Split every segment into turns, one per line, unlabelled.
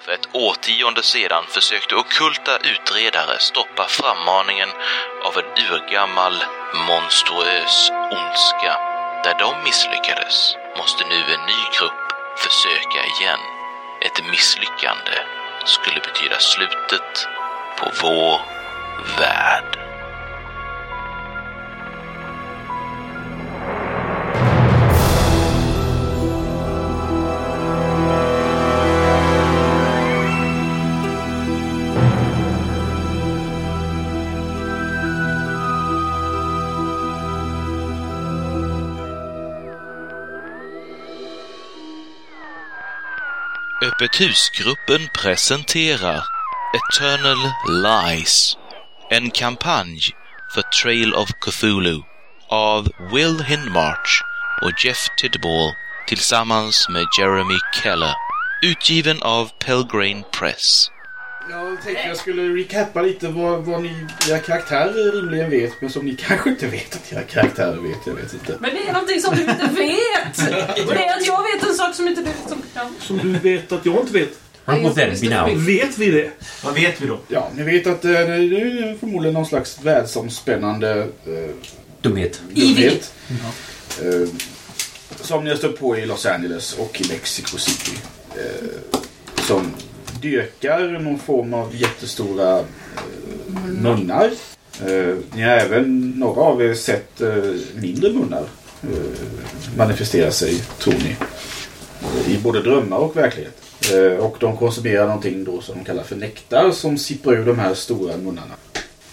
för ett årtionde sedan försökte okulta utredare stoppa frammaningen av en urgammal monstruös ondska. Där de misslyckades måste nu en ny grupp försöka igen. Ett misslyckande skulle betyda slutet på vår värld. Öppet husgruppen presenterar Eternal Lies. En kampanj för Trail of Cthulhu av Will Hindmarch och Jeff Tidball tillsammans med Jeremy Keller. Utgiven av Pelgrane Press.
Jag tänkte jag skulle recappa lite vad, vad ni, era karaktärer rimligen vet men som ni kanske inte vet att era karaktärer vet. Jag vet inte.
Men det är någonting som du inte vet! Och det är att jag vet en sak som inte du som kan.
Som du vet att jag inte vet.
Nej, jag
That
visste
be now.
för mycket.
Vet vi det?
Vad vet vi då?
Ja, ni vet att eh, det är förmodligen någon slags världsomspännande eh,
Dumhet.
dumhet. Eh, som ni har stött på i Los Angeles och i Mexico City. Eh, som dyrkar någon form av jättestora eh, munnar. Eh, ni har även, några av er, sett eh, mindre munnar eh, manifestera sig, tror ni. Eh, I både drömmar och verklighet. Eh, och de konsumerar någonting då som de kallar för nektar som sipprar ur de här stora munnarna.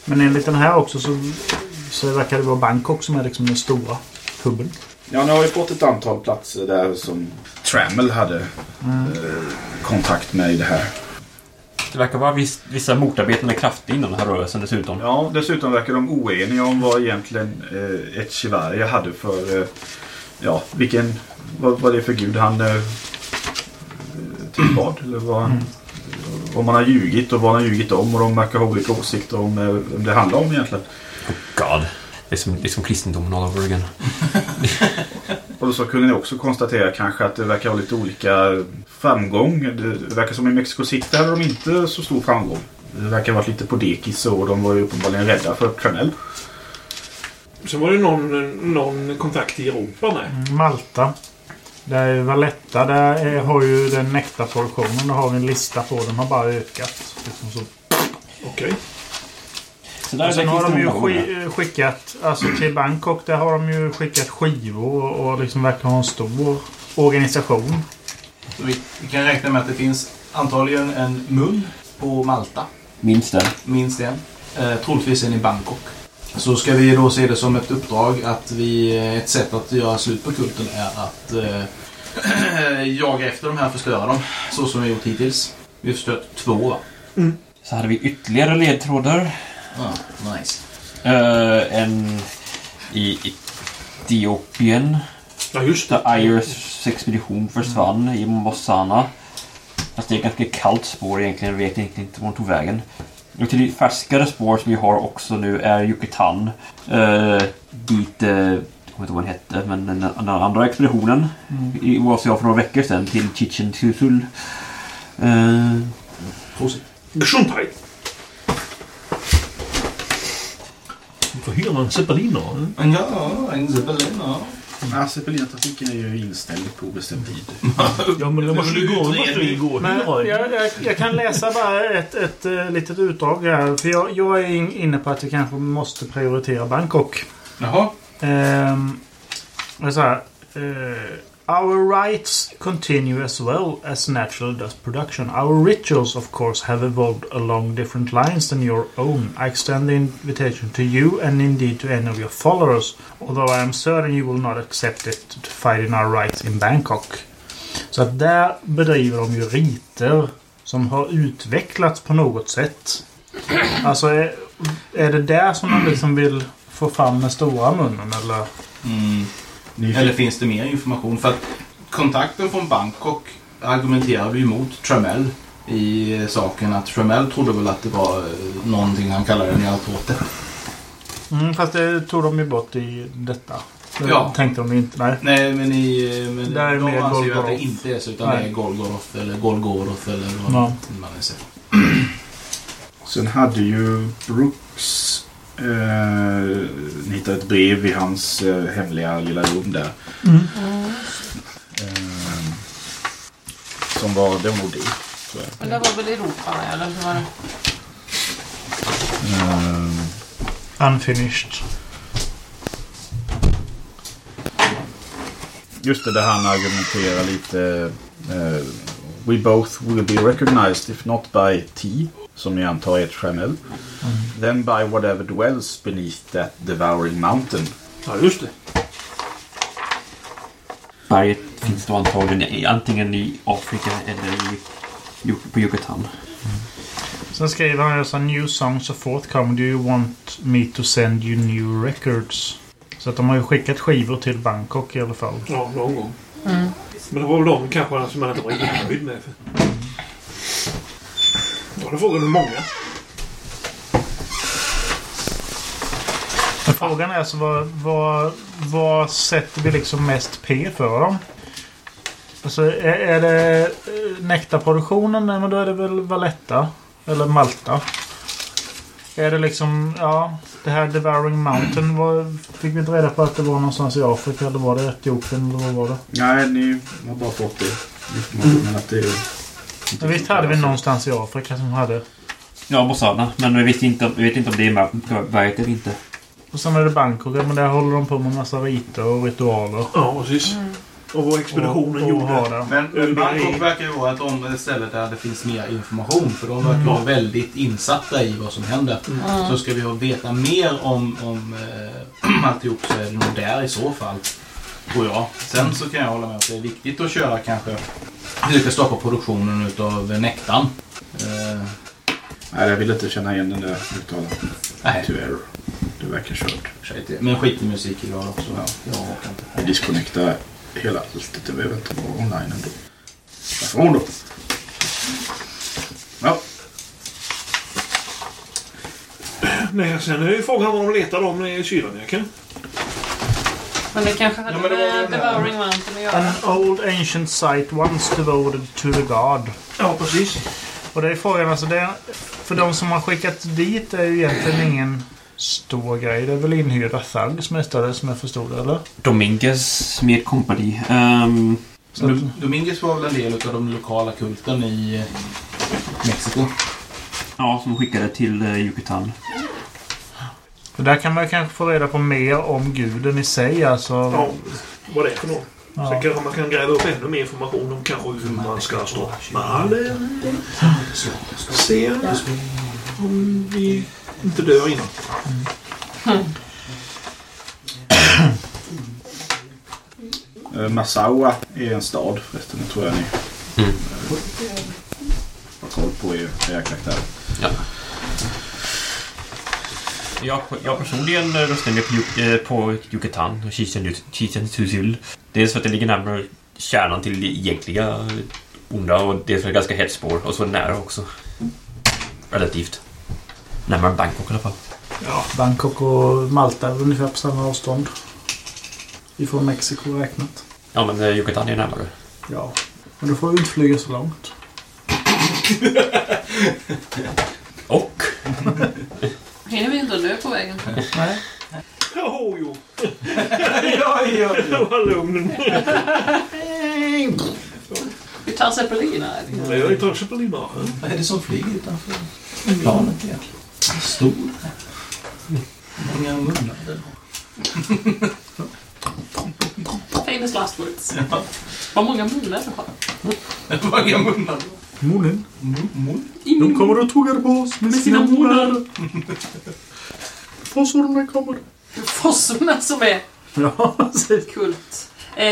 Men enligt den här också så, så verkar det vara Bangkok som är liksom den stora hubben.
Ja, nu har vi fått ett antal platser där som Trammel hade eh, kontakt med i det här.
Det verkar vara viss, vissa motarbetande krafter inom den här rörelsen dessutom.
Ja, dessutom verkar de oeniga om vad egentligen eh, Echevarria hade för... Eh, ja, vilken... Vad, vad det är för gud han eh, tillbad. Eller vad han, Om han har ljugit och vad han har ljugit om. Och de verkar ha olika åsikter om eh, vem det handlar om egentligen.
God. Det är som, det är som kristendomen all over again.
Och då så kunde ni också konstatera kanske att det verkar ha lite olika framgång. Det- Det verkar som i Mexico City hade de inte så stor framgång. Det verkar ha varit lite på dekis och de var ju uppenbarligen rädda för Tranell.
Sen var det någon, någon kontakt i Europa med.
Mm.
Malta. Där är Valletta, där är, har ju den nektarproduktionen. Då har vi en lista på. Den har bara ökat. Liksom så.
Okej.
Så där
Och sen
det
har de ju
kristendomen.
ski- skickat, alltså till Bangkok, där har de ju skickat skivor och, och liksom verkar ha en stor organisation.
Så vi, vi kan räkna med att det finns antagligen en mun på Malta,
Minst det.
minst en. Eh, troligtvis en i Bangkok. Så ska vi då se det som ett uppdrag att vi, eh, ett sätt att göra slut på kulten är att eh, jaga efter de här och förstöra dem. Så som vi gjort hittills. Vi har förstört två va?
Så hade vi ytterligare ledtrådar.
Ja, Ah, nice.
Eh, en i Etiopien.
Ja, just det.
Där Ayers expedition försvann i Mossana. Fast det är ett ganska kallt spår egentligen. Vi vet egentligen inte vart de tog vägen. Och till det färskare spår som vi har också nu är Yucatan. Eh, dit, eh, jag kommer inte ihåg vad den hette, men den, den andra expeditionen i USA för några veckor sedan till Chichen Itzul. Eh,
Gesundheit.
Får hyra en zeppelin då?
Mm.
Ja, en zeppelin ja.
Ja, Zeppelin-trafiken är ju inställd på bestämd tid.
Ja, men det måste ju gå. Det måste ju gå.
Men
Hyra
jag,
en.
jag, jag kan läsa bara ett, ett eh, litet utdrag här. För jag, jag är in, inne på att vi kanske måste prioritera Bangkok.
Jaha.
Ehm, det är så här, eh, our rights continue as well as natural dust production. Our rituals of course have evolved along different lines than your own. I extend the invitation to you and indeed to any of your followers. Although I am certain you will not accept it to fight in our rights in Bangkok. Så att där bedriver de ju riter som har utvecklats på något sätt. Alltså eh, är, är det där som de liksom vill få fram den stora munnen eller?
Mm. Eller finns det mer information? För att kontakten från Bangkok argumenterade ju emot Tremell i eh, saken att Tremell trodde väl att det var eh, någonting han kallade en hjälpåte.
Mm, fast det tog de ju bort i detta. Det
Ja.
tänkte de ju inte. Nej.
Nej, men, i, eh, men
Det här är
de
mer
anser ju att det
Golgoroth.
inte är så, utan
Nej.
det är Golgoroth eller Golgoroth eller vad
Ja.
man nu säger.
Sen hade ju Brooks... Eh, ni hittade ett brev i hans eh, hemliga lilla rum där. Eh, som var... Det var nog det. Tror jag.
Men det var väl Europa, eller hur var det?
Eh,
Unfinished.
just det där han argumenterar lite... eh, we both will be recognized if not by T, som ni antar är ett skämmel. Then by whatever dwells beneath that devouring mountain.
Ja, just det.
Berget finns då antagligen i, antingen i Afrika eller i, Yu- på Yucatan.
Sen skriver han ju så här, New songs are forthcoming. Do you want me to send you new records? Så att de har ju skickat skivor till Bangkok i alla fall.
Ja, någon gång. Men det var väl de kanske som man inte var riktigt nöjd
Mm.
med. Då är det frågan hur många.
Men frågan är alltså vad, vad, vad sätter vi liksom mest P för dem? Alltså är, är det eh, Nektarproduktionen? Nej men då är det väl Valletta. Eller Malta. Är det liksom, ja, det här Devouring Mountain var, fick vi inte reda på att det var någonstans i Afrika eller var det Etiopien eller vad var det?
Nej, ni har bara fått det. Informationen att det är...
Men visst hade vi någonstans i Afrika som hade.
Ja, Mossana. Men vi vet inte, om- vi vet inte om det är med- berget eller inte.
Och sen är det Bangkok, ja, men där håller de på med massa riter och ritualer.
Ja, precis. Mm. Och vad expeditionen
och, och har
gjorde.
det.
Men
Öl med
Bangkok
ring.
verkar ju vara ett om- ett ställe där det finns mer information. För de verkar vara väldigt insatta i vad som händer. Så ska vi ha- veta mer om, om eh, alltihop så är det nog där i så fall. Tror jag. Sen så kan jag hålla med att det är viktigt att köra kanske. Försöka stoppa produktionen utav Nektan. Eh,
Nej, jag vill inte känna igen den där uttalet.
nej,
Tyvärr. Det verkar kört.
skit i det. Men skit i musik idag också. Ja. Jag orkar inte.
Vi disconnectar hela allt. Det behöver inte vara online ändå. Varför hon då? Ja,
Nej, sen är ju frågan vad de letar om i Sydamerika.
Men det kanske hade
Ja, men det var
med
den här.
Devouring Mountain att göra.
An old ancient site once devoted to the god.
Ja, precis.
Och det är frågan alltså, det är, för de som har skickat dit är ju egentligen ingen stor grej. Det är väl inhyrda thugs mestadels som jag förstod det, eller?
Dominguez med kompani. Ehm,
Så att,
Dominguez var väl en del utav den lokala kulten i eh, Mexiko.
ja, som skickade till eh, Yucatan.
för där kan man ju kanske få reda på mer om guden i sig alltså.
Ja, vad det är för någon.
Ja.
Sen kanske man kan gräva upp ännu mer information om kanske hur man ska stoppa det. Se om vi inte dör innan.
Eh, Massawa är en stad förresten, det tror jag ni eh, har koll på i era karaktärer.
Jag, jag personligen eh, röstade mig på, Yu- eh, på Yucatan och Chichen Chichen Itzul. Dels för att det ligger närmare kärnan till det egentliga eh, onda och dels för att det är ganska hett spår och så nära också. Relativt. Närmare Bangkok i alla fall.
Bangkok och Malta är ungefär på samma avstånd. Ifrån Mexiko räknat.
Ja, men eh, Yucatan är närmare.
Ja. Men då får vi inte flyga så långt.
Och
Hinner vi inte nu på vägen?
Nej.
Åh, jo.
Oj, oj, oj.
Vad lugn.
Vi tar Zeppelina.
Jag är inte på lima.
Vad är det som flyger utanför planet egentligen? Stor. Många munnar.
Famous last words. Vad många munnar du har.
Många munnar.
Monin.
Mun?
I
De
mun.
kommer och tuggar på oss med
sina
sina
munnar.
munnar. Fossorna kommer.
Fossorna som är
Ja, precis.
kult. Eh,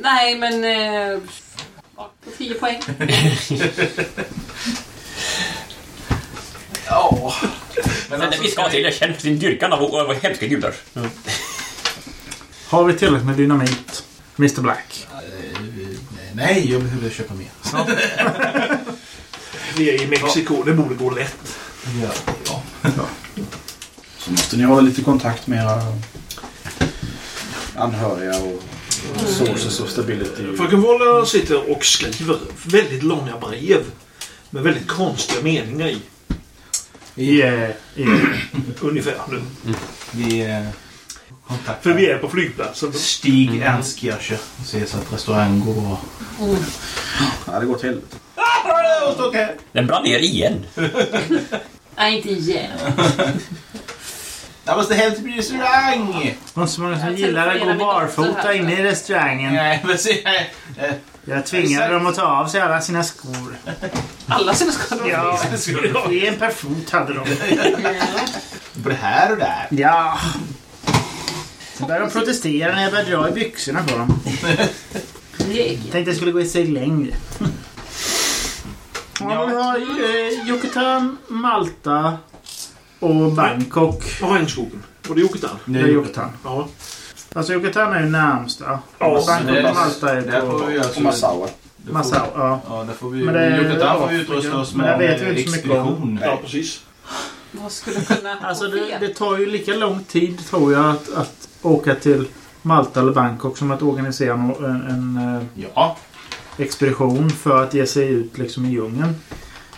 nej, men... Eh, ja, 10 poäng.
Ja. Men
Men
alltså,
det vi ska till är känd för sin dyrkan av av hemska gudar.
Har vi tillräckligt med dynamit? Mr Black.
Nej, jag behöver köpa mer.
Vi är i Mexiko. Det borde gå lätt.
Ja. ja.
Så måste ni hålla lite kontakt med era anhöriga och sources of stability.
Fröken Woller sitter och skriver väldigt långa brev med väldigt konstiga meningar i.
Yeah,
Mm.
yeah.
Ungefär nu.
Vi eh, kontaktar
För vi är på flygplatsen.
Stig
Mm.
Ernst-Kirche. Ses att restaurangen går bra.
Ja, det går till helvete.
Den brann ner igen.
Nej, inte igen.
Jag måste hem till min restaurang!
Någon som många som
Jag
gillar att
telefonerar min
gå
dotter
barfota
här.
inne i restaurangen.
Nej, men se här. Eh,
Jag tvingade dem att ta av sig alla sina skor.
Alla sina skador.
Ja,
skulle jag-
en per fot hade de.
Både här och där.
Ja. Sen började de protestera när jag började dra i byxorna på dem.
Nej.
Tänkte jag skulle gå ett steg längre. Ja, vi har eh, Yucatan, Malta och Bangkok.
Orangeskogen. Och det är Okutan.
Det är Yucatan.
Ja.
Alltså Yucatan är ju närmsta.
Ja,
Bangkok
det är-
och Malta är
Där får
på
vi
Och
alltså...
Massawa.
Massao. Ja.
Ja, där får vi...
Men det är-
Yucatan får vi utrusta oss
Men
med
jag vet
en
ju inte så mycket om-
expedition.
ja, precis.
Vad skulle kunna gå
Alltså det,
fel?
det tar ju lika lång tid tror jag att, att åka till Malta eller Bangkok som att organisera en, en, en eh,
Ja,
expedition för att ge sig ut liksom i djungeln.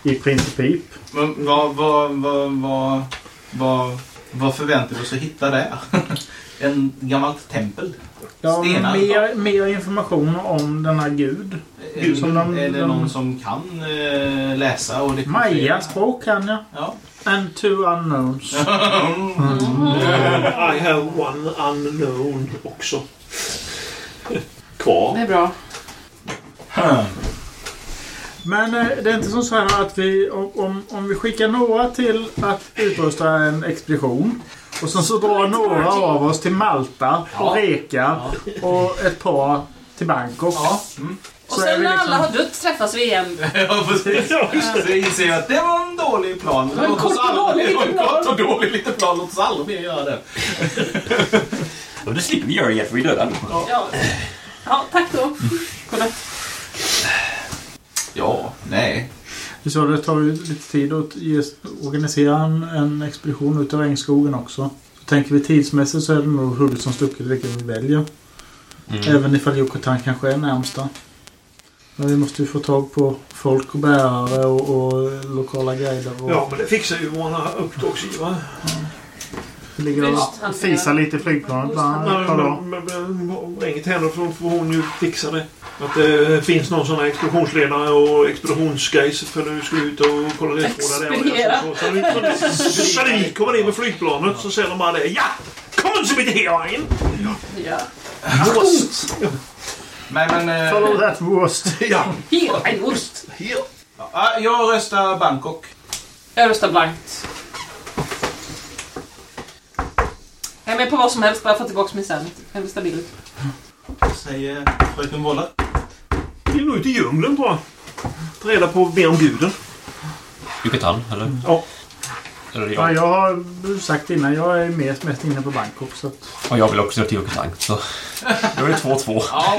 I princip.
men vad, vad, vad, vad, vad, vad förväntar vi oss att hitta där? en gammalt tempel?
Ja,
Stenar.
mer, mer information om denna gud.
Gud,
som de-
är det
de-
någon som kan eh, läsa och det
Maya-språk kan jag.
Ja.
And two unknowns.
I have one unknown också. Kvar.
Det är bra.
Men eh, det är inte som så här att vi, om, om, om vi skickar några till att utrusta en expedition och sen så drar några av oss till Malta och Reka och ett par till Bangkok.
Ja, mm.
Och
Så är
sen
vi
när
liksom-
alla har dött träffas vi igen.
ja precis. Så inser jag att det var en dålig plan.
var en
Låt
kort
oss
och
alla-
dålig
det var en
liten plan.
kort och dålig liten plan. Låt oss aldrig mer göra det.
Och det slipper vi göra igen för vi dödar allihopa.
Ja. Ja, tack då. Kolla.
Ja, nej.
Vi sa det tar ju lite tid att ge, organisera en, en expedition ut i regnskogen också. Så tänker vi tidsmässigt så är det nog huvudet som stucket vilket vi väljer. Även ifall Yucatan kanske är närmsta. Men vi måste ju få tag på folk och bärare och, och lokala guider. Och
Ja, men det fixar ju våra uppdragsgivare.
det ligger
Just, han
och fisar
ser-
lite i flygplanet bland annat.
Men-
Kolla.
men- men- men- Inget händer för då får hon ju fixa det. Att det finns någon sån här expeditionsledare och expeditionsguys för nu ska vi ut och kolla det.
Expediera.
Så- så- så- så- så- Så när vi kommer in med flygplanet så säger de bara det. Ja! Kom så bitte här in!
Ja.
Nej, men... eh,
Follow that worst.
Ja,
Hela en ost.
ja, ah, jag röstar Bangkok.
Jag röstar blankt. Jag är med på vad som helst bara för att tillbaka min sanity. Jag vill stabilt.
Säger fröken Wolle.
vi är nog ute i djungeln bara. Ta reda på mer om guden.
Yucatan, eller?
Ja.
Eller
Ja,
jag.
jag har sagt innan, jag är mest, mest inne på Bangkok. Så att
Och jag vill också till Yucatan. Så. Då är det 2-2.
Oh,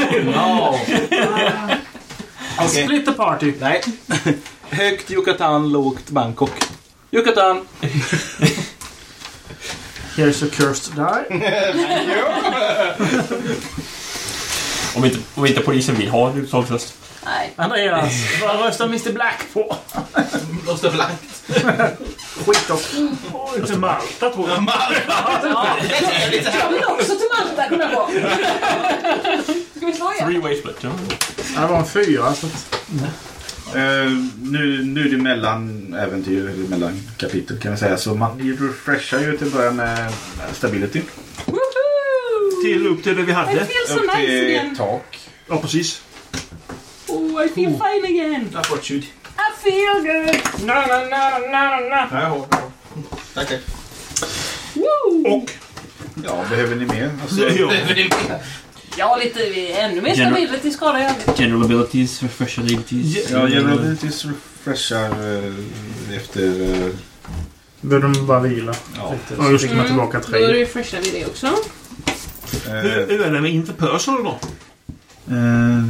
no. Okej.
split the party.
Nej. Högt Yucatan, lågt Bangkok. Yucatan.
Here's a cursed die.
Om inte, om inte polisen vill ha en utslagsröst.
Nej.
Andreas, vad röstar Mr Black på?
Röstar blankt.
Skit också.
Till Malta tror jag.
Ja, jag vill också till Malta kunna gå. Ska vi slå igen?
Three way split. ja.
Ja, Det var en fyra. Så att...
Eh, nu, nu är det mellan äventyr, eller mellan kapitel kan man säga. Så man refreshar ju till början med stability.
Woho!
Till upp till det vi
I
hade.
feel so
Upp
nice
till
again.
tak.
Ja, precis.
Oh, I feel fine again.
Fortitude.
I feel good. Na, na, na, na, na, na.
Ja, jag har. Tackar.
Woo!
Och...
Ja, behöver ni mer? Alltså,
Ja, lite vi är ännu mer
Gener-
stability skadar jag.
General abilities, refresh abilities. Eh,
ja, general abilities refreshar eh, efter... eh,
Behöver de bara vila.
ja,
Och då fick man tillbaka tre.
refreshar vi Mm, det också.
Hur
eh,
hur är det med interpersonal då?
Eh,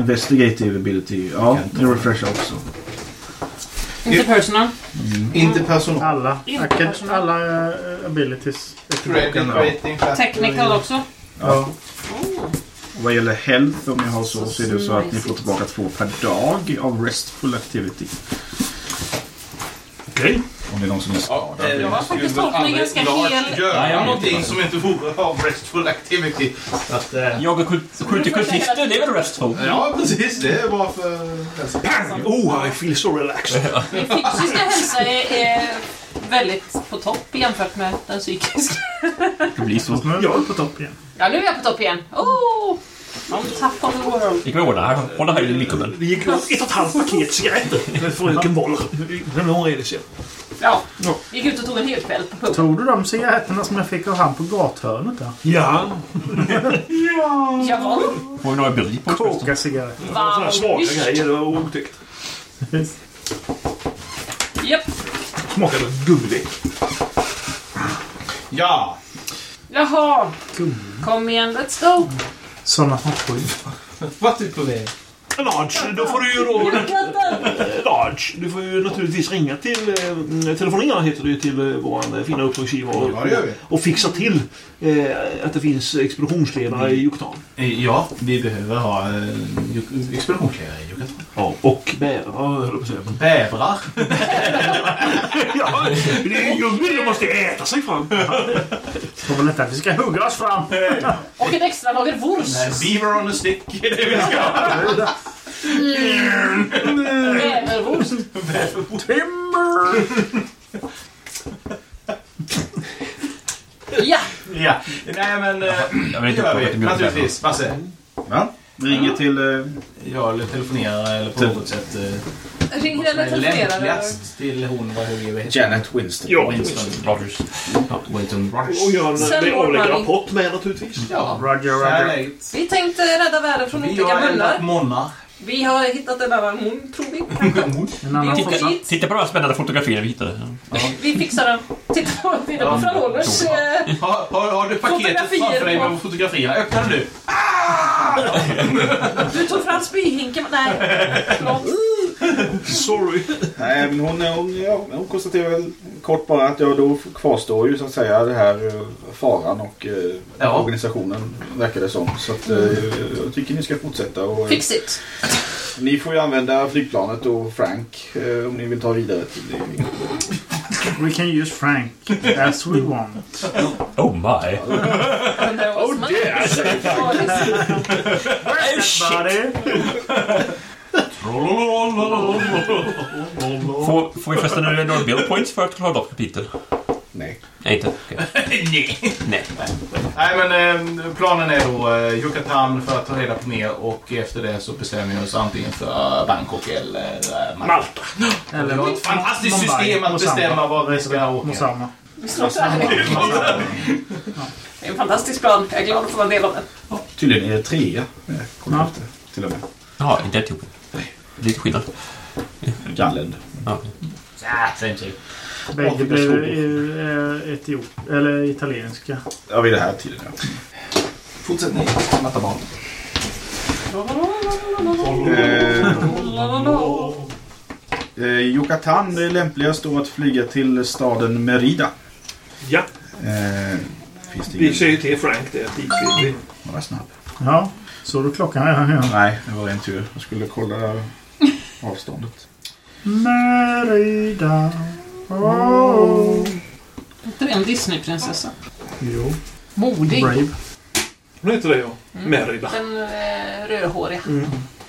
Investigative ability. Ja, det refreshar också.
Interpersonal.
Inte personal.
Alla, acad-
Interpersonal.
alla eh, abilities är tillbaka
Credit
nu.
rating.
Technical också.
Ja.
Vad gäller health, om ni har så, så är det så att ni får tillbaka två per dag av restful activity.
Okej.
Om det är någon som är
Ja,
skadad.
Eh, var faktiskt tolkningen ganska hel.
Gör
Nej, jag vet
någonting
inte.
som inte vore av restful activity. Så att, eh,
Jag och skjut- skjuter kultister, det är väl restful?
ja, precis. Det är bra för...
Oh, I feel so relaxed.
Min fysiska hälsa är, är väldigt på topp jämfört med den psykiska.
Det blir så.
Nu är jag på topp igen.
Ja, nu är jag på topp igen. Oh! On top of the world.
Det kan vi ordna. här. Håll det här i mikrofonen.
Det gick åt ett och ett halvt paket cigaretter för fröken Boll. Den har redig sig.
Ja. Gick ut och tog en hel kväll på puben.
Tog du de cigaretterna som jag fick av han på gathörnet där?
Ja.
Jag var
Får vi några berg på oss förresten?
Kåka-cigaretter.
Sådana svaga
varm.
grejer. Det var otäckt.
Japp.
Smakade gummi.
Ja!
Jaha. Kom igen, let's go.
Sådana som skit.
Vart är du på väg?
Lodge, då får du ju då... Eh, Lodge, du får ju naturligtvis ringa till... Eh, telefonera heter det ju till eh, vår eh, fina uppdragsgivare.
Ja, det gör vi.
Och fixa till eh, att det finns expeditionsledare i Yucatan.
Eh, Ja, vi behöver ha eh, ju- expeditionsledare i Yucatan.
Ja, och bära, höll jag på att säga. Men-
Bävrar.
Ja, det är djungel, det måste äta sig fram.
Tror väl inte att vi ska hugga oss fram.
Och ett extra lager vors.
Beaver on a stick. Det är det vi ska ha.
Bävervors.
Timber!
Ja.
Ja. Nej, men... eh,
Jag
Det
vill inte
gör
uppfatta att det
vi.
blir
Naturligtvis. Basse.
Va? Ringer till... eh,
Ja, eller telefonera eller på något sätt. eh,
Ring
Vad som
eller
är
telefonera.
lämpligast till hon, vad hon heter.
Janet Winston.
Ja,
Winston.
Rogers.
Ja, Winston
och
Rush.
göra
Sen
en eh,
ordnar
årlig
vi.
rapport med naturligtvis.
Ja,
Roger,
så här
Roger.
läget.
Vi tänkte rädda världen från
Vi
otäcka
har eldat
munnar.
månnar.
Vi har hittat en annan hon, tror vi. kanske.
En
Vi
annan
åker
fråga.
dit.
Titta på de här spännande fotografierna vi hittade.
Vi fixar den. Titta på titta på Franolers. eh,
Har, har, har du paketet
Fotografier
framför dig
på-
med fotografierna? Öppna det nu!
Du tog fram spyhinken. Nej, förlåt.
Sorry.
Nej, men hon, hon, ja, hon konstaterar väl kort bara att ja, då kvarstår ju så att säga det här eh, faran och eh,
Ja.
organisationen verkar det som. Så att, eh, jag tycker ni ska fortsätta. Och, eh,
Fix it.
ni får ju använda flygplanet och Frank eh, om ni vill ta vidare till
We can use Frank as we want.
Oh my!
Oh dear!
Oh shit!
Får, får vi förresten några bill points för att klara av kapitel?
Nej.
Nej, inte. Okej.
Nej.
Nej.
Nej men eh, planen är då eh, Yucatan för att ta reda på mer och efter det så bestämmer vi oss antingen för Bangkok eller eh, Malta.
Malta.
Vi har ett fantastiskt
Mumbai,
system att
Mosambi.
bestämma var vi ska åka.
Mosamma.
Det är en fantastisk plan. Jag är glad att få vara en del av den.
Tydligen är det trea. Eh, kolla
Ja.
efter, till och med.
Jaha, inte Etiopien. Lite skillnad.
Grannländ.
Ja, same thing.
Bägge
Afrikas
blev
hobo.
eh, etiop... Eller italienska.
Ja, vid det här tiden ja.
Fortsätt ni. Matta barn.
Eh, eh, Yucatan är lämpligast då att flyga till staden Merida.
Ja,
Eh, finns det
vi
ju
säger till Frank det. att dit vill vi.
några snabb.
Ja, såg du klockan redan nu?
Nej, det var en tur. Jag skulle kolla avståndet.
Merida. Oh.
Inte en Disneyprinsessa.
Jo,
Modig.
Brave.
Hon heter det ja.
Mm.
Merida.
Den eh, rödhåriga.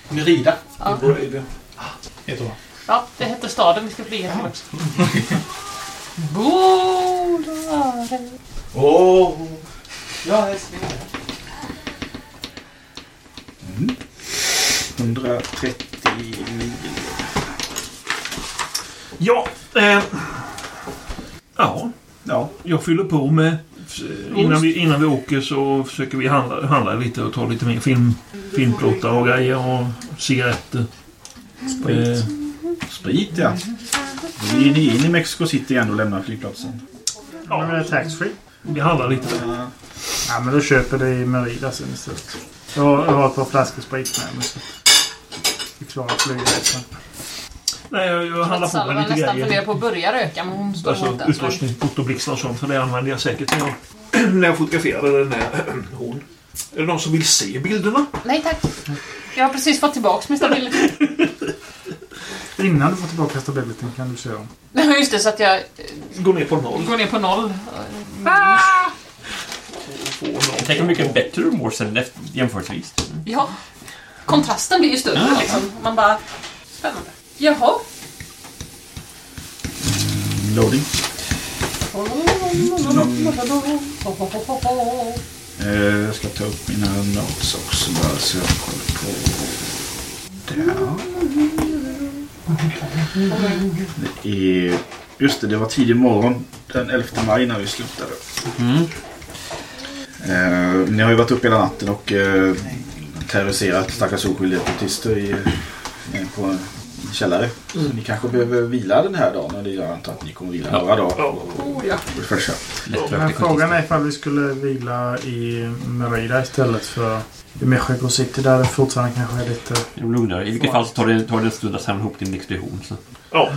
Merida.
Ja.
Brave.
Heter hon.
ja, det hette staden vi ska flyga till också. Bolare.
Åh! Ja, älskling.
139.
Ja. Eh, ja.
Ja,
Jag fyller på med... eh, Innan vi, innan vi åker så försöker vi handla, handla lite och ta lite mer film, filmplåtar och grejer och cigaretter. Eh,
sprit ja. Då är ni in i Mexico City igen och lämnar flygplatsen.
Ja, men det är taxfree.
vi handlar lite där.
Ja, men då köper du i Merida sen istället. Jag har, jag har ett par flaskor sprit med mig. så Vi klarar flygresan.
Nej, jag, jag handlar på
Salva
mig lite
nästan
grejer.
funderar på att börja röka, men hon står emot
Alltså
den. så-
utrustning, fotoblixtar och sånt. För det använder jag säkert när jag, när jag fotograferade den här hon. Är det någon som vill se bilderna?
Nej tack. Jag har precis fått tillbaka min stabilitet.
Innan du får tillbaka stabiliteten kan du säga om.
Nej, Just det, så att jag eh,
Gå ner på noll.
går ner på noll.
Tänk hur mycket bättre du mår sen efter- jämförelsevis.
Ja, kontrasten blir ju större liksom. Man bara... Spännande. Jaha.
Loading. Eh, jag ska ta upp mina notes också bara så jag kollar på... Där. Det är... Just det, det var tidig morgon den 11 maj när vi slutade. Eh, ni har ju varit uppe hela natten och eh, terroriserat stackars oskyldiga autister i, eh, på en källare. Så ni kanske behöver vila den här dagen. Eller jag antar att ni kommer vila några dagar.
Oh, ja.
Refresha.
Men frågan är ifall vi skulle vila i Merida istället för i Mexico City där det fortfarande kanske är lite...
Det blir lugnare. I vilket fall så tar det, tar det en stund att samla ihop din expedition. Så.
Ja,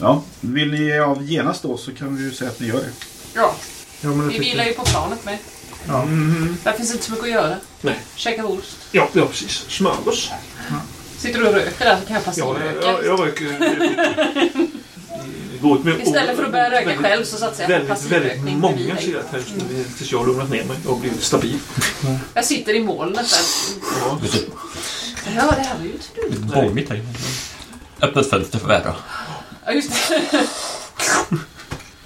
Ja, vill ni ge av genast då så kan vi ju säga att ni gör det.
ja.
Ja, men det
Vi
tycker
vilar ju på planet med.
Ja.
Där finns inte så mycket att göra.
Nej.
Käka ost.
ja, ja precis. Smörgås.
Sitter du och röker där så kan jag passa
Ja,
röka.
jag, jag röker. Det går ut med
Istället för att börja röka
väldigt-
själv så satsar jag på
Väldigt, väldigt
passivrökning bredvid
många
dig.
cigaretter tills jag har lugnat ner mig och blivit stabil.
Jag sitter i molnet där.
Ja.
Ja, det här var ju inte du.
Lite Bombigt här Öppna ett fönster för vädra.
Ja, just det.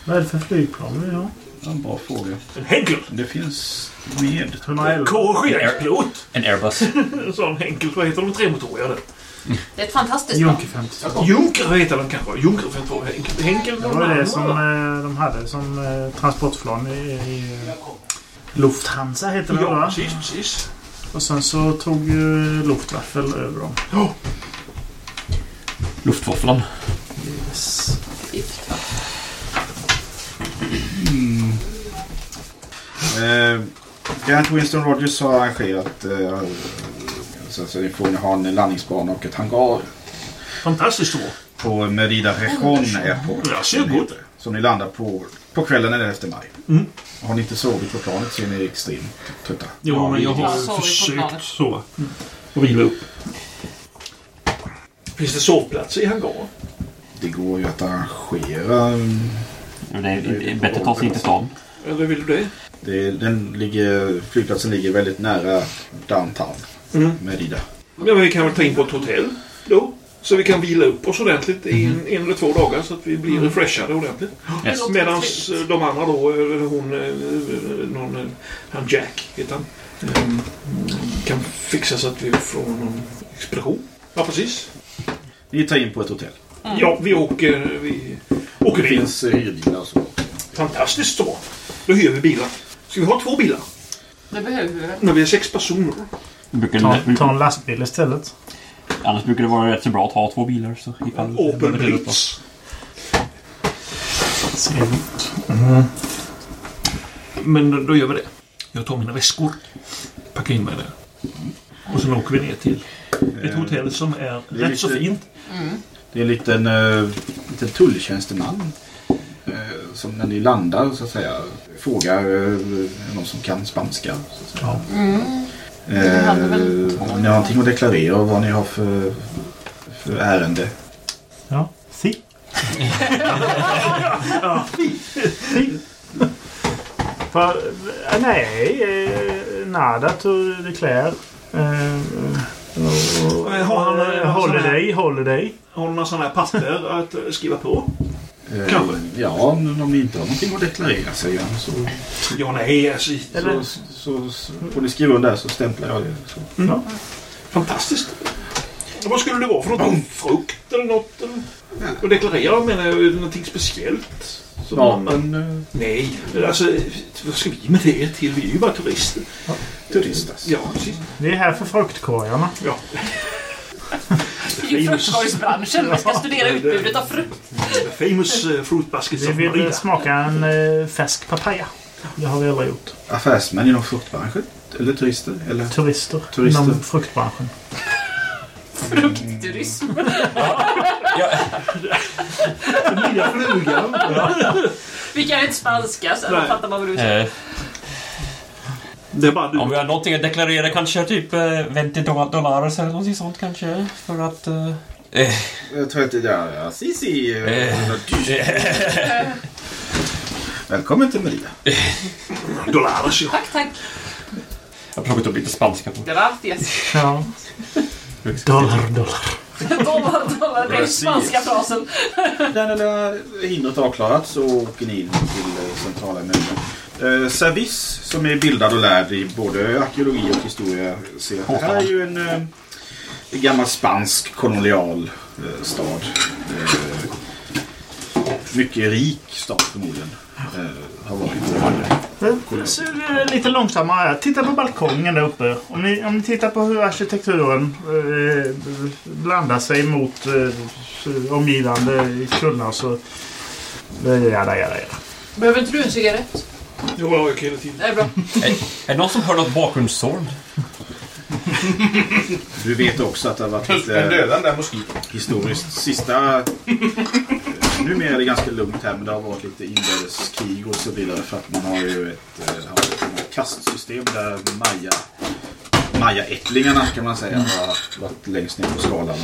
Vad är det för flygplan vi har?
Det är en bra fråga.
En Henkel!
Det finns med.
111?
Korrigeringspilot!
En Airbus.
En sån Henkel. Vad heter de tremotoriga?
Det är ett fantastiskt namn.
Junker 50.
Junker heter den kanske. Junker för två Henkel. Henkel
Det var det som eh, de hade som eh, transportplan i, i eh, Lufthansa heter det
Ja,
va?
precis, precis.
Och sen så tog ju Luftwaffe över dem.
Luftvåfflan.
Eh, Grant Winston Rogers har arrangerat eh, så, så ni får ni ha en landningsbana och ett hangar
Fantastiskt bra.
på Merida Rejon Airport.
Ja, ser gott. Mm.
Som ni landar på på kvällen den 11 maj. Har ni inte sovit på planet så är ni extremt trötta.
Jo, men jag
Jag sover
har
på planet.
försökt sova. Och vila upp. Finns det sovplatser i hangaren?
Det går ju att arrangera.
Det är, det är bättre att ta sig in till stan.
Eller vill du det?
Det, den ligger, flygplatsen ligger väldigt nära downtown.
Mm.
Merida.
Ja, men vi kan väl ta in på ett hotell då. Så vi kan vila upp oss ordentligt i en, en eller två dagar så att vi blir refreshade ordentligt.
Yes.
Medan de andra då, eller hon, eh, någon, eh, han Jack heter han, eh, kan fixa så att vi får någon expedition. Ja, precis.
Ni tar in på ett hotell.
Ja, vi åker, vi åker
Det
bil.
finns eh, hyrbilar och så.
Fantastiskt så. Då hyr vi bilar. Ska vi ha två bilar?
Det behöver vi väl.
När vi är sex personer.
Brukar
Ta,
Mm.
det,
ta en lastbil istället.
annars brukar det vara rätt så bra att ha två bilar. Så ifall
Opel Blitz.
Trevligt.
Men då, då gör vi det. Jag tar mina väskor. Packar in mig där. Och sen åker vi ner till ett hotell som är
Eh, det är
rätt så
lite-
fint.
Det är en liten, eh, liten tulltjänsteman eh, som när ni landar så att säga frågar eh, någon som kan spanska. Så att säga.
hade
Eh, om ni har någonting att deklarera och vad ni har för, för ärende.
Ja. Si. För, eh, nej, eh, nada to declare. Eh,
Eh, Har han, eh,
eh,
sån här-
holiday, holiday.
har han några sådana här papper att eh, skriva på?
Eh,
Kanske.
Ja, men om ni inte har någonting att deklarera säger han så,
Ja, nej, alltså.
så, så, så får ni skriva under där så stämplar jag det. Så.
Fantastiskt. Vad skulle det vara för något? Frukt eller något? eller? Och deklarera menar jag, någonting speciellt? Som man-
Vapen, eh,
Nej, alltså vad ska vi med det till? Vi är ju bara turister.
turistas.
Ja, precis.
Vi är här för fruktkorgarna.
Det är ju fruktkorgsbranschen. Man ska studera utbudet av frukt.
The famous eh, fruit baskets
Vi
of
vill eh,
Merida.
smaka en eh, färsk papaya. Det har vi aldrig gjort.
Affärsmän inom fruktbranschen? Eller turister? Eller?
Turister,
Turister.
inom fruktbranschen.
Fruktturism.
Lilla flugan.
Vi kan ju inte spanska så då
Nej.
fattar man vad du säger.
Eh,
Det är bara du.
om vi har någonting att deklarera kanske typ eh, 20 doll- dollar eller någonting sånt kanske. För att... Eh, eh,
Jag tror inte det är... Sisi!
Eh.
Eh. Välkommen till Maria.
Dollars. ja.
Tack, tack.
jag har plockat upp lite spanska på
Det var allt yes.
Ja. Dollar, dollar.
Dollar, dollar. Det är
Precis.
spanska frasen.
När det där hindret är avklarat så åker ni in till eh, centrala nämnden. Eh, Savis, som är bildad och lärd i både arkeologi och historia, ser att det här är ju en eh, gammal spansk kolonial eh, stad. Eh, mycket rik stad förmodligen. Eh, har varit.
Eh, Så vi är lite långsamma här. Titta på balkongen där uppe. Om ni, om ni tittar på hur arkitekturen eh, blandar sig mot eh, omgivande kullar så... Eh, Jada, jada, jada.
Behöver inte du en cigarett?
Jo, jag har ju hela tiden.
Det är bra.
Är det någon som hör något bakgrundssorg?
Du vet också att det har varit
Den
lite
döda den där moskiten.
historiskt sista... eh, Numera är det ganska lugnt här men det har varit lite inbördeskrig och så vidare för att man har ju ett, eh, haft ett kastsystem där Maja Majaättlingarna kan man säga har varit längst ner på skalan.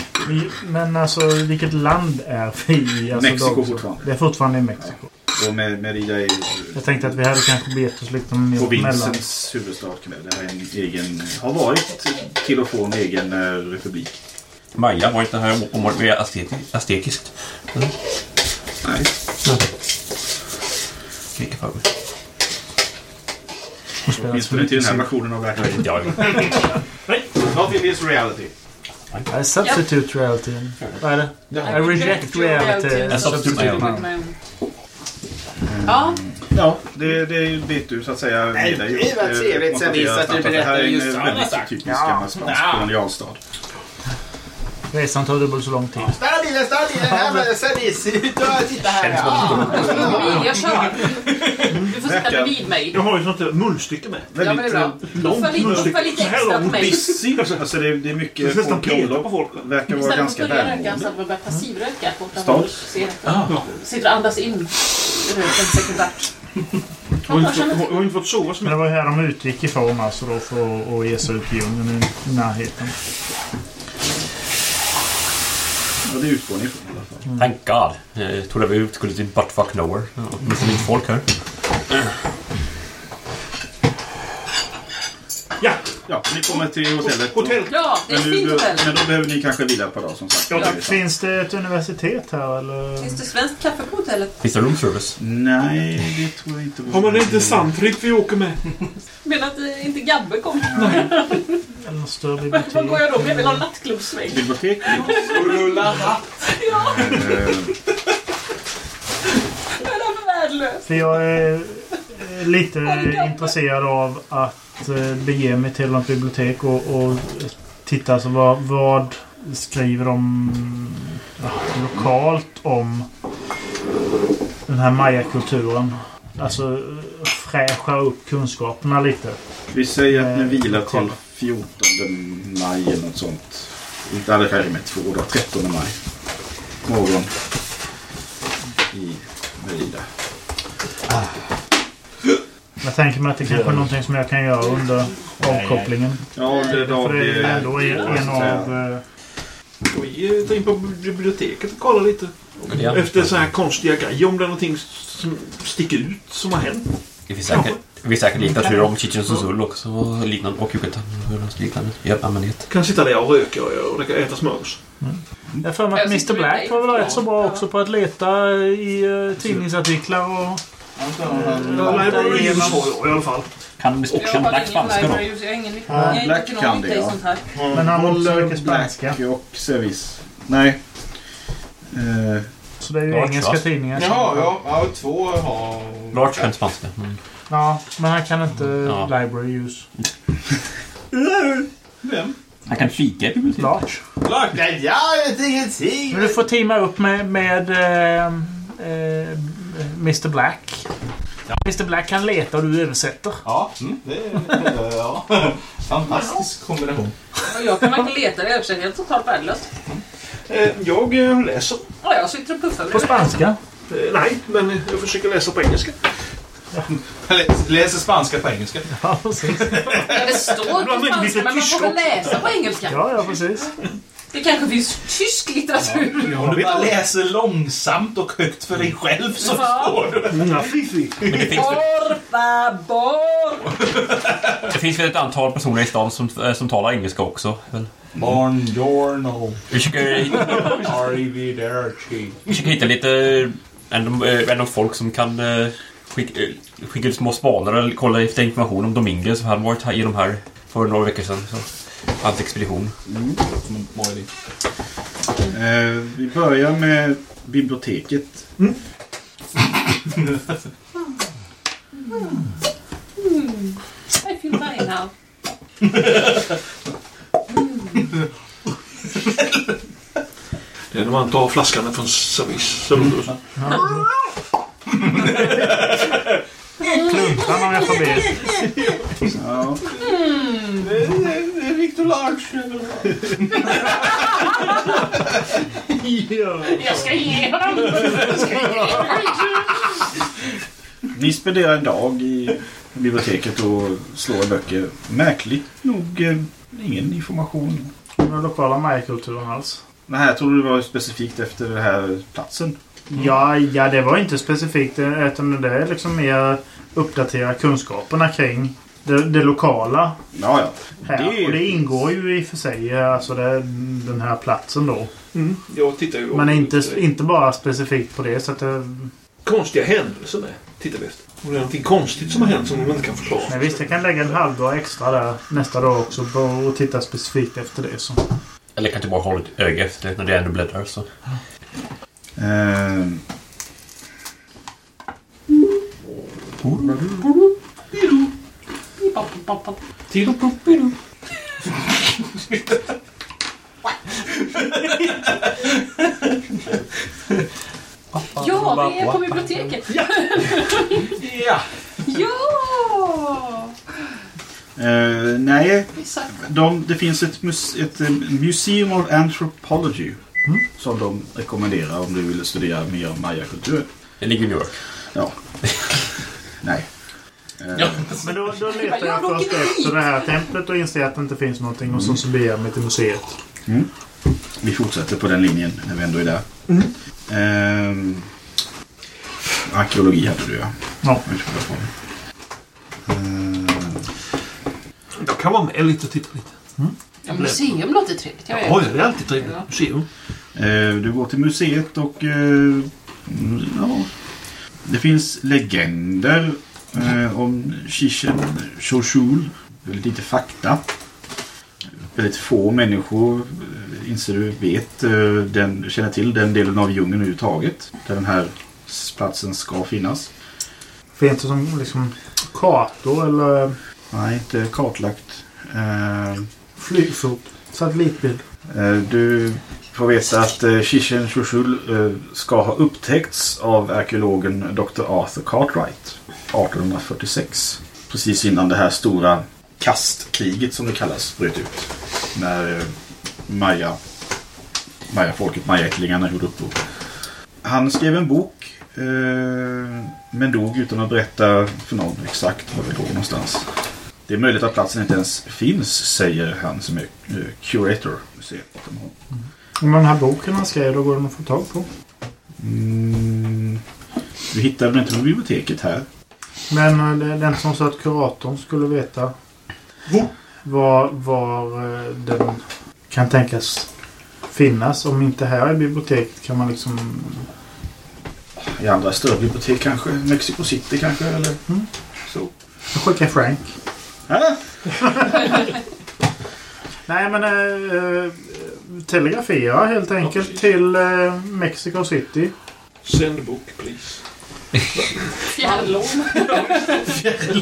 Men alltså, vilket land är vi i? Alltså,
Mexiko
då-
fortfarande.
Det är fortfarande i Mexiko.
Och med, Merida är
Jag tänkte att vi hade kanske begett oss lite mer mellan.
provinsens huvudstad. kan man säga. Det har, en egen, har varit till och från en egen eh, republik.
Maja, var inte det här området mer asteti- astekiskt?
Nej.
Lika för mig.
Åtminstone till den här versionen av verkligheten.
Ja, ja.
Not in this reality.
I substitute reality. Vad är det? I reject reality.
En substitut.
Ja,
Ja, det, det vet du så att säga. Nej,
det var trevligt, sen visst att du berättade just
Det här är
vad
en
han har
väldigt
sagt.
typisk
Ja.
gammal spansk
Ja.
kolonialstad.
Resan tar dubbelt så lång tid.
Stanna bilen, stanna bilen! Här var det servis! Ut och titta här! Ja.
jag kör. Du får sitta
Verkar-
bredvid mig.
Jag har ju sånt där munstycke med.
Ja, men det är
Väldigt eh,
bra. Puffa lite, puffa lite
Så här
extra på
långt
mig.
busy. Alltså det är, det är
Det är
mycket
nästan
folk i
peta på
omlopp.
folk.
Verkar vara
Istället för
ganska
att börja röka
välmående.
så börjar passivröka borta
Stad.
från cigaretten. Sitter och andas in röken sekundärt.
Jag har inte fått- jag har inte fått sova så
Men
mycket.
det var här de utgick ifrån alltså då för att- att ge sig ut i djungeln i närheten.
Ja, det utgår ni ifrån i alla fall.
Thank God. Jag trodde vi skulle till buttfuck nowhere. Åtminstone inte folk här.
Ja,
Ja, ni kommer till hotellet.
hotell.
Ja, det är
Men,
ett fint
nu,
hotell.
men då behöver ni kanske vila ett par dagar som sagt.
Ja, tack. Finns det ett universitet här eller?
Finns det svenskt kaffe på hotellet?
Finns det room service?
Nej, det tror jag inte.
Ja, men det är inte Sandtripp vi åker med.
Men att eh, inte Gabbe kom.
Eller något större
Vad går
bibliotek?
jag då? Jag vill ha en nattklubbsväng.
Bibliotek?
Rulla hatt!
Eh,
Jag är därför värdelös.
För jag är eh, lite
det gamla?
intresserad av att eh, bege mig till något bibliotek och, och titta alltså vad, vad skriver de ja, lokalt om den här mayakulturen. Alltså eh, fräscha upp kunskaperna lite.
Vi säger att ni vilar till 14 maj eller något sånt. Inte alla kanske med två dagar. 13 maj. Morgon. I Merida.
Jag tänker mig att det kanske är någonting som jag kan göra under avkopplingen.
Ja, Eh, det är
För det är ju ändå en av... eh,
Ska vi eh, ta in på biblioteket och kolla lite?
Ja.
Efter så här konstiga grejer. Om det är någonting som sticker ut som har hänt.
Det finns säkert, det finns säkert litteratur om Chichen Suzul också och liknande. Och Yucatan och något liknande. I allmänhet.
Kan sitta där och röka och och äta smörgås.
Jag har för mig att
Jag sitter
Mr Black
med
var väl
dig.
rätt så bra också på att leta i eh, tidningsartiklar och...
eh,
Nej, det var ju
igenom.
i alla fall. Eh,
Kan Miss
Jag
Auction
har
Black
ingen
spanska då?
library, så jag har ingen
Ja,
jag är inte
Black
ekonom
kan det,
i
ja.
sånt här.
Men han har inte så mycket spanska.
Black och service. Nej. Eh,
Så det är ju
Lars,
engelska
va?
tidningar. som-
Jaha, ja. ja två har...
Lars kan spanska. Mm.
Ja, men han kan inte
Ja.
library use.
Han kan fika i biblioteket.
Large.
Lars! Nej, jag vet ingenting!
Men du får teama upp med, med eh, eh, Mr Black. Mr Black
mm,
kan leta och du översätter.
Ja, det är... Ja. eh, Fantastisk kombination.
Och jag kan varken leta eller översätta. Jag är totalt värdelös.
Jag eh, läser.
Ja, jag sitter och puffar.
På spanska?
Eh, Nej, men jag försöker läsa på engelska.
Läser spanska på engelska.
Ja, precis.
Ja, det står på spanska, men man får väl läsa på engelska.
Ja, ja, precis.
Det kanske finns tysk litteratur.
Om du bara läser långsamt och högt för dig själv så
Ja.
förstår du.
Men det finns,
Por favor!
det finns väl ett antal personer i stan som, eh, som talar engelska också. Väl?
Buongiorno.
Vi försöker,
E
Arrivederci.
vi försöker hitta lite ändå, eh, ändå folk som kan eh, skicka, eh, skicka ut små spanare eller kolla efter information om Dominguez som han varit här i de här för några veckor sedan. Så. Hans expedition.
Eh, vi börjar med biblioteket.
I feel fine now.
Det är när man tar flaskan från servisen.
Kluntan analfabet.
Ja.
Victor Larsen.
Jag ska ge honom!
Ni spenderar en dag i biblioteket och slår i böcker. Märkligt nog eh, ingen information.
Den lokala mayakulturen alls.
Det här tror du var specifikt efter den här platsen.
Mm. Ja, ja, det var inte specifikt eh, utan det är liksom mer uppdatera kunskaperna kring det, det lokala
Ja, ja.
här.
Det är-
Och det ingår ju i och för sig eh, alltså det, den här platsen då.
Jag tittar ju
Men inte, inte bara specifikt på det. Så att eh, det
Konstiga händelser med. Tittar vi efter. Om det är någonting konstigt som har hänt som de inte kan förklara.
men visst, jag kan lägga en halvdag extra där nästa dag också på- och titta specifikt efter det. Så.
Eller kan inte bara hålla ett öga efter när det ändå bläddrar. Så.
Eh,
Ja, vi är på biblioteket.
Ja.
Ja!
eh, nej,
Exakt.
de, det finns ett, mus, ett eh, Museum of Anthropology som de rekommenderar om du vill studera mer om mayakulturen.
Det ligger i New York.
Ja. nej. Eh,
Men då, då
Jag
letar
bara,
jag
jag
först
åker dit.
efter det här templet och inser att det inte finns någonting och sen så beger jag mig till museet.
Vi fortsätter på den linjen när vi ändå är där. Ehm, arkeologi hade du ja.
Ja.
Jag tror jag får det. Ehm,
Jag kan vara med lite och titta lite.
Ja, museum låter trevligt. Jag är
Oj, det är alltid trevligt.
Ja.
Museum.
eh, du går till museet och eh, mm, ja, det finns legender eh, om Chichen Choshul. Väldigt lite fakta. Väldigt få människor eh, inser du vet, eh, den, känner till den delen av djungeln överhuvudtaget. Där den här platsen ska finnas.
Finns det som liksom kartor eller eh,
Nej, inte kartlagt. Eh,
flygfot? Satellitbild?
eh, du får veta att eh, Chichen Chuchul eh, ska ha upptäckts av arkeologen Dr. Arthur Cartwright 1846. Precis innan det här stora kastkriget som det kallas bröt ut. När eh, Maya, Maya-folket, Maya-ättlingarna gjorde uppror. Han skrev en bok eh, men dog utan att berätta för någon exakt var det låg någonstans. Det är möjligt att platsen inte ens finns, säger han som är eh, curator. på museet.
Men den här boken han skrev, då går den att få tag på.
Mm. Du hittar den inte på biblioteket här.
Men eh, det- den som sa att kuratorn skulle veta var, var eh, den kan tänkas finnas. Om inte här i biblioteket kan man liksom...
I andra större bibliotek kanske. Mexico City kanske eller så.
Jag skickar Frank.
Äh?
Nej men eh, eh, telegrafera helt enkelt till eh, Mexico City.
Send book, please.
fjärrlån.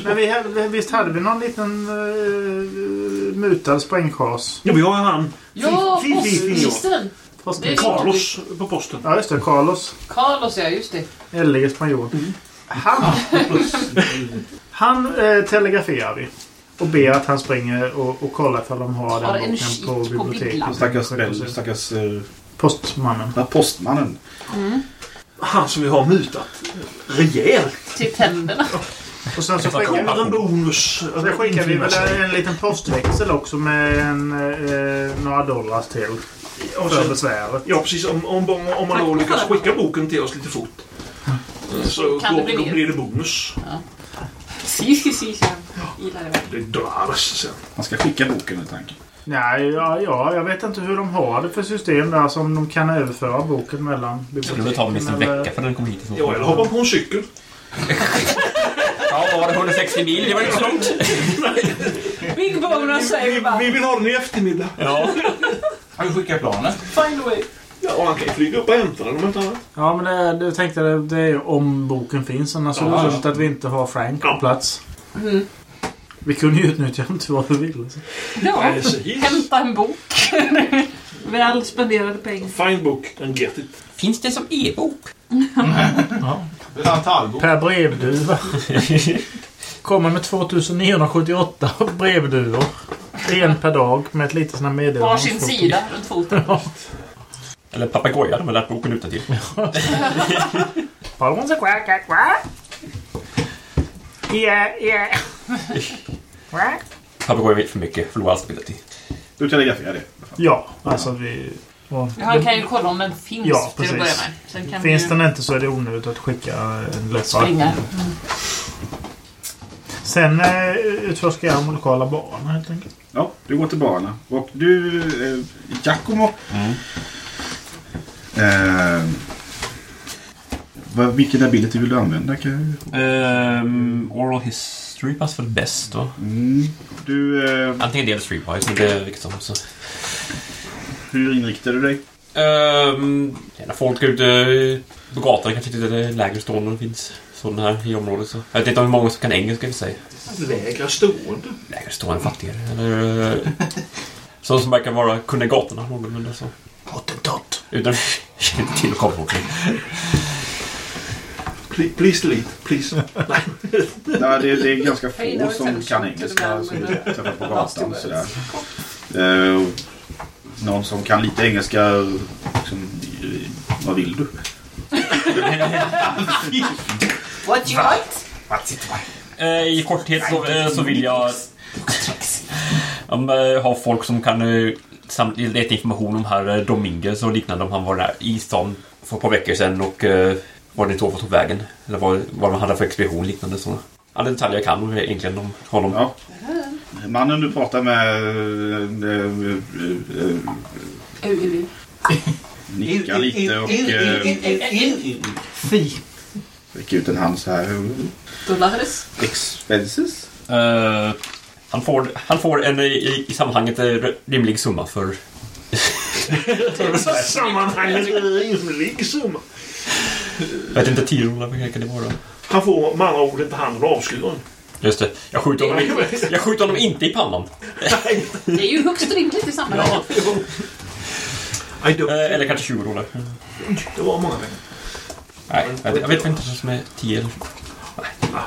Men vi hade, visst hade vi någon liten eh, mutad sprängchas?
Ja, vi har ju han
Ja,
Fy, fy, fy, fy, ja.
postministern. Det är-
Carlos på posten.
Ja just det, Carlos.
Carlos, ja just det.
Ellige spanjor. Han, han eh, telegraferar vi. och ber att han springer och, och kollar ifall de har
Har
den
en
boken
kik
på
på
biblioteket.
bibblan.
Stackars, Bell- stackars eh,
Postmannen.
ja, postmannen.
Mm.
Han som vi har mutat rejält.
Till tänderna.
Och sen så
Kommer
skickar,
en bonus.
så skickar vi väl en liten postväxel också med en, eh, några dollar till.
Och
För
sen,
besväret.
ja, precis. Om, om, om, om man då lyckas skicka boken till oss lite fort. Så
Mm. Kan
då,
det bli
då
mer?
blir det bonus.
Si, si, si, si. Gillar det.
Det dras sen.
Man ska skicka boken med tanken.
Nej, ja, ja, jag vet inte hur de har det för system där som de kan överföra boken mellan
Skulle väl ta minst en
eller-
vecka för den kom hit. i så
Ja,
fall.
eller hoppar på en cykel.
Ja, var det 160 mil? Det var inte så långt.
Big bonus säger vi bara.
Vi vill ha den i eftermiddag.
Ja.
Han skickar planet.
Find a way.
Ja, och han kan ju flyga upp och hämta den om inte annat.
Ja, men det, det tänkte jag, det är ju om boken finns. Annars är det
Ja,
dumt att vi inte har Frank på
Ja.
plats.
Mm.
Vi kunde ju utnyttja honom till vad vi ville. så.
Ja.
Precis.
Hämta en bok. Väl spenderade pengar.
Find book and get it.
Finns det som e-bok?
Det är en tallbok.
Per brevduva. Kommer med 2978 brevduvor. En per dag med ett litet sånt här meddelande.
Varsin sida runt foten.
Eller papegoja, de har lärt boken utan till.
Pardon, så quack, quack, quack. Yeah, yeah. Quack.
Papegoja vet för mycket, förlorar all stabilitet.
Du telegraferar det.
Ja, alltså vi... och-
Han kan ju kolla om den finns
Ja,
till att börja
precis.
med. Sen kan
Finns
vi ju
den inte så är det onödigt att skicka en läsare.
springa.
Sen eh, utforskar jag de lokala barnen helt enkelt.
Ja, du går till barerna. Och du, eh, Giacomo. Eh, vad, vilken ability vill du använda? Kan jag...
Mm,
Um, oral history passar väl bäst då?
mm. Du, eh,
Antingen det eller streetwise, inte vilket som helst.
hur inriktar du dig?
Um, när folk är ute på gatan kanske inte det är lägre stående finns sådana här i området. Så. Jag vet inte hur många som kan engelska i och för sig.
Alltså, Lägre stående.
Lägre stående fattigare. Eller, eh, sådana som verkar vara kunna gatorna någorlunda så.
Hottentott.
Utan känner inte till lokalbefolkningen.
Please, please delete. Please.
Nej, det, det är ganska
Pay
få
no
som
attention
kan
to
engelska
the
som
man
vi träffar på gatan.
afterwards.
Sådär. Eh, någon som kan lite engelska. Liksom, eh, vad vill du?
What you want?
Eh, I korthet så, eh, så vill jag um, ha folk som kan eh, samt, leta information om herr eh, Dominguez och liknande om han var där i stan för ett par veckor sedan och eh, var det inte tog tog vägen. Eller vad, vad man hade för expedition och liknande. Så. Alla detaljer jag kan om, egentligen om honom.
Ja. Mannen du pratar med eh, eh, eh,
Ur, ur, ur.
nickar lite och eh,
Fi.
räcker ut en hand så här.
Dollares.
Expenses?
Eh, han, får, han får en eh, i, i sammanhanget eh, rimlig summa för...
Sammanhanget är en rimlig summa.
Jag vet inte, 10 dollar vad kan det vara?
Han får med andra ord inte hand om avskuren.
Just det, jag skjuter honom, i- jag skjuter honom inte i pannan.
Det är ju högst rimligt i sammanhanget.
I don't.
Eh, eller kanske 20 dollar.
Det var många pengar.
Nej, jag, jag vet inte vad som är 10 eller... Nej.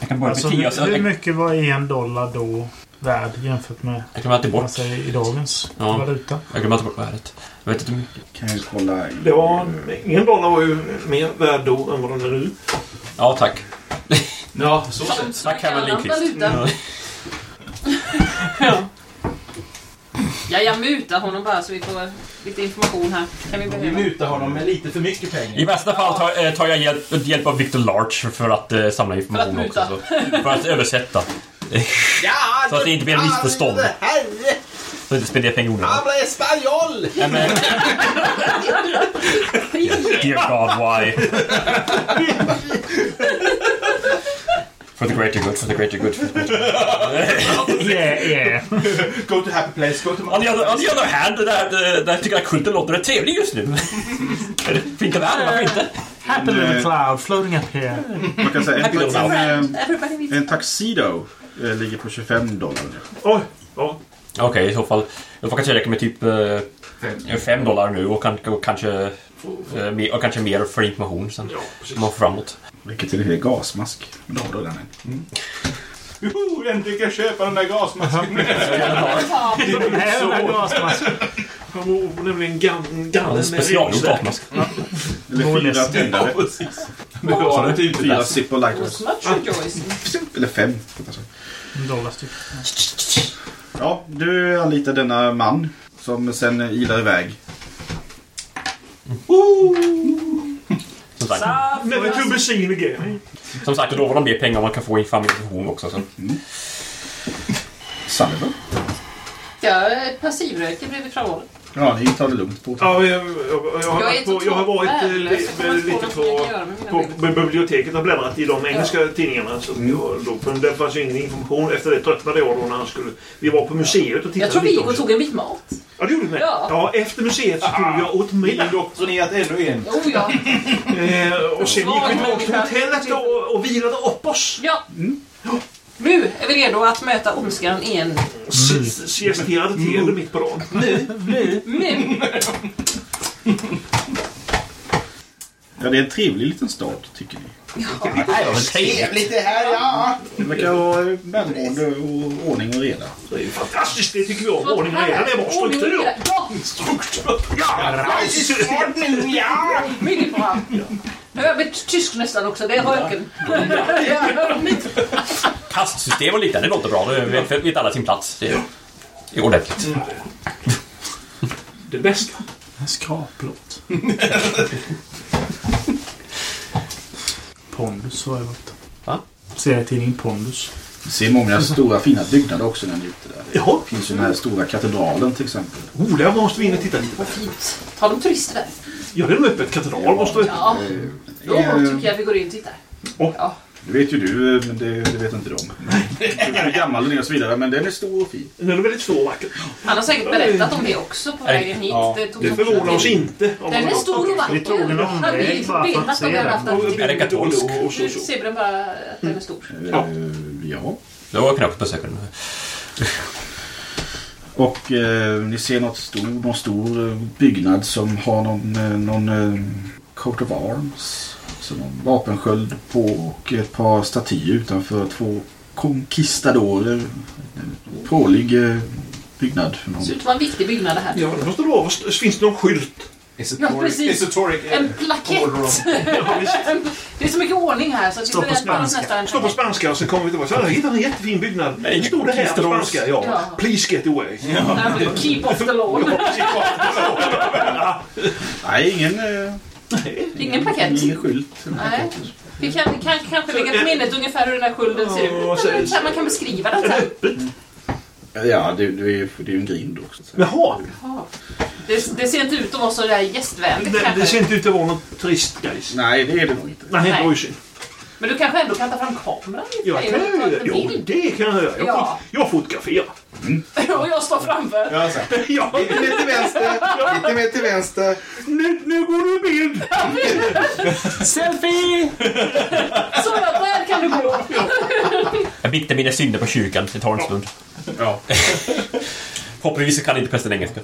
Jag kan börja
Alltså,
med 10 och
hur,
sen...
hur
Jag,
mycket var en dollar då värd jämfört med
jag glömmer alltid
vad man
bort...
säger i dagens
Ja.
valuta?
Jag glömmer alltid bort värdet. Jag vet inte hur mycket.
Kan jag kolla? i-
Det var, en dollar var ju mer värd då än vad den är nu.
Ja, tack.
Ja, så sett.
Tack, Herman Lindqvist.
Valuta. Ja. Ja, jag mutar honom bara så vi får lite information här. Kan vi
Vi
behöva?
mutar honom med lite för mycket
I
pengar.
bästa fall tar, eh, tar jag hjälp, hjälp av Victor Larch för att eh, samla information
För att muta.
också. Så, för att översätta.
Ja,
Så att det inte blir en missförstånd.
Herre,
Så inte spendera pengar i onödan.
habla espanol!
Nej, men- Dear God, why? For the greater good, for the greater good. For the greater good.
Yeah, yeah.
Go to happy place, go to
On the other, on the other hand, där, där, där tycker jag kulten låter rätt trevlig just nu. Är det Fint väder, varför inte?
Happy little cloud floating up here.
Man kan säga en,
Happy
en,
Everybody vill-
en tuxedo eh, ligger på 25 dollar.
Oj! Ja.
Okej, i så fall. Jag får kanske räcka med typ 5 dollar nu och, kan, och, kanske, eh, mer- och kanske mer för information sen.
Ja, precis.
Man får framåt.
Vilket är en hel gasmask. Men då har du den än.
Woho, äntligen kan jag köpa den där gasmasken.
Den här är en gasmask.
Han var nämligen gam-
Ja,
gallen
en specialgjord gasmask.
Eller fyra tändare.
Du har typ
Fyra zip och lighters.
Was much rejoicing.
Eller fem.
En dollar styck.
Ja, du anlitar denna man som sen ilar iväg.
Som sagt,
Never to be seen again.
som sagt då var de mer pengar man kan få i en familjesession också. Så.
Sullivan?
Jag passivröker bredvid framhållet.
Ja, ni tar det lugnt på.
Ja, jag, jag, jag, har,
Jag är
varit på, jag har varit eh, li, väl lite på, på,
på...
på biblioteket och bläddrat i de engelska tidningarna. Så jag, då, men det fanns ju ingen information. Efter det tröttnade jag då när han skulle... Vi var på museet och tittade
Jag tror vi
lite
gick och
också.
tog en bit mat.
Ja, det gjorde vi med.
Ja.
ja, efter museet så tog jag åt middag.
Indoktrinerat ännu en.
Jo, ja.
Eh, och sen gick vi tillbaka till hotellet och, och vilade upp oss.
ja.
Mm.
Nu är vi redo att möta ondskan igen.
Mm. S- Siesterade till det mitt på dagen.
Nu!
Ja, det är en trevlig liten stad, tycker ni.
Trevligt det här, ja.
Det verkar vara välmående och ordning och reda.
Det är ju fantastiskt. Det tycker vi om. Ordning och reda. Det var
Ordning och
struktur.
reda. Ja,
Jag är så smart nu, ja.
mycket bra. Nu har jag blivit tysk nästan också. Det är röken.
Kastsystem och liknande det låter bra. Det vet, vet alla sin plats. Det är, det är ordentligt.
Det bästa.
En skraplott. Pondus har jag varit.
Va?
Serietidningen Pondus.
Du ser många stora fina byggnader också när ni är ute där. Det
Jaha.
finns ju den här stora katedralen till exempel.
Oh, där måste vi in och titta lite.
Vad fint. Har de turister där?
Ja, det är en öppen katedral. Måste vi...
Ja.
Eh,
Då tycker jag vi går in och tittar.
Det vet ju du, eh, men det, det vet inte de. Hur gammal den är och så vidare, men den är stor och fin.
Den är väldigt stor och vacker.
Han har säkert berättat om det också på vägen hit.
Ja,
det tog
Det
de-
förvånar oss inte. om
Den
man-
är stor och vacker.
Vi tog en omväg
Hade vi
bara för att
velat
se
om vi hade
den.
haft den.
Är den katolsk?
Och så,
Nu
så.
ser vi den bara att den är stor.
Ja.
Eh, ja.
Då kan jag också besöka den.
Och eh, ni ser något stor, någon stor eh, byggnad som har någon, eh, någon eh, coat of arms. Så någon vapensköld på och ett par statyer utanför. Två conquistadorer. En Prålig eh, byggnad.
Det
Någon.
ser ut att vara en viktig byggnad det här.
Ja, det måste det vara. Finns det någon skylt?
Ja, precis.
Esotoric.
En plakett! det är så mycket ordning här så att vi
Står på
berättar oss
spanska.
nästan.
Står på spanska och så kommer vi tillbaka. Så, Jag hittade en jättefin byggnad. Det stod det här på spanska. Ja.
Ja.
Please get away.
Nej, men Keep off the lawn.
Nej, ingen, eh,
Ingen plakett.
ingen skylt.
Nej. Vi kan, kan kanske lägga på minnet ungefär hur den här skulden ser
Ja,
ut.
så-
Men så här, Man kan beskriva den sen.
Ja, det, det är ju det är ju en grind också. Så.
Jaha.
Ja. Det, det ser inte ut att vara så där gästvänligt
Det, det
kanske.
ser inte ut att vara något trist, guys.
Nej, det är det nog inte.
Nej, det
Nej.
var ju synd.
Men du kanske ändå kan ta fram kameran lite?
Jag kan
och ta
ju...
lite
Jo,
bild.
det kan jag göra. Jag,
Ja.
fot, jag fotograferar.
Och jag står framför.
Ja, så.
Ja,
Lite mer till vänster, lite mer till vänster.
nu, nu går du i bild!
Selfie!
Så ja, där kan du gå.
Jag bitter mina synder på kyrkan. Det tar en stund.
Ja.
Förhoppningsvis kan inte prästen engelska.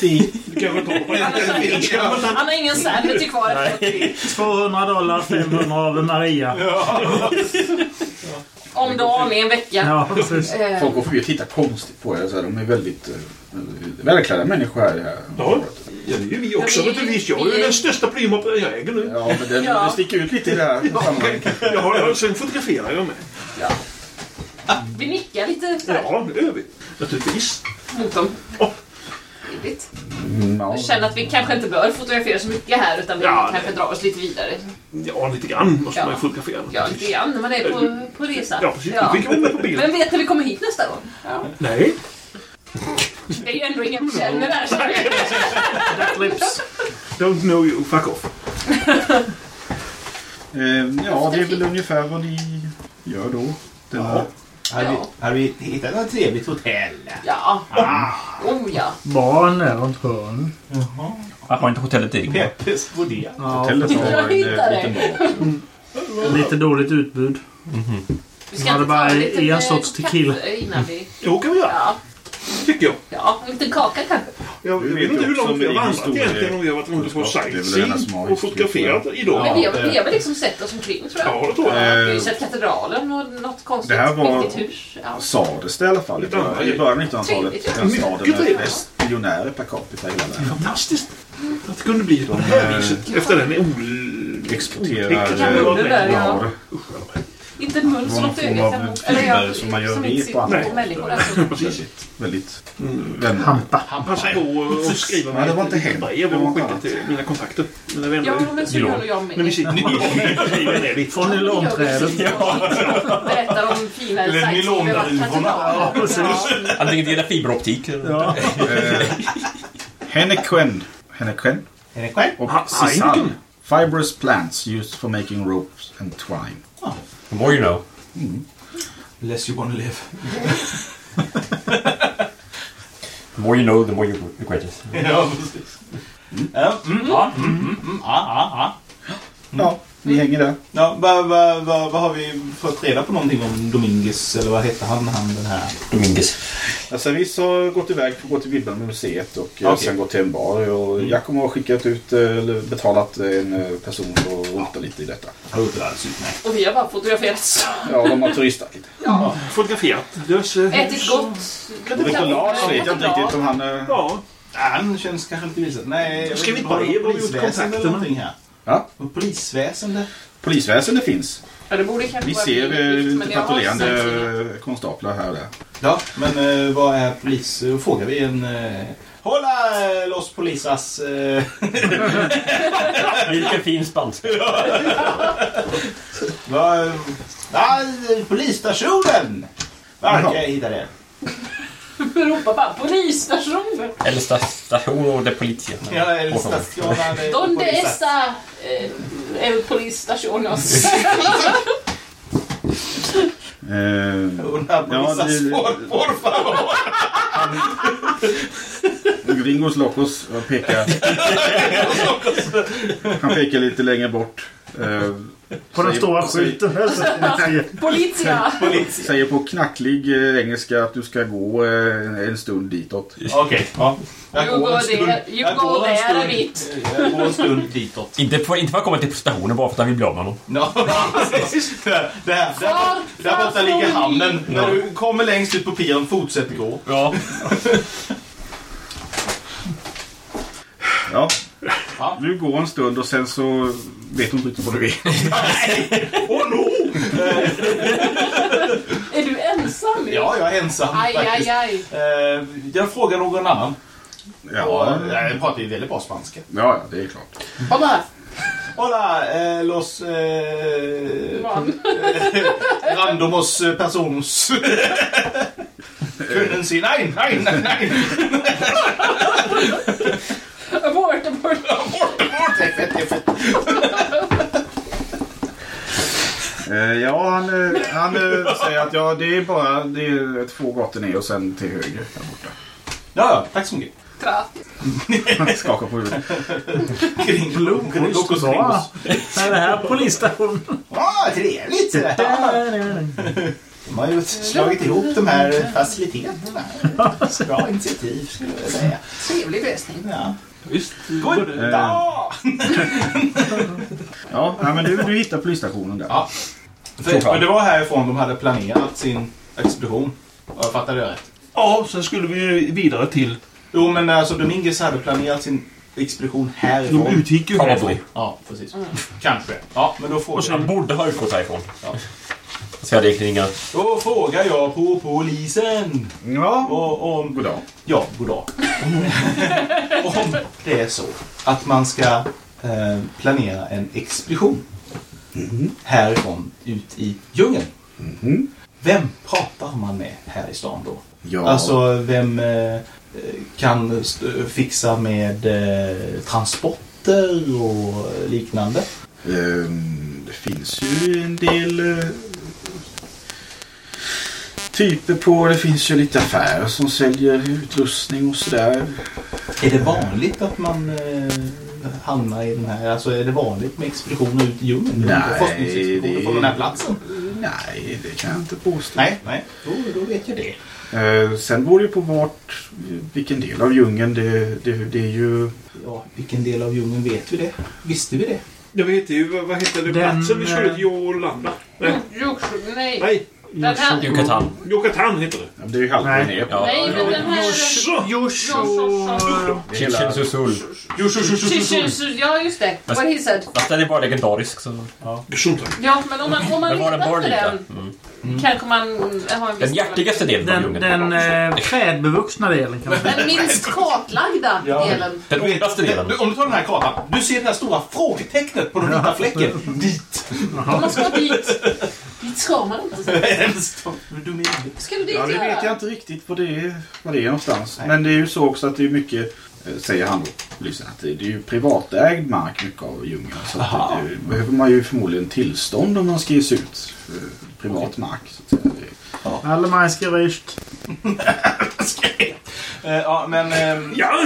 Du kanske inte håller på den.
Han har ingen sanity kvar efter
200 dollar, 500 av Maria.
Om dagen i en vecka.
Ja, precis.
Eh,
Folk går förbi och tittar konstigt på er. Så här, de är väldigt eh, välklädda människor här. i det här.
Ja, det är ju vi också
Ja, vi-
naturligtvis. Jag är
vi-
ju den största plyma jag äger nu.
Ja, men den,
Ja.
det sticker ut lite i det här sammanhanget.
Jag har, jag- sen fotograferar jag med.
Vi nickar lite så här
Ja, det gör vi. Naturligtvis.
mot dem.
Ja.
Trevligt.
Mm, ja.
Jag känner att vi kanske inte bör fotografera så mycket här utan vi
Ja,
kanske drar oss lite vidare.
Ja, lite grann måste
Ja.
man ju fotografera.
Ja, lite grann när man är på, på resa.
Ja, precis. Du fick vara med på bilden.
Vem vet när vi kommer hit nästa gång? Ja.
Nej.
Det är ju ändå ingen vi känner här. så det-
Clips.
Don't know you, fuck off.
Eh, ja, det är väl ungefär vad ni gör då. Den här-
Hade
Ja.
vi, hade vi hittat något trevligt hotell?
Ja. Oh ja.
Barn är runt hörn.
Jag har inte hotellet eget.
Peppes Bodea.
Hotellet har en
Jag
eh,
hittar
liten bar.
Lite dåligt utbud.
Vi
Var det
inte ta
bara
en liten,
en
eh,
sorts
kaffe
tequila?
Innan vi...
Jo, kan vi göra.
Ja.
tycker jag.
Ja, en liten kaka kanske.
Jag
Du
vet
vet
inte hur
ju också
långt vi har
med
vandrat
historie-
egentligen om vi har varit runt på
kunskap. Det är väl det enda som
sightseeing
har
och fotograferat
historie.
idag.
Men vi har,
det-
vi har väl liksom sett oss omkring tror jag.
Ja, det tror jag.
Vi har ju
Eh,
sett katedralen och något konstigt
det här var-
mäktigt hus. Ja.
Sades det i alla fall i början i början av 1900-talet.
Trevligt, ja.
Den staden
Mycket
med
trevligt.
flest miljonärer per capita i hela världen.
Fantastiskt! Att det kunde bli på det här viset. Efter den ol...
Exporterar
otäcka-
eh,
var med.
där, ja.
varor.
Inte en mun
Det
som
var någon
något
form
öga
av
kan
fiber som man gör
som inte
i på
sitter
andra.
på människor. Alltså.
Precis.
Väldigt
Mm.
eh, vänligt.
Passa på och skriva
Ja, det var inte
ett
hem.
brev
Det var
och
något
skicka
annat.
till mina kontakter. Mina
Ja,
vänner.
men så gör nog jag med.
När vi sitter och skriver ner ditt.
Från
Jag
nylonträdet.
vill sitta och Berätta om fina
Eller nylonruvorna.
Ja, precis.
Antingen via fiberoptik eller...
Ja.
Eh, Henrik Quend. Henrik Quend. Och
Ha-
Cisan.
Heineken.
Fibrous plants used for making ropes and twine.
The more you know.
Less you wanna live.
The more you know, the more you regret it.
Ja, precis. Ja, mm, ja, mm, mm, mm, ja, ja, ja.
Ja, vi hänger där.
Ja, vad vad- vad- vad har vi fått reda på någonting om Dominguez? Eller vad hette han, han den här?
Dominguez.
Alltså, vi har gått iväg för att gå till Bibeln med museet och eh,
Okej.
sen gått till en bar. Och Giacomo har skickat ut, eh, eller betalat en eh, person för att rota lite i detta.
Har gjort det alldeles utmärkt.
Och vi har bara fotograferats.
Ja, de har turistat lite.
Fotograferat. Lös... eh,
Ätit
hus.
gott.
Victor Lars vet jag inte riktigt om han... eh,
Ja.
Ja, han känns kanske lite vilsen. Nej, jag
Ska vi
vet inte,
bara
har de
ge vår
polisväsende
kontakterna?
eller någonting här?
Ja.
Och Polisväsende?
Polisväsendet finns.
Ja, det borde kanske
Vi
vara
ser eh,
billigt, men
lite
jag har
patrullerande
sett det.
eh, konstaplar här och där.
Ja, men eh, vad är polis... Då frågar vi en... Eh, Hola eh, los polisas... Eh,
Vilken fin spanska.
vad... Ah, polisstationen! Verkar
Jaha.
jag hitta det.
Ropa bara polisstationen.
Eller sta- station och de politia.
Ja, eller
Och så.
stationen... eh,
Donde
polisas.
esta eh, el polisstationos?
Eh,
Una polisas
det-
por, por favor!
Gringos Locos pekar... Han pekar lite längre bort. Eh,
På den
säger-
stora
säger-
skylten där så kan man se.
Polizia!
Säger på knacklig eh, engelska att du ska gå eh, en stund ditåt.
Okej, ja. Jag
You
går
go
en stund-
there, you
jag
go
går en
there a
stund-
bit.
Jag går en stund ditåt.
Inte för, inte för att komma till stationen bara för att vi blir av med honom.
Ja, precis. Där, där, där, där borta ligger hamnen. När du kommer längst ut på piren, fortsätt gå.
Ja.
Ja.
Ja.
Du går en stund och sen så vet hon inte riktigt vad du är.
Är du ensam?
Ja, jag är ensam
Aj, aj,
faktiskt.
aj.
Eh, Jag frågar någon annan.
Ja,
Och, eh, jag pratar ju väldigt bra spanska.
ja det är klart.
Hola!
Hola, eh, los... Eh,
Man.
randomos eh, personos. Können Sie... Nej, nej, nej, nej!
Abort, abort.
Det är fett, det är fett.
Eh, ja, han, eh, han eh, säger att ja, det är bara det är två gator ner och sen till höger där borta.
Ja, ja, tack så mycket.
Tra.
Han skakar på huvudet.
Kring Blom, kring Locos
Bra.
Ringos.
Nej, det här är polisstationen.
Ah, trevligt! Ja. De har ju slagit ihop de här faciliteterna. Bra initiativ skulle jag säga.
Trevlig lösning.
Ja.
Visst.
God
Eh.
dag!
Ja, nej, men du, du hittar polisstationen där.
Ja. För, men det var härifrån de hade planerat sin expedition. Ja, Jag fattade det rätt.
Ja, sen skulle vi vidare till...
Jo, men alltså Dominguez hade planerat sin expedition
De
härifrån.
utgick ju härifrån.
Probably.
Ja, precis. Kanske. Ja, men då
Och
frågar,
sen
jag,
borde ha utgått härifrån.
Ja.
Så jag hade egentligen inga...
då frågar jag på polisen.
Ja.
Och om...
God dag.
Ja, god dag. Om det är så att man ska eh, planera en expedition
Mm-hmm.
härifrån ut i djungeln. Vem pratar man med här i stan då?
Ja.
Alltså, vem eh, kan st- fixa med eh, transporter och liknande?
Ehm, Det finns ju en del eh, typer på. Det finns ju lite affärer som säljer utrustning och sådär.
Är det vanligt att man eh, hamnar i den här, alltså är det vanligt med expeditioner ut i djungeln?
Nej,
Forskningsexpeditioner
det-
från den här platsen?
Nej, det kan jag inte påstå.
Nej, nej. Då, då vet jag det.
Eh, sen beror det ju på vart, vilken del av djungeln det, det, det är ju...
Ja, vilken del av djungeln vet vi det? Visste vi det?
Jag vet ju, vad- vad hette det,
Den,
platsen vi skulle
eh,
till? Jolanda? Nej,
Nej.
nej.
Den här.
Yucatan.
Yucatan heter det.
Det är ju halva
Nej.
ner.
Nej, men den här...
Joshua...
Det är hela-
Sol.
Chichus- Ja, just det. What he said.
Fast den är bara legendarisk. Så.
Gesundheit.
Ja, men om man, om man
Den var den
letar
bara
efter
lika.
den
Mm.
kanske man har en viss...
Den hjärtigaste delen av
Den,
djungeln.
den eh, trädbevuxna delen kan man säga.
Den minst kartlagda
Ja.
delen.
Den ondaste delen.
Du, om du tar den här kartan. Du ser det här stora frågetecknet på den vita fläcken. Dit!
Om man ska dit. Dit ska man inte.
Du menar
Ska du dit
Ja, det vet jag inte riktigt vad det är, vad det är någonstans. Men det är ju så också att det är mycket, eh, säger han då, polisen, att det det är ju privatägd mark mycket av djungeln. Så att det, det behöver man ju förmodligen tillstånd om man ska ge sig ut. eh, Privat mark, så att säga. Det-
Allemanska recht.
Eh, Ja, men... ehm,
Ja!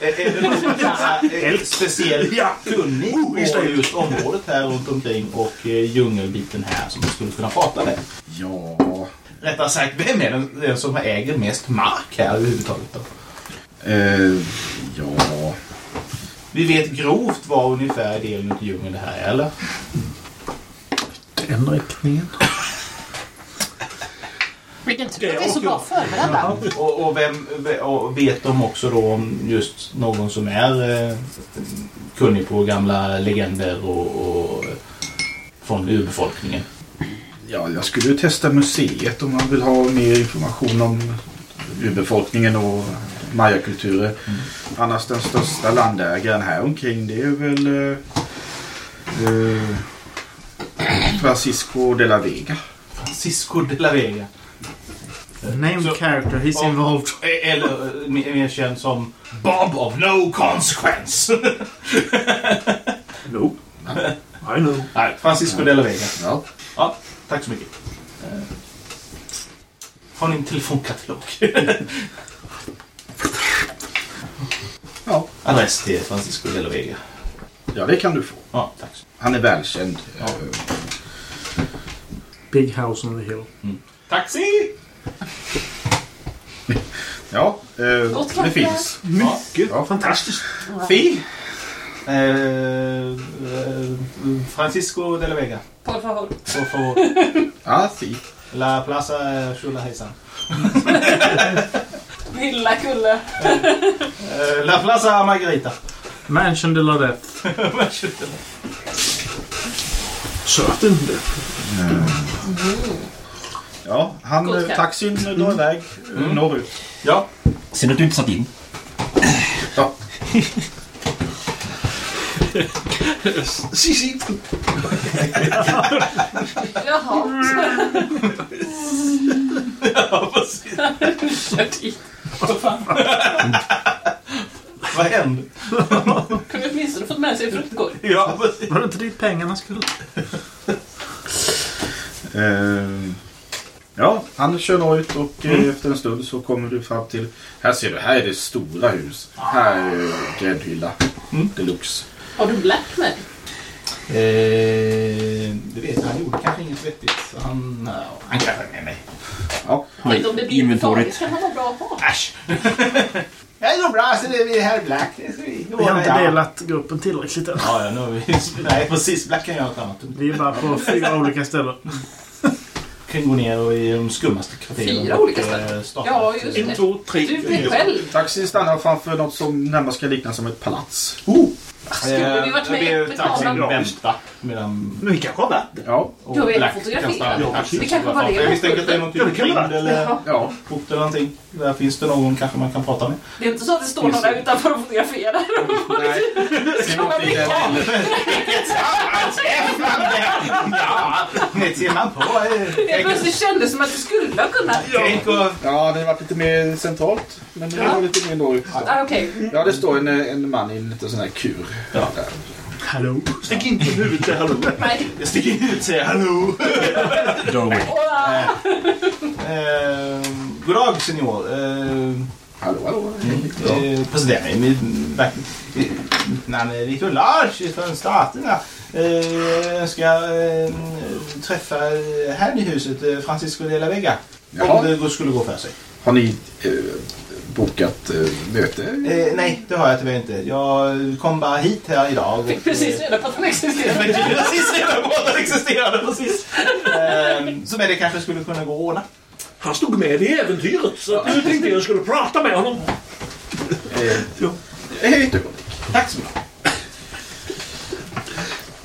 Är är det någon som är eh, speciellt
Ja.
kunnig
Oh, just
på
det.
just området här runt omkring och eh, djungelbiten här som du skulle kunna prata med?
Ja...
Rättare sagt, vem är den, den som äger mest mark här överhuvudtaget? Då?
Eh, ja...
Vi vet grovt var ungefär delen av djungeln det här är, eller?
Den riktningen.
Vilken tur att vi är så bra förberedda.
Och, och, vem, och vet de också då om just någon som är eh, kunnig på gamla legender och, och eh, från urbefolkningen?
Ja, jag skulle ju testa museet om man vill ha mer information om urbefolkningen och mayakulturer. Annars den största landägaren här omkring det är väl eh, eh, Francisco de la Vega.
Francisco de la Vega.
Name
Så-
character, he's involved.
Eh, Eller eh, mer mer känd som Bob of No Consequence.
No. I know.
Nej, Francisco de la Vega.
Ja.
Ja, tack så mycket. Eh, Har ni en telefonkatalog?
Ja.
Adress till Francisco de la Vega.
ja, det kan du få.
Ja, tack. så-
Han är välkänd.
Ja.
Eh,
Big house on the hill.
Taxi!
Ja,
Gott
eh,
kaffe.
det finns.
Mycket.
Ja.
Fantastiskt.
Fi! Eh, eh, Francisco de la Vega.
Por favor.
Por favor.
Ja, si.
La Plaza eh, Chula Hejsan.
Lilla kulle.
Eh, La Plaza Margarita.
Mansion de la Death.
Söt inte.
Ja, han,
Gott
eh,
kaffe.
taxin drar iväg eh, norrut.
Ja,
Synd att du inte satt in.
Ja.
Sissi.
Jaha. Kör dit.
vad hände?
Kunde åtminstone fått med sig fruktkorg.
Ja, precis.
Var det inte dit pengarna skulle?
Eh, ja, han kör norrut och eh, efter en stund så kommer du fram till... Här ser du, här är det stora hus. Här är eh, gräddhylla deluxe.
Har du black med dig?
Eh, du vet, han gjorde kanske inget vettigt. Så han, ja, han kanske är med mig.
Tänkte Alltså, om det blir
inventoriet.
farligt kan han vara bra att ha.
Äsch! Jag är nog bra, så det är vi här Black. Det ska vi
Vi har inte
Ja.
delat gruppen tillräckligt än.
Ja, ja, nu har vi... Nej, precis. Black kan göra något annat.
Vi är bara på fyra olika ställen.
kan gå ner och i de skummaste kvarteren.
Fyra olika
och, eh,
ställen.
starta
Ja,
ett,
just
eh,
det.
Två, tre.
Du blir själv.
Taxin stannar framför något som närmast kan liknas som ett palats.
Skulle vi varit
eh,
med
jag ber
med
taxin
kameran?
vänta medan...
Men vi kanske har varit där.
Ja,
och
Jag vet,
Black
fotografera.
kan stanna
Ja,
vid taxin.
det kanske var det.
Jag misstänker att det är något
Ja, det kan det
rymd
vara.
eller
Jaha.
ja.
kort eller någonting. Där finns det någon kanske man kan prata med.
Det är inte så att det står någon där utanför och fotograferar. Ska man blicka?
Ja, det ser man på. eh,
Jag plötsligt kände som att det skulle ha kunnat.
Tänk och...
Ja, det har varit lite mer centralt. Men det var lite mer norrut.
Ah, Okej.
Ja, det står en, eh, en man i en liten sån här kur.
Ja.
Där.
Hallå?
Stick inte huvudet där, hallå.
Nej.
Jag sticker ut och säger hallå.
Åh,
Eh,
Ehm,
god dag, senior. Eh,
Hallå, hallå.
Eh, Presentera mig. Mitt, mitt, mitt namn är Viktor Lars från Staterna. Eh, Jag ska eh, träffa eh, här i huset eh, Francisco de la Vega. Om
Jaha.
det skulle gå för sig.
Har ni eh, bokat eh, möte?
Eh, nej, det har jag tyvärr inte. Jag kom bara hit här idag. och-
Fick precis reda på att den existerade.
Jag fick precis reda på att den existerade, precis. Ehm, Som är det kanske skulle kunna gå att ordna.
Han stod med i äventyret så nu tänkte jag skulle prata med honom.
Hej, ett ögonblick.
Tack så mycket.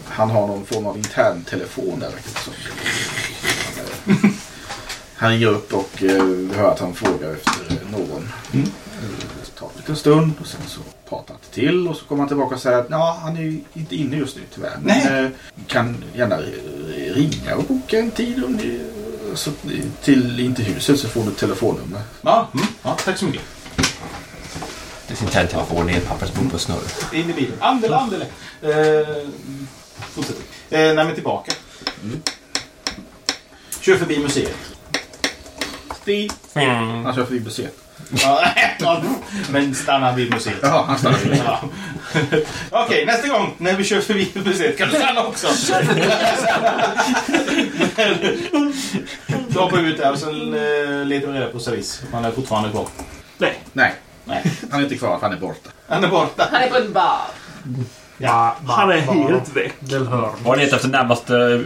Han har någon form av intern telefon där verkar det som. Han, eh, Han ringer upp och eh, vi hör att han frågar efter eh, någon. Mm. Det tar en liten stund och sen så pratar han till och så kommer han tillbaka och säger att "Nja, han är ju inte inne just nu tyvärr. Men
Nej.
eh, kan gärna eh, ringa och boka en tid om ni, eh, så, till in till huset så får du ett telefonnummer.
Ja, mm, ja, tack så mycket.
Det är sin telefon i en pappersbok och snurr.
In i bilen. Andele, andele. Eh, fortsätt. Eh, nej, men tillbaka. Mm. Kör förbi museet. Stig.
Mm. Han kör förbi museet.
Ja, men stannar vid museet.
Ja, han stannar vid museet.
Ja. Okej, nästa gång när vi kör förbi museet kan du stanna också. Då hoppar vi ut där och sen eh, letar vi reda på service. Han är fortfarande kvar.
Nej.
Nej.
Nej.
Han är inte kvar, han är borta.
Han är borta.
Han är på en bar.
Ja, han är helt väck.
Del hör.
Var letar
Alltså
efter närmaste
eh,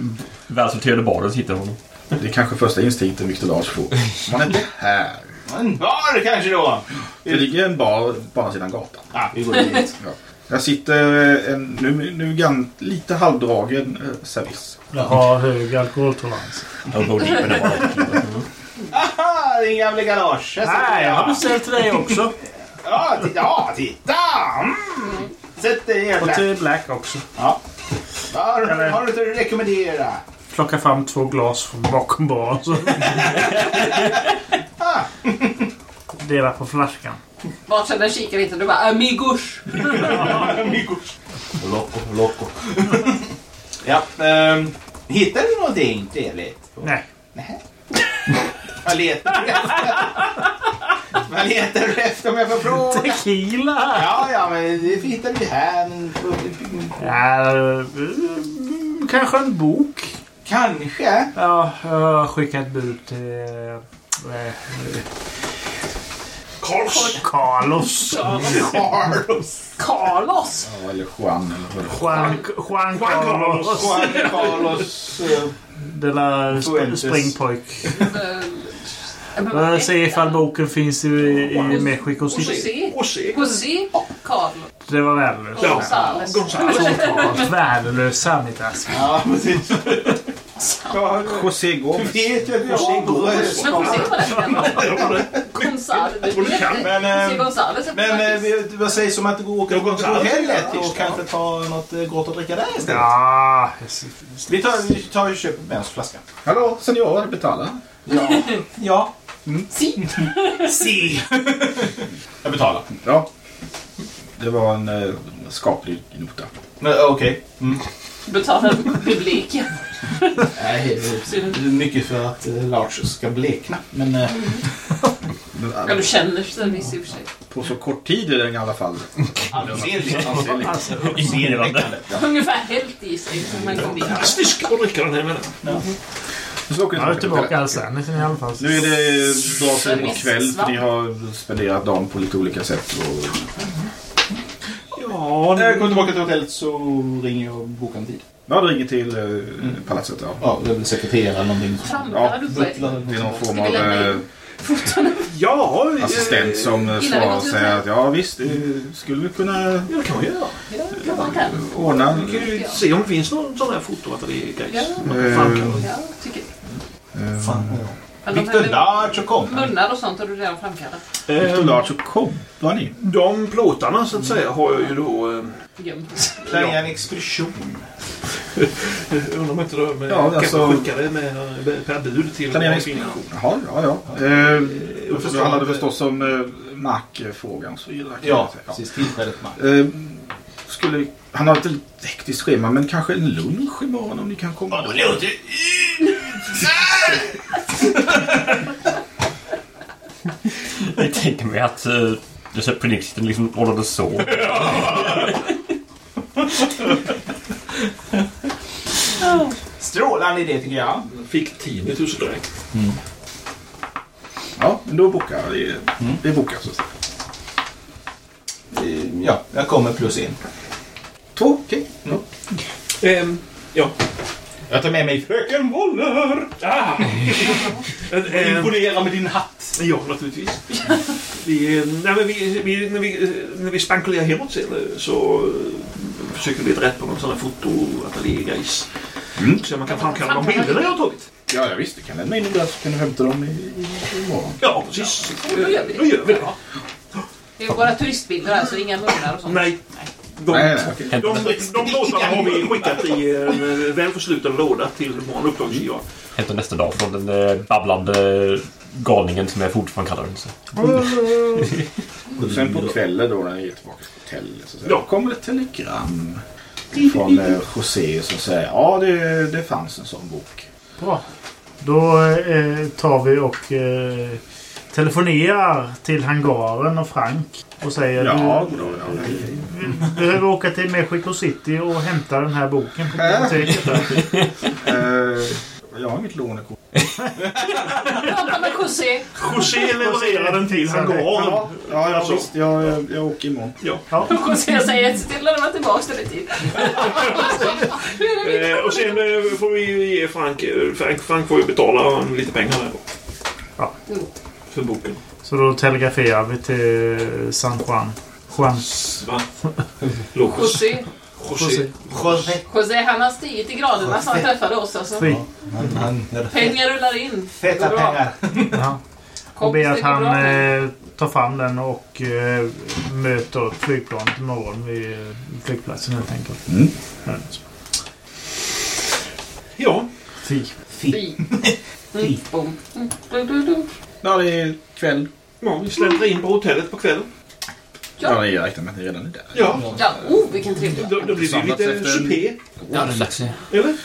välsorterade baren så hittar vi honom.
Det är kanske första instinkten Viktor Lars får. Man är inte här.
En bar kanske då?
Det ligger en bar på andra sidan gatan.
Ja, vi går dit.
Ja. Där sitter eh, en nu, nu gan, lite halvdragen eh, service.
Jag har hög alkoholtolerans.
Aha, din gamla galage. Här sitter
Nej, jag har beställt till dig också.
Ja, titta! Ja, titta. Mm. Sätt dig ner.
Och
Black.
till Black också.
Ja. Vad har du- har du inte att rekommendera?
Plocka fram två glas från bakom baren. så- Dela på flaskan.
Bartendern kikar inte. Du bara amigos.
Amigos. Loco, loco. ja, um, hittar du någonting trevligt?
Nej.
Nej. Vad letar du efter? Vad letar du efter om jag får fråga?
Tequila!
Ja, ja, men det hittar du här. Men...
Ja, eh, mm, kanske en bok.
Kanske.
Ja, jag har skickat bud till... eh, eh,
Karls.
Carlos.
Carlos.
Carlos.
Ja, eller Juan. Eller vad
Juan, Juan Carlos.
Juan Carlos. eh,
De la sp-
Fuentes.
springpojk.
Eh,
Eh, Se ifall boken finns i, i Mexiko City.
José.
José.
José och Carlos.
Det var värdelöst.
Gonzales.
Totalt värdelös samitask.
Ja, precis. Ja,
José Gomes.
Vet ju att jag har bröst.
Men José var det.
Det var det.
Gonzales.
Både kan,
men, eh,
José Gonzales.
Men eh, vi- vad sägs om att gå och åka till hotellet
Ja,
och kanske ta något eh, gott att dricka där istället?
Ja,
Vi tar, vi tar och köper med oss flaskan.
Hallå, senior, betala.
Ja. ja.
Si.
Si. Jag betalar.
Ja. Det var en eh, skaplig nota.
Nej, Okej. Mm.
Betalar publiken.
Nej, det är mycket för att eh, Lars ska blekna. Men eh,
Men, eh,
Ja, du känner Stennis i och för sig.
på så kort tid är den i alla fall
ansenligt.
ansenlig.
alltså,
Ungefär helt i sig som man kom in.
Fantastisk att dricka den här med.
Nu ska vi åka
jag är
tillbaka till
tillbaka alls än i alla fall.
Nu är det bra sig mot kväll för ni har spenderat dagen på lite olika sätt. Och
Ja,
När jag
nu...
kommer tillbaka till hotellet så ringer jag och bokar en tid.
Ja, det ringer till eh, palatset. Ja.
Ja, det är väl sekreterare eller någonting. liksom.
Framkallar du
Butler
själv?
eller
Det är
något
någon
sånt.
form av eh,
Ja, eh,
assistent som eh,
Innan vi
svarar
går
och
till
säger att ja visst, eh, skulle vi kunna
Ja, det kan man göra.
Ja, det kan man kan.
ordna.
Vi kan ju se om det finns någon sån här
Ja.
fotoateljé-grej.
Ja, tycker det.
eh,
Fan,
Men de
Victor
här
Large och kom.
Munnar och sånt har du redan framkallat.
Victor Large och Company.
Eh, De plåtarna så att säga har jag ju då... eh,
Gömt.
Planera en expedition.
Undrar om inte det med...
Ja, alltså-
Kanske skickade med eh, per bud till...
Planeringsfunktion. Jaha, ja, ja. Eh,
Jag förstår
det handlade
inte.
förstås om eh, markfrågan och så vidare. kan jag
Ja,
säga.
precis. Tillträdet man.
Eh, skulle, han har ett litet hektiskt schema, men kanske en lunch imorgon om ni kan komma.
låter
Jag tänker mig att
eh,
uh, receptionisten liksom ordnade så.
Strålande idé tycker jag.
Fick 10 000 direkt.
Ja, men då bokar jag. Det, Vi bokar så att säga.
Eh, Ja, jag kommer plus en.
Två, okej.
Ehm, ja. Jag tar med mig fröken Woller.
Ah!
Imponera med din hatt.
Ja, naturligtvis. Vi, eh, nej, men vi, vi, när, vi, eh, när vi spankulerar hemåt sen eh, så eh, försöker vi leta rätt på någon sån här fotoateljégrejs.
Mm.
Så man kan framkalla de bilderna jag har tagit.
Ja, ja visst. Du kan lämna in dem där så kan du hämta dem i, i- imorgon.
Ja, precis. Eh,
Ja, då gör vi det.
Då gör vi det.
Det är ju bara turistbilder här, så inga munnar och sånt.
Nej. De,
Nej, nej, okej.
de, de, låtarna har vi skickat i en eh, väl försluten låda till vår uppdragsgivare.
Hämtar nästa dag från den eh, babblande galningen som jag fortfarande kallar den. Så.
Och sen på kvällen då när jag är tillbaka på hotellet så säger,
Ja.
Mm, då kommer det ett telegram från eh, José som säger ja det, det fanns en sån bok.
Bra. Då eh, tar vi och eh, telefonerar till hangaren och Frank och säger
Ja,
du
goddag, ja, nej.
behöver åka till Mexico City och hämta den här boken på biblioteket. där."
Eh, jag har inget lånekort.
Prata med José.
José levererar den till hangaren.
Ja, ja, ja
Alltså.
visst. Jag, jag, jag åker imorgon.
José säger se till att lämna tillbaka den i tid.
Eh, och sen eh, får vi ju ge Frank, eh, Frank... Frank får ju betala lite pengar här då.
Ja.
För boken.
Så då telegraferar vi till San Juan. Juan.
Va? Locos.
José.
José.
José.
José, han har stigit i graderna så han träffade oss alltså.
Fy.
Han, han,
Pengar rullar in.
feta
Det går bra.
pengar.
Ja. Och
Kompis,
ber
det
att
går
han
bra.
eh, tar fram den och eh, möter flygplanet imorgon vid eh, flygplatsen helt enkelt.
Mm.
Mm.
Ja.
Fy.
Fy. Mm, boom. Mm, du, du, du.
Ja, det är kväll.
ja, vi släntrar in på hotellet på kvällen.
Ja.
Ja, jag räknar med att ni redan är där.
Ja,
Ja, oh vilken trevlig.
då, då blir det ju
Samlats
lite
efter en-
supé.
Ja, det är dags. ja.
Eller?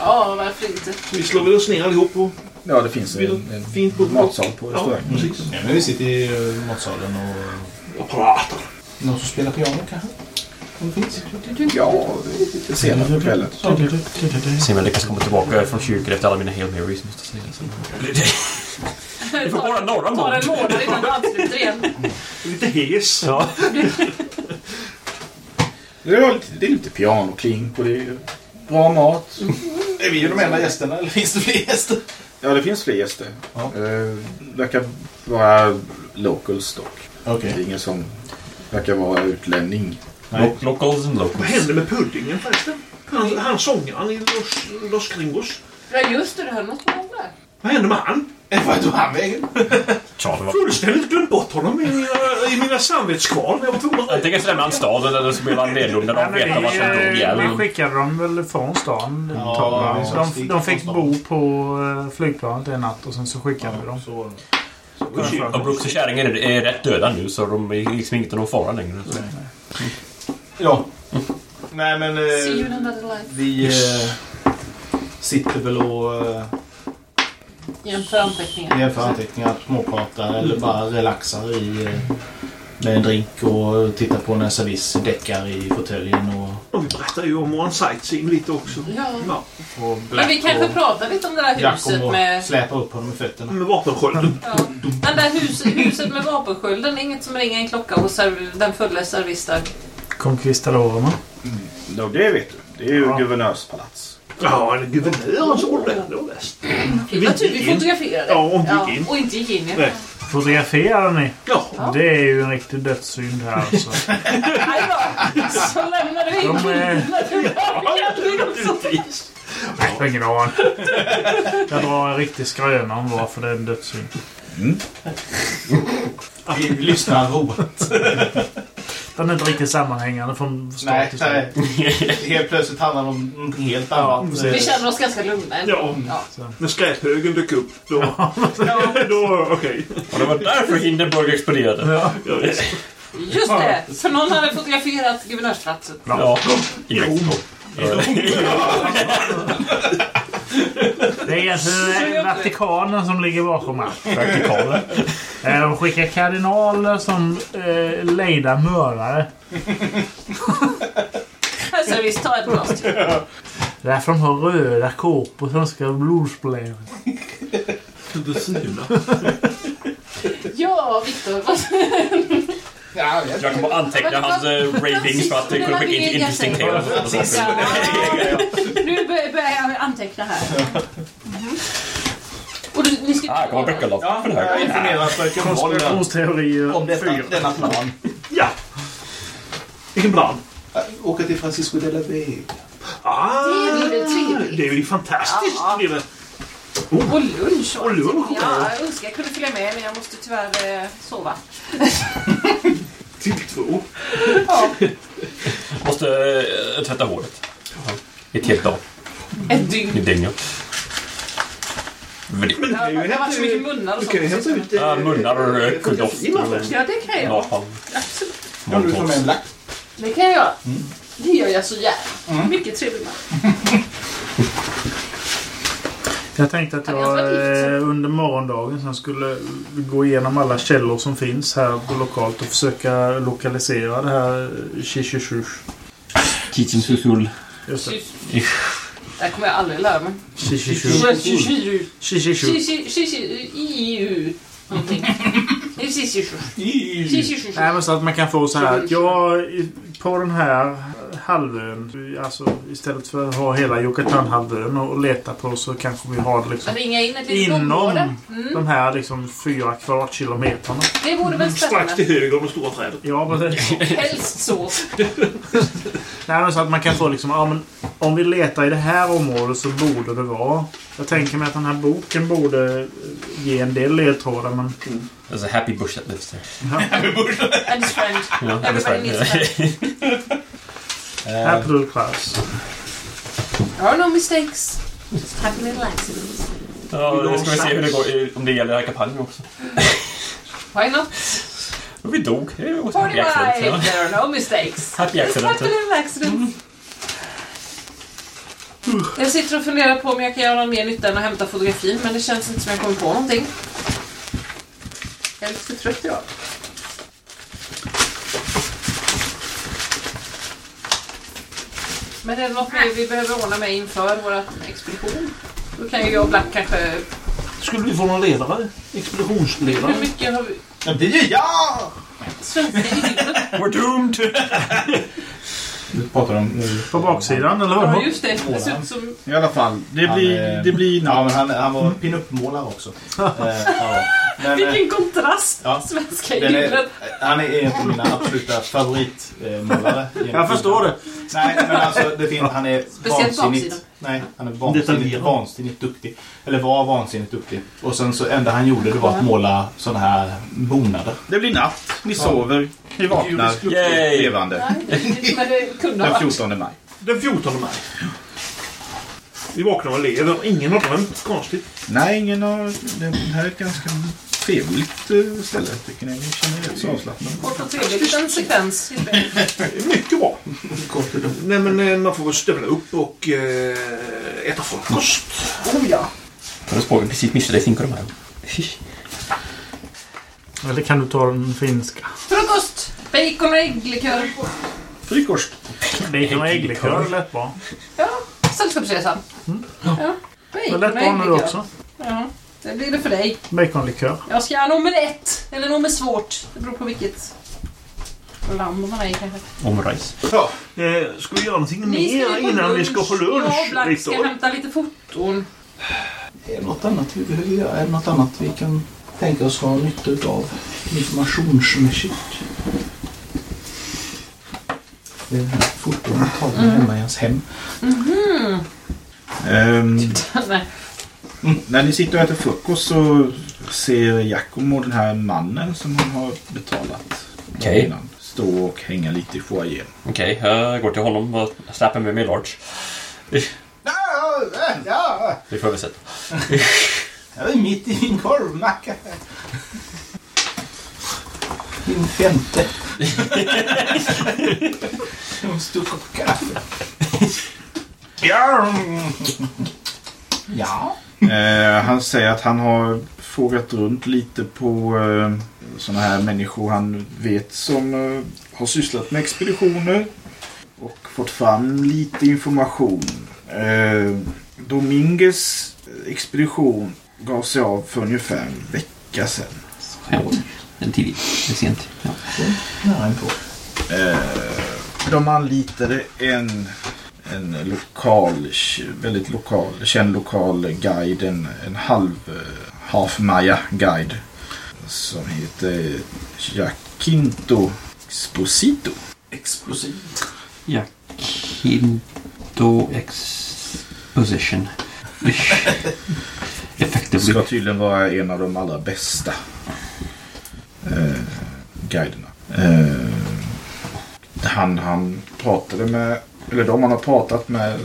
Ja, varför inte?
Vi slår väl oss ner allihop och
Ja, det finns
Vill
en, en
fint bord.
matsal på
Ja,
restaurangen.
precis.
Ja, men vi sitter i eh, matsalen och...
Och pratar.
Någon som spelar piano kanske? Om det finns.
Ja, det är lite senare på kvällen.
Se om jag lyckas komma tillbaka från kyrkan efter alla mina Hail Marys. Måste jag säga. Så.
Det
får bara några
tar en månad innan du ansluter igen.
Lite hes.
Ja.
Det är lite, det är lite pianoklink och det är bra mat.
Är vi de enda gästerna eller finns det fler gäster?
Ja, det finns fler gäster.
Ja.
Eh, verkar vara locals dock.
Okej.
Det är ingen som verkar vara utlänning.
Lo- Locals and
Vad
locals.
hände med puddingen förresten? Han, han sångaren i Los, Los Gringos.
Ja just det, du höll något med där.
Vad hände med han?
Eh, Vad tog han vägen?
Charlie var...
Fullständigt glömt bort honom i mina, i mina samvetskval. när Jag var tvungen att
Antingen så lämnar han staden eller så blir han nedlugn när
Nej,
de
men
vet vart
vi,
han dog
eh, vi
ihjäl.
skickade dem väl från stan. ett
Ja,
tag.
vi sa
de,
stick
de fick
från
bo på eh, flygplanet en natt och sen så skickade vi dem.
Så var det.
Och Brooks och Kärringen är, är rätt döda nu så de är liksom inte någon fara längre. Så.
Ja. Nej men... eh,
See you in another life.
Vi eh, sitter väl och eh,
Jämför anteckningar.
Jämför anteckningar, småpratar eller bara relaxar i, eh, med en drink och tittar på när servis däckar i fåtöljen och...
Och vi berättar ju om vår sightseeing lite också.
Ja.
Ja,
Men
och
vi
Black
kanske
och
pratar lite om det där
Jack
huset
och
med...
släpar upp honom med fötterna.
med vapenskölden.
Ja. Men det där huset, huset med vapenskölden, det är inget som ringer en klocka hos serv- den fulla servis där.
Conquistadorerna.
Ja, det vet du. Det är ju
Ja.
guvernörspalats.
Ja, en guvernör och så. Det var bäst.
Det var tur Mm. typ, vi fotograferade.
Ja, och inte gick in.
Och inte gick in. Ja.
Nej.
Fotograferar ni?
Ja,
Det är ju en riktig dödssynd här alltså.
Nej då. Så lämnade vi in
De, eh,
bilderna.
naturligtvis.
Jag har ingen aning. Jag drar en riktig skröna om varför det är en dödssynd.
Vi lyssnar roligt.
Den är inte riktigt sammanhängande från start
Nej,
till start.
nej. Helt plötsligt handlar det om någonting helt
Ja,
annat.
Vi
precis.
känner oss ganska lugna. ändå.
Ja,
Ja.
när skräphögen dök upp. Då, då okej.
Och det var därför Hindenburg exploderade.
Ja, visst.
Just det! För någon hade fotograferat guvernörsplatsen.
Ja. I Mexiko.
Det är egentligen Vatikanen som ligger bakom allt.
Vertikaler.
Eh, De skickar kardinaler som eh, lejda mördare.
Här ska vi ta ett glas till.
Det är därför de har röda kåpor som ska ha blodsblöjor.
Du blir snula.
Ja, Viktor.
Jag kommer anteckna hans eh, ratings för att eh, kunna skicka in till Interesting Tales. och sånt.
Nu bör- börjar jag anteckna här. Mhm. Och du, ni ska...
Ah, kommer böckerlopp för det
Jag
här.
informerar fröken Holm
Konspirationsteorier
om detta, denna plan.
Ja! Vilken plan?
Åka till Francisco de la Vega.
Ah,
Det blir väl trevligt.
Det blir fantastiskt.
Ja.
blir det. Oh.
Och lunch.
Och lunch.
Ja, jag önskar jag kunde följa med men jag måste tyvärr eh, sova.
Till två.
Måste eh, tvätta håret. Ett helt dag.
Mm.
Ett dygn.
Ett dygn, ja.
Men det är ju
Det har varit så mycket
helt...
munnar och
Du
sånt.
kan ju hämta ut... eh,
Ah, munnar och rök och doft.
Ja, det kan jag.
Napalm.
Absolut.
Om du tar med en lax.
Det kan jag göra.
Mm.
Det gör jag så gärna. Mycket trevligt.
Jag tänkte att jag eh, under morgondagen sen skulle gå igenom alla källor som finns här på lokalt och försöka lokalisera det här eh, Shishushush.
Kitchen Susul.
Just det.
Det här kommer jag aldrig lära mig.
Shishushush. Shishushush.
EU. Någonting. Det är Shishishu. Shishishu.
Nej men så att man kan få så här att jag i- på den här halvön, alltså istället för att ha hela Yucatanhalvön och leta på så kanske vi har det liksom
Ringa in ett litet område.
inom de
Mm.
här liksom fyra kvadratkilometerna.
Det vore väl
Strax
spännande.
till höger om det stora trädet.
Ja, men det...
Helst så.
Nej, men så att man kan få liksom, ja, men om vi letar i det här området så borde det vara. Jag tänker mig att den här boken borde eh, ge en del ledtrådar, men...
Alltså, happy bush that lives there.
And his friend.
Ja, that is
Everybody needs friend.
right.
Här produktklass.
There are no mistakes. Just happy little accidents.
Ja, nu ska vi se hur det går, eh, om det gäller den här kampanjen också.
Why not?
Och vi dog. Det är ju också
Party
happy accident.
life.
ja.
There are no mistakes.
Happy
Just
accident.
happy little accidents. Mm. Jag sitter och funderar på om jag kan göra någon mer nytta än att hämta fotografin men det känns inte som jag kommer på någonting. Jag är lite för trött idag. Men det är något mer vi behöver ordna med inför vår expedition. Då kan ju jag och Black kanske...
Skulle vi få någon ledare?
Hur
Expeditionsledare?
mycket har vi...
Det blir ju jag!
Svenska i bilden?
We're doomed!
Du pratar om...
På baksidan, eller
Ja,
hur?
just det. Det ser ut som...
I alla fall. Det
Han,
blir...
eh,
Det blir
Ja, men han, han var pinup-målare också. Eh, ja. Men, eh,
Vilken kontrast!
ja.
Svenska i
Den
bilden.
är, han är en av mina absoluta favoritmålare.
Jag förstår det.
Nej, men alltså det finns, han är
Speciellt
vansinnigt,
baksidan.
nej, han är vansinnigt,
Detaljerad.
vansinnigt duktig. Eller var vansinnigt duktig. Och sen så enda han gjorde det var att måla sådana här bonader.
Det blir natt. Ni sover. Ni vaknar.
Yay!
Levande.
Nej, det är inte Men det kunde ha
Den
varit.
14 maj.
Den 14 maj. Vi vaknar och lever. Ingen har drömt. Konstigt.
Nej, ingen har... Det här är ett ganska trevligt eh, ställe tycker ni. Ni känner er rätt så avslappnade.
Kort och trevlig liten sekvens.
Det är Mycket bra. Nej, men eh, man får väl stövla upp och eh, äta frukost.
Oh ja.
Då spår vi precis missade Cinco de Mayo.
Eller kan du ta den finska?
Frukost! Bacon och ägglikör.
Frikost.
Bacon och ägglikör lät bra.
Ja, sällskapsresan. Ja.
Det
Bacon
lät
och
bra nu
ägglikör.
också.
Ja, det blir det för dig.
Baconlikör.
Jag ska göra en omelett. Eller en omelett. Det beror på vilket land man är i kanske.
Om rice.
Ja. Eh, ska vi göra någonting
Ni ska
mer
ju på
innan vi ska på
Jag
lunch,
och Black ska
Viktor?
hämta lite foton.
Är det något annat vi behöver göra? Är det något annat vi kan tänka oss ha nytta av informationsmässigt? Det är den här foton tagen hemma i hans hem.
Ehm,
Nej.
när ni sitter och äter frukost så ser Giacomo den här mannen som han har betalat. dagen
Okej.
innan Stå och hänga lite i foajén.
Okej, jag går till honom och slappar med mig large.
Ja,
Vi får översätta.
jag är mitt i min korvmacka. Min femte. Jag måste upp och kaffe. Ja. Ja.
Eh, han säger att han har frågat runt lite på eh, sådana här människor han vet som eh, har sysslat med expeditioner och fått fram lite information. Eh, Dominguez expedition gav sig av för ungefär en vecka sedan.
Eller tidigt. Eller sent. Ja.
Nära inpå.
Eh, de anlitade en, en lokal, väldigt lokal, känd lokal guide. En, en halv eh, half maya guide. Som heter Jacinto Exposito.
Explosivt.
Ja. Kindo Exposition. Effectively.
Ska tydligen vara en av de allra bästa eh, guiderna. Eh, han, han pratade med, eller de han har pratat med eh,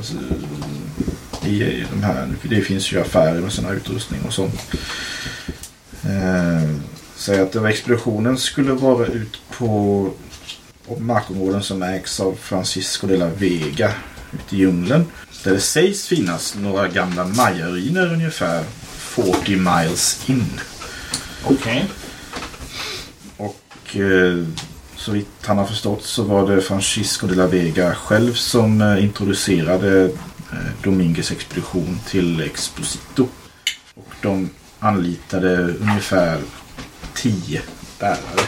i, i de här, det finns ju affärer med sådana utrustning och sånt. Eh, säger att den här expeditionen skulle vara ut på, på markområden som ägs av Francisco de la Vega ute i djungeln. Där det sägs finnas några gamla majariner ungefär 40 miles in.
Okej.
Och eh, så vitt han har förstått så var det Francisco de la Vega själv som eh, introducerade eh, Dominguez expedition till Exposito. Och de anlitade ungefär 10 bärare.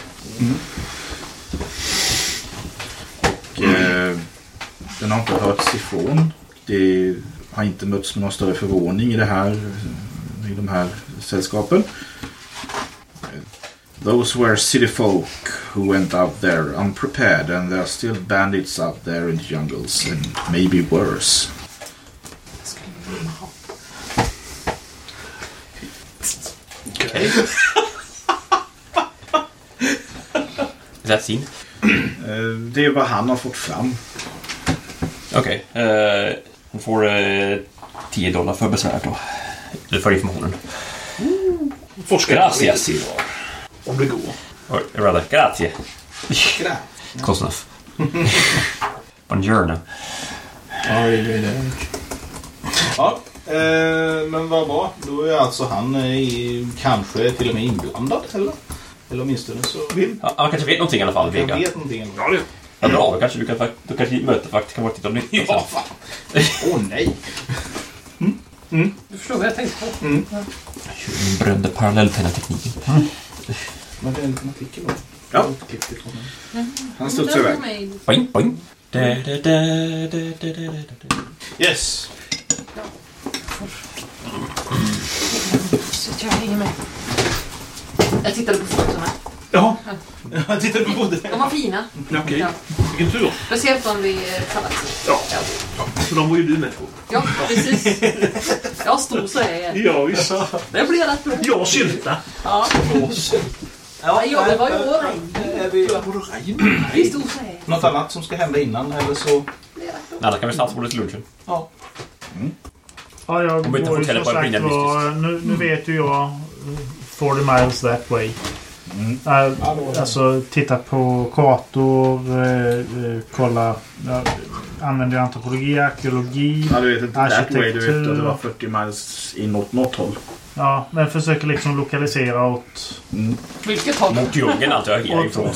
Och eh, den har inte hörts ifrån. Det har inte mötts med någon större förvåning i, det här, i de här sällskapen. Those were city folk who went out there unprepared and there are still bandits out there in the jungles and maybe worse.
That's in.
Eh, Det är vad han har fått fram.
Okej. eh, Hon får eh, 10 dollar för besväret då. Eller för informationen.
Forskare.
Gracias, Ivar.
Om det går.
Or rather, grazie. Close enough. Buongiorno.
Ja, det är det.
Ja, eh, men vad bra. Då är alltså han eh, i, kanske till och med inblandad, eller? Eller åtminstone så...
Ja, Han kanske vet någonting i alla fall,
Jag
Vega.
vet någonting.
Ja, det...
Ja, bra. Då kanske du kan, fakt- då kanske mötet faktiskt kan vara till om nytt. Ja,
fan. Åh nej.
Du förstår vad jag tänkte på.
Brände parallellpennatekniken.
Men det är en liten artikel då.
Ja.
Han
studsar iväg.
Boing, boing. Da, da, da, da, da, da, da.
Yes.
Så jag hänger med. Jag tittade på fotona.
Jaha.
Jag tittade på det.
De var fina.
Okej.
Ja.
Vilken tur.
Speciellt om vi eh, kallas.
Ja. För de var ju du med på.
Ja, precis. Jag stod så jag är.
Ja, visst.
Det blir rätt bra.
Jag sylta.
Ja.
Ja,
Ja, det var ju vår
Är vi...
Vi stod så jag är.
Något annat som ska hända innan eller så...
Annars kan vi stadsbordet till lunchen.
Ja, jag
Om vi inte
går ju
hotellet
som
bara
sagt
brinner
var... Nu, nu vet ju jag eh, 40 miles that way. Eh, alltså titta på kartor, eh, eh, kolla... Jag använder jag antropologi, arkeologi?
Ja, du vet inte that way. Du vet att det var
Arkitektur.
40 miles inåt något håll.
Ja, men försöker liksom lokalisera åt,
Vilket håll?
Mot djungeln antar jag är ifrån.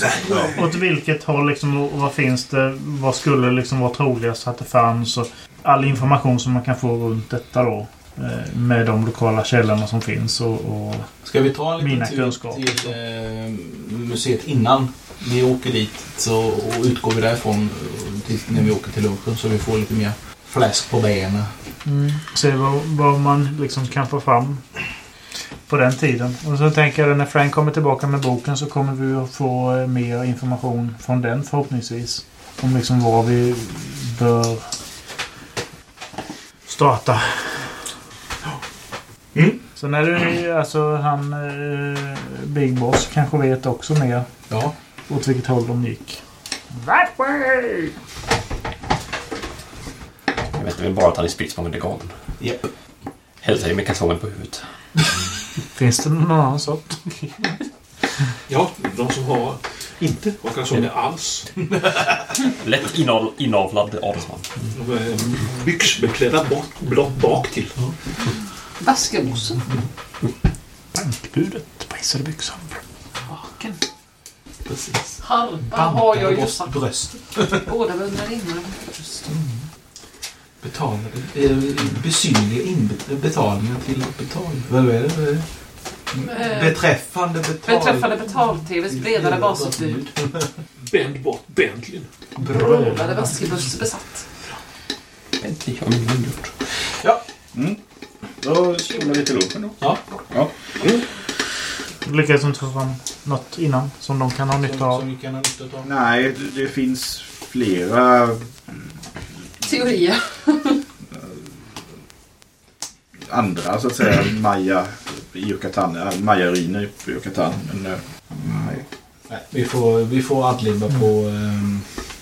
åt vilket håll liksom, och vad finns det? Vad skulle liksom vara troligast att det fanns? Och all information som man kan få runt detta då. eh, Med de lokala källorna som finns och... och
Ska vi ta en liten
Mina
tur
kunskaper.
till eh, museet innan vi åker dit så, och utgår vi därifrån eh, tills när vi åker till lunchen så vi får lite mer fläsk på benen.
Mm. se vad, vad man liksom kan få fram på den tiden. Och så tänker jag när Frank kommer tillbaka med boken så kommer vi att få eh, mer information från den förhoppningsvis. Om liksom vad vi bör starta. Så när du, alltså han eh, Big Boss kanske vet också mer
Ja.
åt vilket håll de gick. That way!
Jag vet väl bara att han är spritt språngande galen.
Japp.
Hälsar ju med kalsongen på huvudet.
Finns det någon annan sort?
Ja, de som har inte har kalsonger alls.
Lätt inav, inavlad adelsman.
De är eh, byxbeklädda bak, blott bak till.
Vaskebossen.
Budet bajsade byxan.
Haken.
Precis.
Harpa har jag ju
Bröst-
sagt.
Bröst.
Båda undrar innan.
Betalade. Eh, besynliga inbe- betalningar till betal... Vad är det? Beträffande betal...
Beträffande betal-tvs bredare basutbud.
Bänd bort Bentleyn.
Brölade väskebuss besatt.
Bentley har min mun gjort.
Ja. Mm. Då slår vi lite lumpen då.
Ja.
ja.
Lyckades inte få fram något innan som de kan ha nytta av.
vi kan ha nytta av.
Nej, det- det finns flera...
Teorier.
andra så att säga Maya i Yucatan, äh, Maya-ruiner på Yucatan. Men, eh, nej.
Nej, vi får, vi får adlibba på um,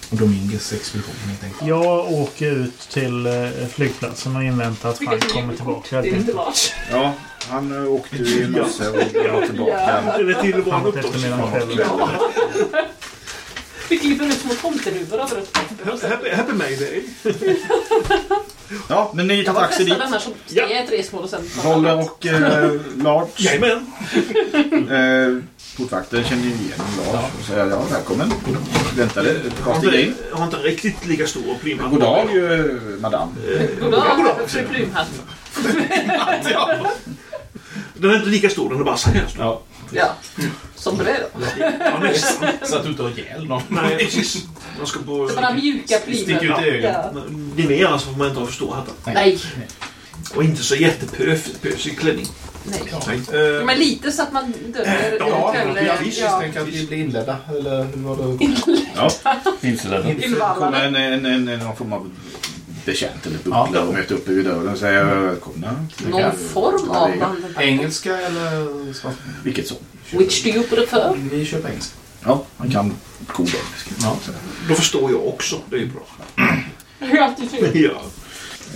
Dominguez expedition helt enkelt.
Jag åker ut till eh, flygplatsen och inväntar att Frank kommer tillbaka. helt enkelt.
Lars.
Ja, han eh, åkte ju i morse och var tillbaka.
Eller till och
Framåt eftermiddagen kväll.
Vi klipper ut små tomtenuvor över ett
Happy, happy Mayday.
Ja, men ni tar
Jag var
taxi dit.
pressad annars som steg i resmål och sen...
Roller och eh, Lars.
Jajamän.
Eh, portvakten känner ju igen Lars och säger ja, välkommen. Väntade, bra stiga in.
Jag har inte riktigt lika stor plimma.
God dag, ju, madame.
Goddag, fru Plymhatt.
Den är inte lika stor, den är bara så här stor.
Ja.
Ja, som det är då.
Ja, nästan.
Mm.
Så att du inte har ihjäl någon.
Nej, precis. Man ska på...
Så bara mjuka plymer.
Stick ut i
Ja.
ögat. Din är annars får man inte ha för stora hattar.
Nej.
Och inte så jättepösig klänning.
Nej.
Nej.
Jo, Men lite så att man döljer...
Ja,
döljer-
ja visst. Jag tänker att vi blir inledda. Eller hur var det?
Ja.
Vilseledda.
Kommer
Invallade.
en, en, en, en, någon form av betjänt eller bubbla och möter uppe vid dörren och säger välkomna.
Mm. Någon form av man...
Engelska eller spanska?
Vilket som.
Which do you prefer?
Vi köper engelska.
Ja, han kan god engelska.
Ja.
Då förstår jag också. Det är ju bra. Ja.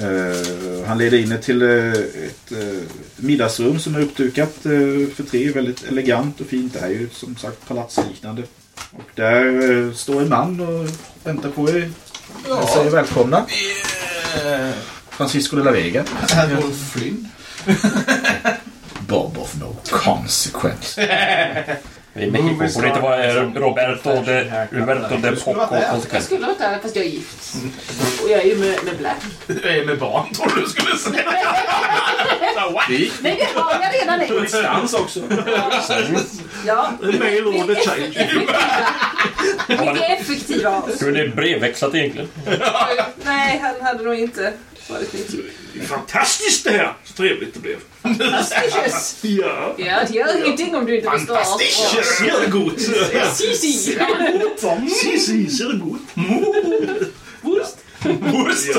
Eh, han leder in er till eh, ett eh, middagsrum som är uppdukat eh, för tre. Väldigt elegant och fint. Det här är ju som sagt palatsliknande. Och där eh, står en man och väntar på er. Jag säger välkomna. Francisco de la Vega.
Adolf Flynn.
Bob of no consequence.
Vi är Alltså, i
Mm,
Mexiko. Borde inte vara Roberto de, Roberto de
skulle vara
Poco
där.
Jag
konsekvent.
skulle varit där fast jag är gift. Och jag är ju med, med Black.
Jag är med barn, tror du skulle säga.
Nej, det har jag redan ej.
Distans också.
Ja.
Mail order change.
Mycket effektiva av oss.
Skulle det brevväxlat egentligen?
Nej, han hade nog inte varit nyttig.
Det är fantastiskt det här! Så trevligt det blev.
Fasticious!
Ja.
Ja, det gör ingenting om du inte förstår allt.
Ser gott!
Sisi!
Si, si, ser gott.
Wurst!
Wurst!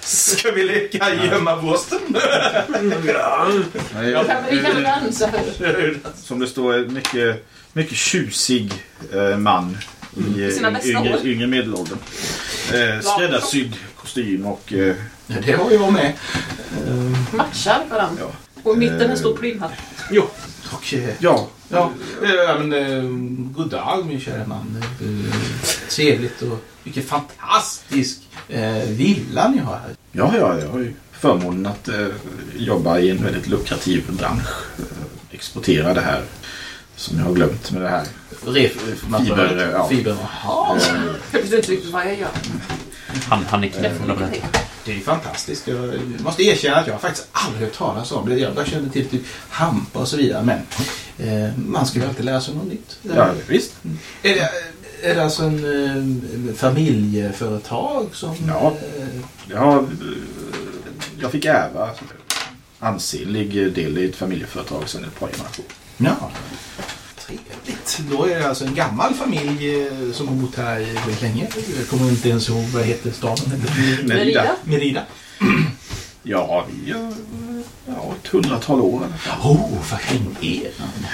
Ska vi leka gömma wursten?
Ja.
Ja, men Vi kan väl dansa här.
Som det står, en mycket, mycket tjusig eh, man i
Sina
eh,
bästa
yngre,
år.
yngre medelåldern. Eh, skräddarsydd kostym och eh,
Ja, det har jag med.
Matchar varandra. Och i mitten en stor plymhatt.
Och, eh,
ja,
ja, eh, men eh, god dag min kära man. Eh, Trevligt och vilken fantastisk eh, villa ni har här.
Ja, ja, jag har ju förmånen att eh, jobba i en väldigt lukrativ bransch. Eh, exportera det här som jag har glömt med det här. Fiber,
Referensmaterial.
ja.
Fiber. Jaha,
Eh,
Jag förstår inte riktigt vad jag gör.
Han, han nickar. Roberto.
det är ju fantastiskt. Jag måste erkänna att jag har faktiskt aldrig hört talas om det. Jag bara kände till typ hampa och så vidare. Men eh, man ska ju alltid lära sig något nytt.
ja, visst.
Är det, är det alltså en eh, familjeföretag som...
Ja.
eh,
Jag, har, eh, jag fick ärva ansenlig del i ett familjeföretag sedan ett par generationer.
ja. Trevligt. Då är det alltså en gammal familj eh, som har bott här i- väldigt länge. Jag kommer inte ens ihåg vad heter staden heter.
Merida?
Merida.
Ja, vi har ja, ett hundratal år. i alla fall.
Oh, vad fascinerande.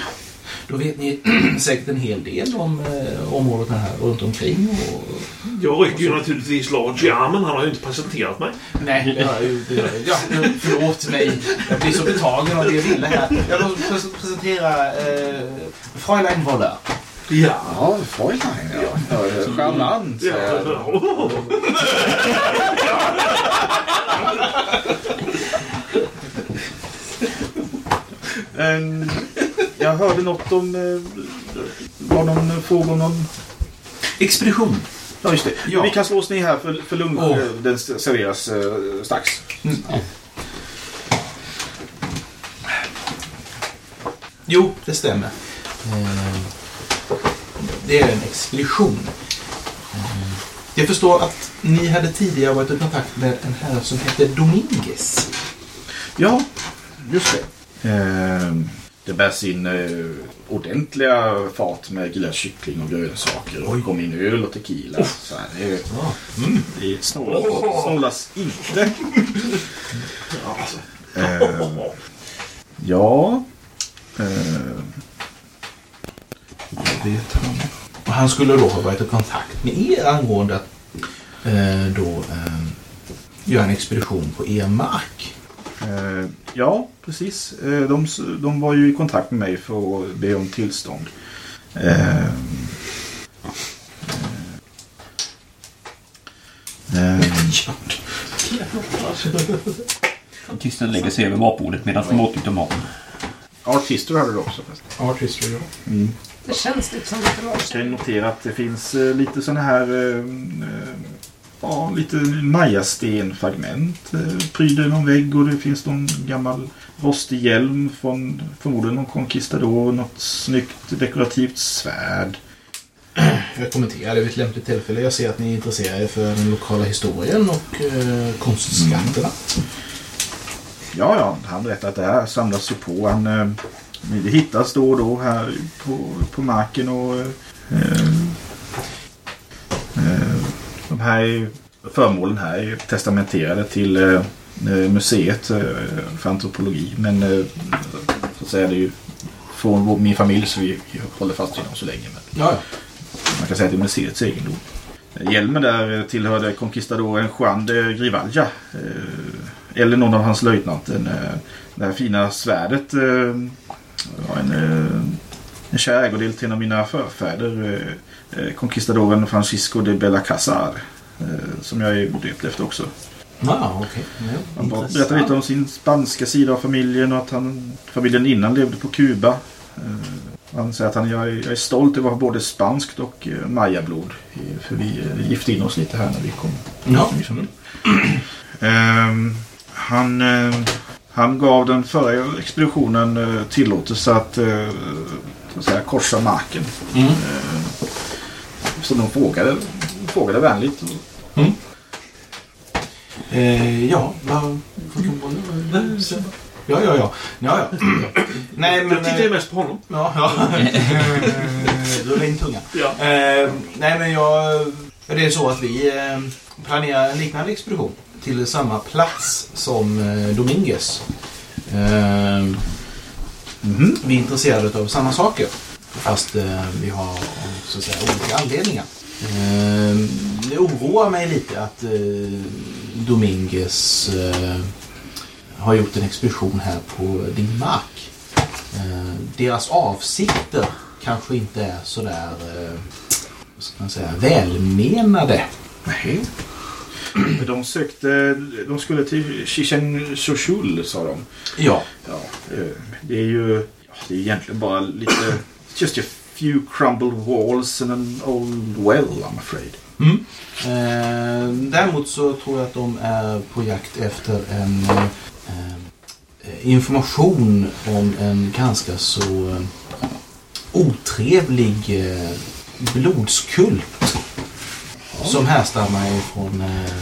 Då vet ni säkert en hel del om eh, området här runt omkring. Och...
Jag rycker ju naturligtvis Lars i armen. Han har ju inte presenterat mig.
Nej, det har jag ju- det har jag- ja, förlåt mig. Jag blir så betagen av det jag ville här. Jag vill pres- presentera eh, Fräulein Woller.
Ja.
Ja, Fräulein. Ja. Ja, Charmant.
Ja.
Ja. En- Jag hörde något om... eh, Var någon fråga om någon...
Expedition.
Ja, just det.
Ja.
Vi kan slå oss ner här för, för lunch.
Åh.
eh, Den s- serveras eh, strax.
Jo, det stämmer. Eh, Det är en expedition. Eh, Jag förstår att ni hade tidigare varit i kontakt med en herre som hette Dominguez.
Ja, just det. Ehm, det bär sin eh, ordentliga fart med grillad kyckling och grönsaker. Och kom in öl och tequila. Så här, det är, mm, det snålas,
Åh.
snålas inte. Ehm, ja. Ehm,
vet han. Och han skulle då ha varit i kontakt med er angående att eh, då eh, göra en expedition på er mark.
Eh, ja, precis. Eh, de, s- de var ju i kontakt med mig för att be om tillstånd. Eh, eh, eh,
Tystnaden lägger sig över matbordet medan de åt inte maten.
Artister hade du också.
Art history, ja.
Mm.
Det känns lite som lite
Jag
rart.
kan ju notera att det finns eh, lite sådana här eh, eh, ja, lite majastenfragment. Eh, pryder någon vägg och det finns någon gammal rostig hjälm från förmodligen någon conquistador. Något snyggt dekorativt svärd.
Jag kommenterar det vid ett lämpligt tillfälle. Jag ser att ni är intresserade för den lokala historien och eh, konstskatterna.
Ja, ja, han berättar att det här samlas ju på. Han, eh, det hittas då och då här på, på marken och eh, eh, de här är- föremålen här är ju testamenterade till eh, eh, museet eh, för antropologi. Men eh, så att säga, det är ju från vår, min familj så vi, vi håller fast vid dem så länge. Men
Ja,
Man kan säga att det är museets egendom. Hjälmen där eh, tillhörde conquistadoren Juan de Grivalla. eh, Eller någon av hans löjtnanten. eh, Det här fina svärdet eh, var en, eh, en kär ägodel till en av mina förfäder. eh, eh, Conquistadoren Francisco de Bella Casar. eh, Som jag är döpt efter också.
Ah, okej. Ja,
Han bara
intressant.
berättade lite om sin spanska sida av familjen och att han, familjen innan levde på Kuba. Eh, Han säger att han, jag, är, jag är stolt över att ha både spanskt och eh, mayablod. eh, För vi eh, gifte in oss lite här när vi kom.
Ja.
Ehm, han, eh, han gav den förra expeditionen eh, tillåtelse att, eh, så att säga, korsa marken.
Mm.
Eh, så de frågade, frågade vänligt.
Eh, ja, vad... Ja, ja, ja. ja, ja. Nej, men... eh,
Jag tittar ju mest på honom.
Ja, ja. Eh, Rulla in tungan. Eh, nej, men jag... Det är så att vi eh, planerar en liknande expedition till samma plats som eh, Dominguez. Eh, mhm, Vi är intresserade av samma saker. Fast eh, vi har så att säga, olika anledningar. Eh, det oroar mig lite att eh, Dominguez eh, har gjort en expedition här på din mark. Eh, deras avsikter kanske inte är sådär eh, vad ska man säga, välmenade.
Nej. De sökte, de skulle till Chichen Chochul sa de.
Ja.
ja eh, det är ju ja, det är egentligen bara lite, just a few crumbled walls and an old well I'm afraid.
Mm. Eh, däremot så tror jag att de är på jakt efter en eh, eh, information om en ganska så eh, otrevlig eh, blodskult som härstammar ifrån eh,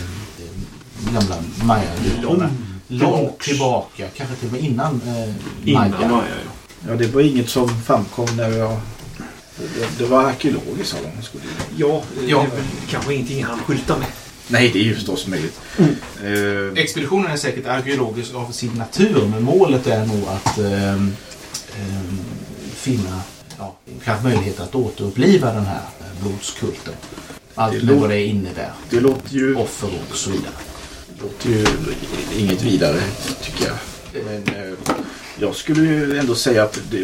de gamla maya Långt tillbaka, kanske till och med innan eh,
Innan
maya.
Maya, Ja, det var inget som framkom när jag... Det, det var arkeologiskt sa de. Skulle... Ja,
Ja.
det
kanske ingenting han skyltar med.
Nej, det är ju förstås möjligt. Eh,
Expeditionen är säkert arkeologisk av sin natur, men målet är nog att ehm, ehm, finna ja, kanske möjlighet att återuppliva den här eh, blodskulten. Allt med vad det innebär.
Det låter ju...
Offer och så vidare.
Det låter ju inget vidare, tycker jag. Men eh, jag skulle ju ändå säga att det,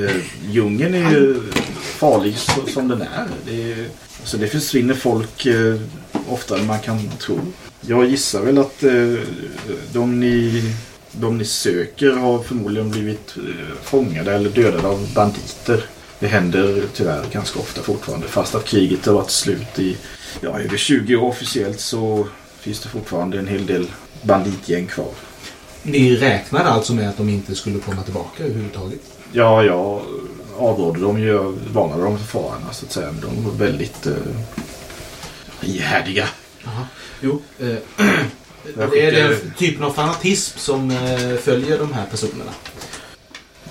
eh, djungeln är ju farlig så, som den är. Det, är- alltså det försvinner folk eh, oftare än man kan tro. Jag gissar väl att eh, de, ni, de ni söker har förmodligen blivit eh, fångade eller dödade av banditer. Det händer tyvärr ganska ofta fortfarande. Fast att kriget har varit slut i ja, över 20 år officiellt så finns det fortfarande en hel del banditgäng kvar.
Ni räknade alltså med att de inte skulle komma tillbaka överhuvudtaget?
Ja, jag avrådde dem ju. Jag varnade dem för farorna så att säga. Men de var väldigt eh, ihärdiga.
Aha. Jo, eh,
Jag
det är
skickar-
den typen av fanatism som eh, följer de här personerna.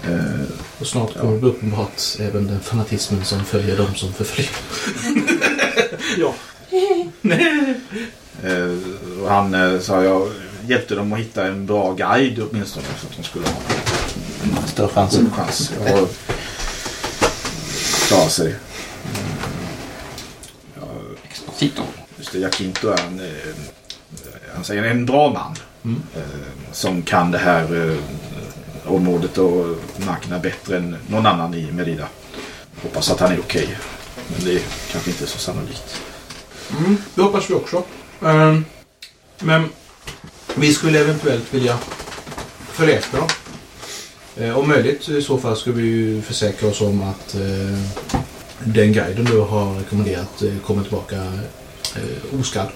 Eh,
Och snart kommer det bli uppenbart även den fanatismen som följer de som förföljer. ja.
Eh, och han eh, sa jag hjälpte dem att hitta en bra guide åtminstone så att de skulle ha en större chans. En chans. Och klara sig. Mm. Ja, Just det, Jacinto är en, eh, han säger en bra man eh, som kan det här eh, området och markerna bättre än någon annan i Merida. Hoppas att han är okej. Men det är kanske inte så sannolikt.
Mm, det hoppas vi också. Ehm, men vi skulle eventuellt vilja följa efter dem. Eh, om möjligt i så fall ska vi ju försäkra oss om att eh, den guiden du har rekommenderat eh, kommer tillbaka eh, oskadd.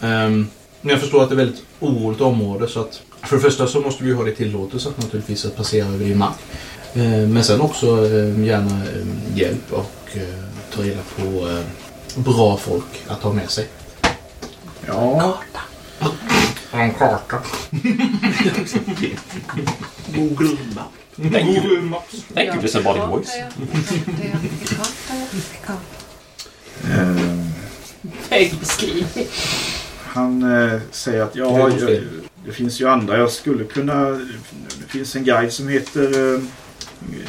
Ehm, men jag förstår att det är ett väldigt oroligt område så att för det första så måste vi ju ha det tillåtelse att naturligtvis att passera över din mark. Eh, Men sen också eh, gärna eh, hjälp och eh, ta reda på eh, bra folk att ha med sig.
Ja.
En karta.
Google Maps.
Google Maps.
Thank you, disembodied voice.
Eh,
Väg beskrivning.
Han eh, säger att
Det är
ja,
något
jag,
fel.
det finns ju andra jag skulle kunna... Det finns en guide som heter eh,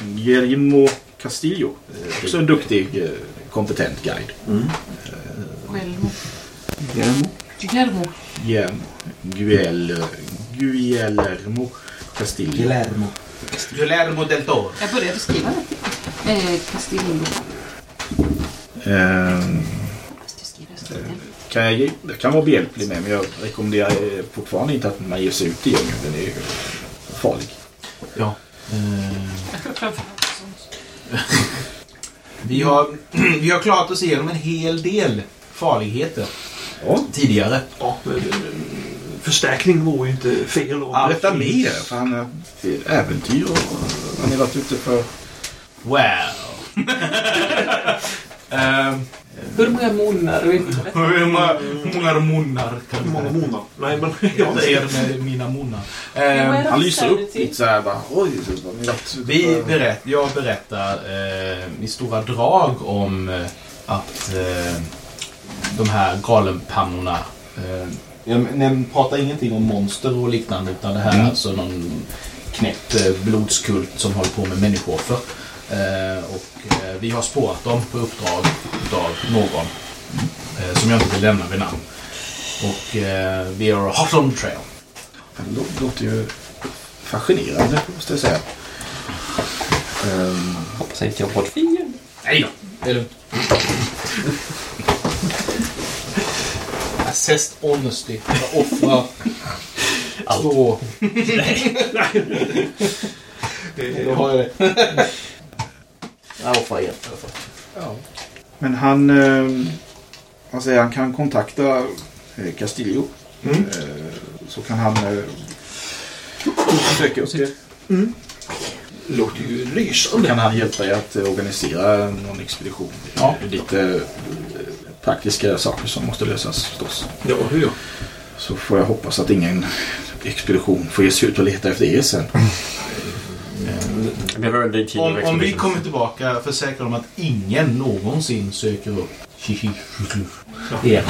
Guillermo Castillo. Eh, också en duktig, eh, kompetent guide.
Guillermo.
Guillermo?
Guillermo.
Guillermo. Guel, Guillermo Castillo.
Guillermo. Guillermo del Toro.
Jag började skriva det. Eh, Castillo.
Eh, kan jag, ge- jag kan vara behjälplig med men jag rekommenderar eh, fortfarande inte att man ger sig ut i djungeln. Den är ju farlig.
Ja. Vi har, vi har klarat oss igenom en hel del farligheter tidigare.
Ja, men, eh, förstärkning vore ju inte fel. om-
Berätta mer, för han är äventyr och han har varit ute för...
Wow!
Hur många munnar vet du?
Hur många många munnar?
Hur många munnar? Nej, men...
Jag ser med mina munnar. Eh,
vad är det
Eh, han lyser
för
upp liksom. lite så här bara. Oj, vad ni har varit ute
Vi
för-
berätt, jag berättar eh, i stora drag om eh, att eh, de här galenpannorna... Eh, jag, jag pratar ingenting om monster och liknande utan det här
Mm.
är alltså någon knäppt eh, blodskult som håller på med människooffer. Eh, och eh, vi har spårat dem på uppdrag av någon eh, som jag inte vill lämna vid namn. Och eh, vi har hot on trail.
Det lå- låter ju fascinerande, måste jag säga. Um,
Hoppas inte jag har fått
Nej då, det är lugnt. Assessed honesty. Jag offrar två. Nej. Då har jag det.
Jag offrar er.
Men han, eh, han säger han kan kontakta eh, Castillo. Eh, så kan han eh, söka upp det.
låter ju
Så
lysande.
kan han hjälpa er att eh, organisera någon expedition.
Ja.
Lite eh, praktiska saker som måste lösas förstås.
Ja, hur?
Så får jag hoppas att ingen expedition får ge sig ut och leta efter er sen.
Vi behöver en tid
Om, om vi kommer tillbaka, försäkra dem att ingen någonsin söker upp igen.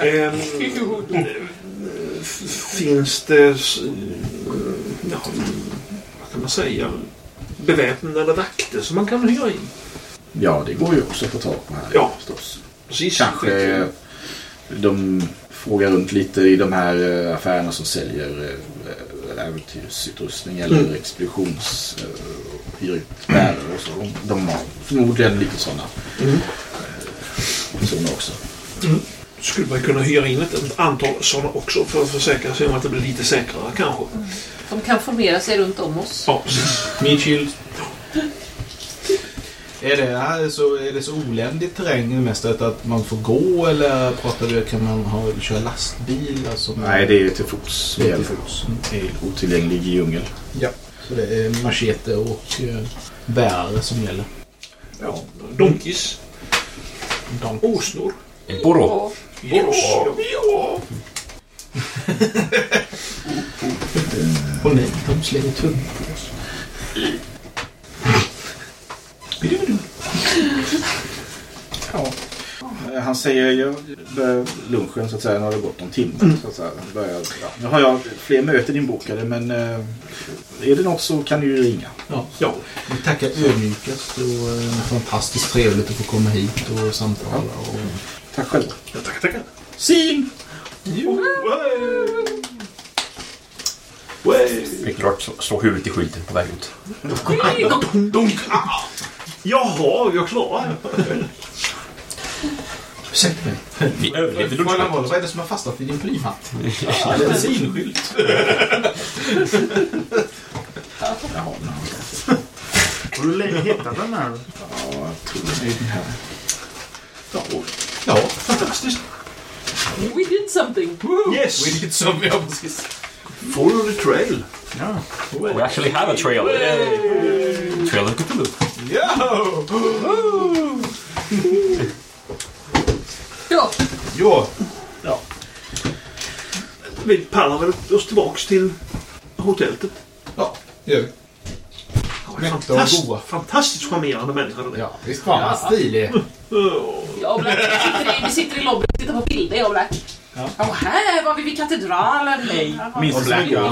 Ehm, f- finns det... s- Ja, vad kan man säga? Beväpnade vakter som man kan hyra in?
Ja, det går ju också att få tag på här.
Ja.
förstås.
Precis.
Kanske eh, de frågar runt lite i de här eh, affärerna som säljer eh, äventyrsutrustning eller
Mm.
expeditions... eh, och Hyr ut bärare och så. De, de har förmodligen lite sådana
Mm.
personer också.
Skulle man kunna hyra in ett, ett antal sådana också för att försäkra sig om att det blir lite säkrare kanske?
De kan formera sig runt om oss.
Ja, precis.
Min shield. Är det, här så, är det så oländigt terräng mest att man får gå eller pratar du, kan man ha, köra lastbil? Alltså, Typ
Nej, det är till fots.
Det är till fots.
Det är otillgänglig djungel.
Ja. Så det är machete och eh, bärare som gäller.
Ja, donkis.
Oh.
Åsnor.
Borå.
Borå. Ja.
Åh nej, de slänger tungt på oss.
Ja. Eh, Han säger jag börjar lunchen så att säga. Nu har det gått någon timme. Så att säga. Jag Börjar, ja. Nu har jag fler möten inbokade men eh, är det något så kan du ju ringa.
Ja. Vi tackar ödmjukast och eh, fantastiskt trevligt att få komma hit och samtala. Och...
Tack själv.
Ja, tackar, tackar.
Sim!
Jo,
Klart slå- slå huvudet i skylten på väg ut.
oh,
Dunk! Ah. Jaha, jag klarar
Ursäkta mig.
Vi överlevde
Fräulein Wollers, Vad är det som har fastnat i din plymhatt?
Ja, det är en
sinskylt.
Har du länge hittat den här?
Ja, jag tror det är den här.
Ja, fantastiskt.
We did something!
Yes!
We did some, ja precis.
Follow the trail.
Ja.
We actually have a trail. Trail of Cthulhu.
Ja,
Ja.
Ja. Vi pallar väl oss tillbaks till hotelltet.
Ja, det gör vi. Mäkta och
Fantast-
goa.
Fantastiskt charmerande människa. det där.
Ja, visst fan vad stilig.
jag och Black vi sitter i, vi sitter i lobbyn och tittar på bilder, jag och Black. Ja. här var vi vid katedralen. Nej,
Minns du Black?
Titta,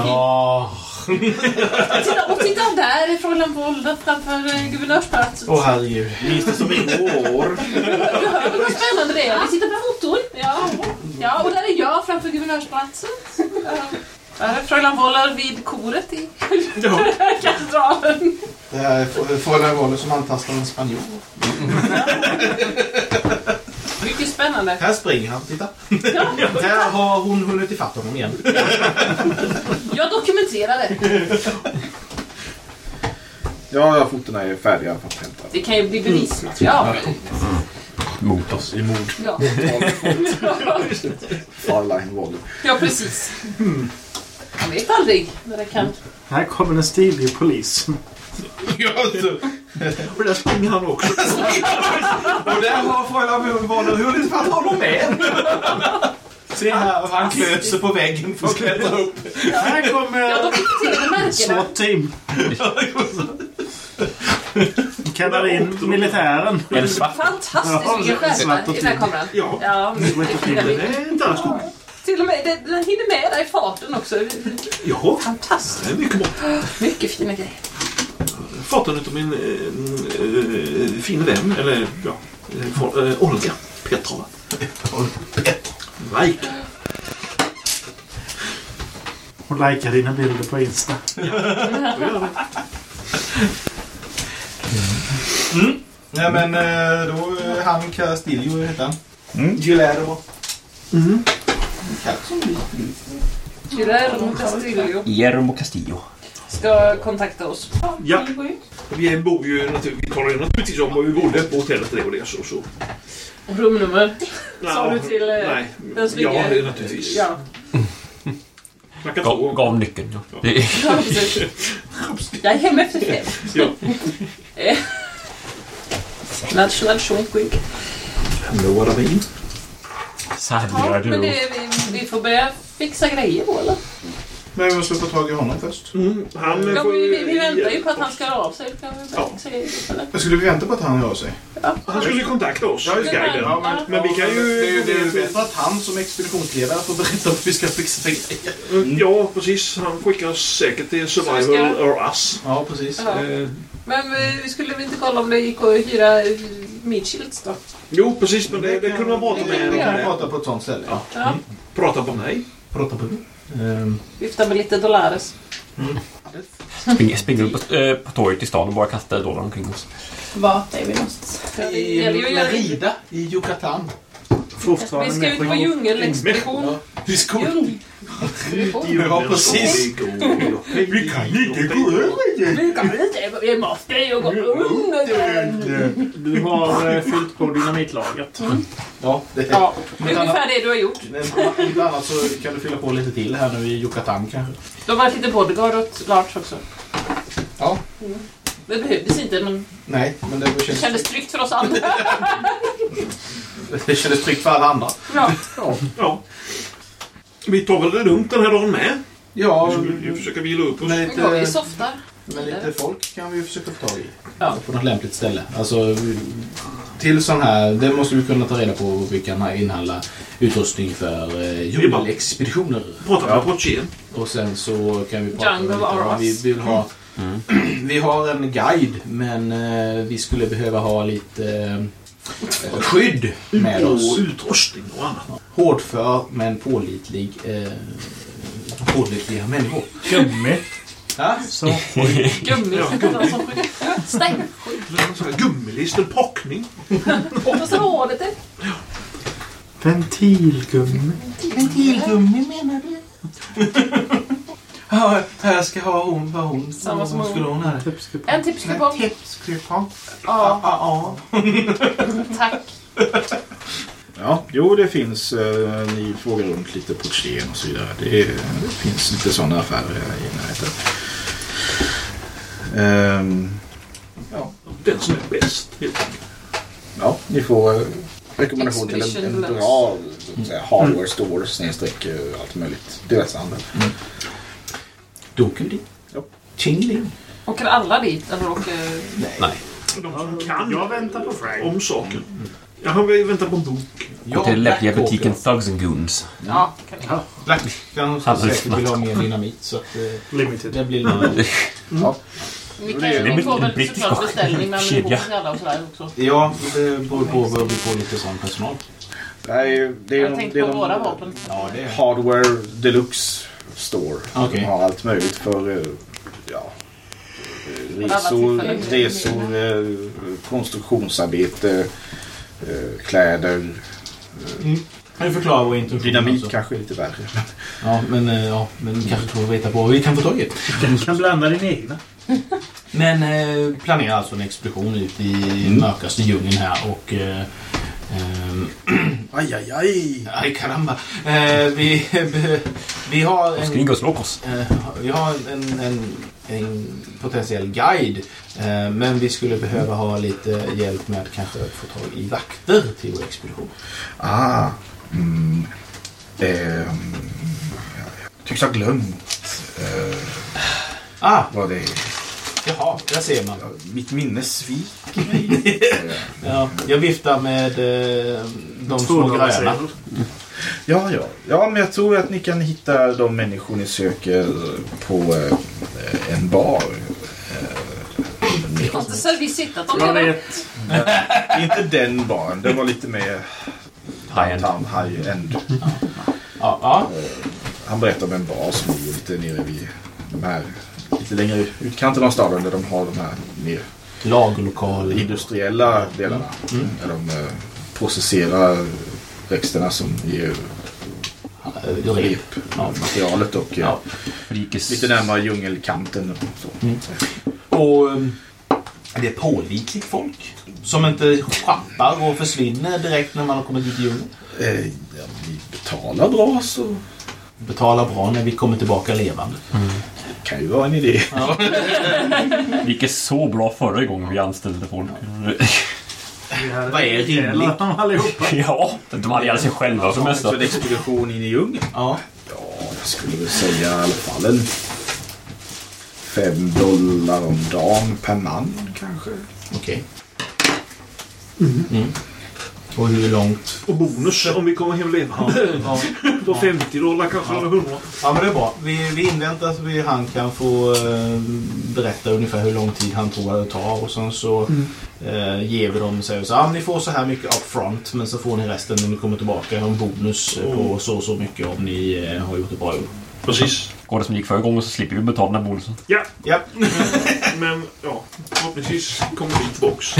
och titta där, Fräulein Bolda framför eh, guvernörspalatset.
Åh herregud.
Minns du som igår?
Du hör väl vad spännande det är? Vi sitter på foton. Ja, ja och där är jag framför guvernörspalatset. Ja. Där är Fräulein Woller vid koret i katedralen.
Det här är F- Fräulein Woller som antastar en spanjor.
Mycket spännande.
Här springer han, titta.
Ja,
Där har hon hunnit ifatt honom igen.
jag dokumenterade.
Ja, ja, fotona är färdiga för att hämta.
Det kan ju bli bevismaterial.
Mm.
Mot oss. I mord.
Ja.
Farline Wolle.
ja, precis. Man vet aldrig när det kan...
Här kommer en stilig polis.
Och där springer han också.
Och där har Fräulein Woller hunnit ifatt honom med. Se här, han klöt sig på väggen för att klättra upp.
Här
Jag
kommer
dokumenterade märkena.
SWAT-team. Kallar in militären.
En svart.
Fantastiskt vilken skärpa i den här kameran.
Ja.
Ja, det
Det
är
är inte alls dumt.
Till och med, det- den hinner med där i farten också.
Jaha,
Fantastiskt.
det är mycket bra.
Mycket fina grejer.
Fatan utav min äh, fin vän, eller ja, eh, far- eh, Olga Petrova. Like.
Och likea dina bilder på Insta.
Nej men eh, då eh, han Castillo heter han. Mm. Gilero.
Guillermo Castillo
Guillermo Castillo.
ska kontakta oss.
Ja. Vi bor ju naturligtvis, vi talar ju naturligtvis om var vi bodde på hotellet det och det. Så, så.
Rumnummer. Sa du till, eh,
Nej.
den snygga?
Ja, det är naturligtvis.
Ja,
Knacka på.
Gav gav nyckeln. ja. Det är-
ja precis. Jag är hemma efter fem.
Ja.
Eh. Nudge, nudge, wink, wink.
Know what I mean?
Ja,
Serverar
men
du.
det, vi, vi får börja fixa grejer då, eller?
Men vi måste få tag i honom först.
Mm, han eh,
Ja,
får
vi, vi, vi
ju-
väntar ju på att han ska höra av sig. Kan vi börja
Ja.
fixa grejer, eller?
Jag skulle vi vänta på att han hör sig?
Han skulle ju kontakta oss,
Ja, just det.
guiden.
Ja, men-
Men vi kan
Det är ju
ju...
det är ju bättre att han som expeditionsledare får berätta hur vi ska fixa för grejer.
Mm. Ja, precis. Han skickar oss säkert till
Så vi
Survival
ska-
or Us.
Ja, precis.
Ja.
Eh,
Men vi, vi skulle vi inte kolla om det gick att hyra eh, Midshills då?
Jo, precis. Men det, det kunde man prata
Vi
med
kan
henne om.
prata på ett sånt ställe.
Ja.
Ja.
Prata på mig.
Prata på Ehm,
Vifta med lite dollares.
Spring- Springer upp på, eh, på torget i stan och bara kastar dollar omkring oss.
Vart är vi någonstans?
Ja, det
I
gäller ju att göra-
Merida i Yucatan.
Vi ska ut på djungelexpedition.
Vi ska ut
Expedition.
Ja, precis. Vi kan inte gå över
Vi kan inte, vi måste ju gå under den.
Du har eh, fyllt på dynamitlagret.
Ja, det är...
Ja, det är ungefär det du har gjort.
Men Om inte annat så kan du fylla på lite till här nu i Yucatan kanske.
De har varit lite bodyguard åt Lars också. Mm. Det behövdes inte, men
Nej, men det
det
kändes,
kändes tryggt för oss andra.
det kändes tryggt för alla andra.
Ja.
Ja. Vi tar väl det lugnt den här dagen med?
Ja.
Vi skulle ju försöka vila upp oss.
Nu
Men
går vi och
lite,
softar.
men lite folk kan vi ju försöka få tag i. Ja. På något lämpligt ställe. Alltså, till sån här, det måste vi kunna ta reda på hur vi kan inhandla utrustning för eh, julexpeditioner.
Prata med Portier.
Och sen så kan vi prata
Jungle
lite om
Aras.
vi vill ha. vi har en guide, men eh, vi skulle behöva ha lite eh, skydd med oss.
Och utrustning och annat.
Hårdför men pålitlig. Eh, pålitliga människor.
Gummi.
Ja?
Så
Gummi.
Ja,
Stäng.
Gummilisten, packning.
Och så hålet.
Ventilgummi.
Ventilgummi menar du? Ja, här ska ha hon vad hon
Samma som
vad skulle
hon.
hon här.
En tipskupong.
Tipskrypong.
Ja,
Ja,
tack.
Ja, jo det finns. Eh, ni frågar runt lite på Tjen och så vidare. Det, är, det finns lite sådana affärer här i närheten. Ehm,
Den som är bäst, helt enkelt.
ja, ni får eh, rekommendation till en, en
Expedition
bra mm. hardware store snedstreck eh, allt möjligt. Diverse handel.
Doku dit.
Ja.
Tingling.
Åker alla dit? Eller åker...
De som kan
Jag väntar på Frank.
om saken. Ja, han vill vänta på en bok.
Ja,
Gå till lämpliga
Black Hawk,
butiken Thugs and Goons.
Ja, kan ni.
ja. Black kan
Han har
säkert
lyssnat.
vill ha mer dynamit så att eh,
Limited.
det blir lite...
Vi kan
Det är
vi får
en
väl
brittisk
såklart beställning med ammunition
kedja.
till alla och sådär också.
Ja, det beror på vad vi får lite sån personal.
Nej, det är
Jag
någon-
tänkte
det är
på
någon-
våra vapen.
Ja, det är...
Hardware Deluxe Store.
Okej.
De har allt möjligt för eh, ja, eh, resor,
Alla tillfällen.
resor eh, konstruktionsarbete, eh, kläder.
Kan du förklara vår intention?
Dynamit
alltså?
kanske är lite värre.
Ja, men, eh, ja, men kanske tror vi veta på vad vi kan få tag i.
Du kan blanda din egna.
Men eh, planerar alltså en expedition ut i mörkaste djungeln här och... Eh, ehm,
Aj, aj, aj!
aj, karamba. Eh, vi, vi har en...
Gringos Locos.
Eh, vi har en, en, en potentiell guide. Eh, men vi skulle behöva ha lite hjälp med att kanske få tag i vakter till vår expedition.
Ah. Mm. Ehm, jag tycks ha glömt eh,
Ah,
vad det är.
jaha, där ser man.
Ja, Mitt minne svik.
Ja, jag viftar med eh, de små gröna.
Ja, ja. ja, men jag tror att ni kan hitta de människor ni söker på eh, en bar.
Vi måste servicettat dem
Jag
redan.
vet.
Inte den baren, den var lite mer
High-end.
downtown high-end.
Ja, ja.
Han berättade om en bar som ligger lite nere vid de här, lite längre ut- utkanten av staden där de har de här mer
Lagerlokal.
industriella delarna.
Mm.
Där de eh, processerar växterna som ger
eh, rep. Ja.
repmaterialet och eh,
Ja. Mm.
Rikes...
lite närmare djungelkanten. Och så.
Och eh, det är pålitligt folk. Som inte schappar och försvinner direkt när man har kommit ut i djungeln.
Eh, ja, vi betalar bra så
Betalar bra när vi kommer tillbaka levande.
kan ju vara en idé.
Det gick så bra förra gången vi anställde folk.
Vad är rimligt?
ja, de hade ihjäl sig själva för det mesta.
Så en expedition in i djungeln?
Ja.
Ja, jag skulle väl säga i alla fall en fem dollar om dagen per man kanske.
Okej. Mm. Och hur långt?
Och bonus om vi kommer hem levande.
Ja,
På 50 dollar kanske, eller 100.
ja men det är bra. Vi, vi inväntar att vi, han kan få eh, berätta ungefär hur lång tid han tror att det tar och sen så eh, ger vi dem och säger så ah, ni får så här mycket up front men så får ni resten när ni kommer tillbaka. En bonus eh, på så och så mycket om ni eh, har gjort ett bra jobb.
Precis.
Går det som det gick förra gången så slipper vi betala den här bonusen.
Ja,
Ja.
men ja. Förhoppningsvis kommer vi tillbaks.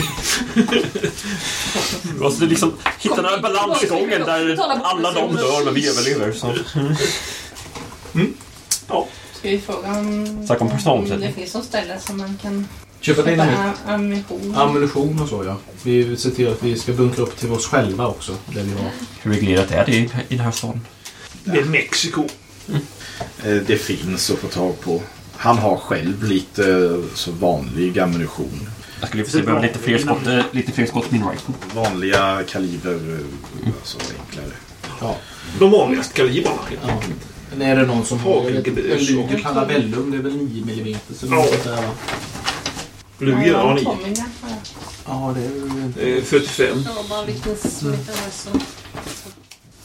Alltså, liksom, hitta
den här balansgången där alla de dör,
men vi överlever. Så.
Ska vi fråga om,
Snacka om
om
personalomsättning.
det finns någon ställe som man kan
Köpa
köpa
dynamit.
am- ammunition?
Ammunition och så ja. Vi ser till att vi ska bunkra upp till oss själva också. Där vi har.
Hur reglerat är det i, i den här staden?
Det är Mexiko.
Eh, Det finns att få tag på. Han har själv lite eh, så vanlig ammunition.
Jag skulle i och för sig behöva lite fler skott, eh, lite fler skott min rifle.
Vanliga kaliber, eh, alltså enklare.
Ja.
De vanligaste kalibrarna helt
enkelt. Eller är det någon som har en en
Hagelgevär och-
Luger Parabellum? Det är väl 9 mm?
Ja. Luger har ni.
Tommy kanske.
Ja, det är väl...
Eh, 45.
Ja, bara vilken smitta det är som-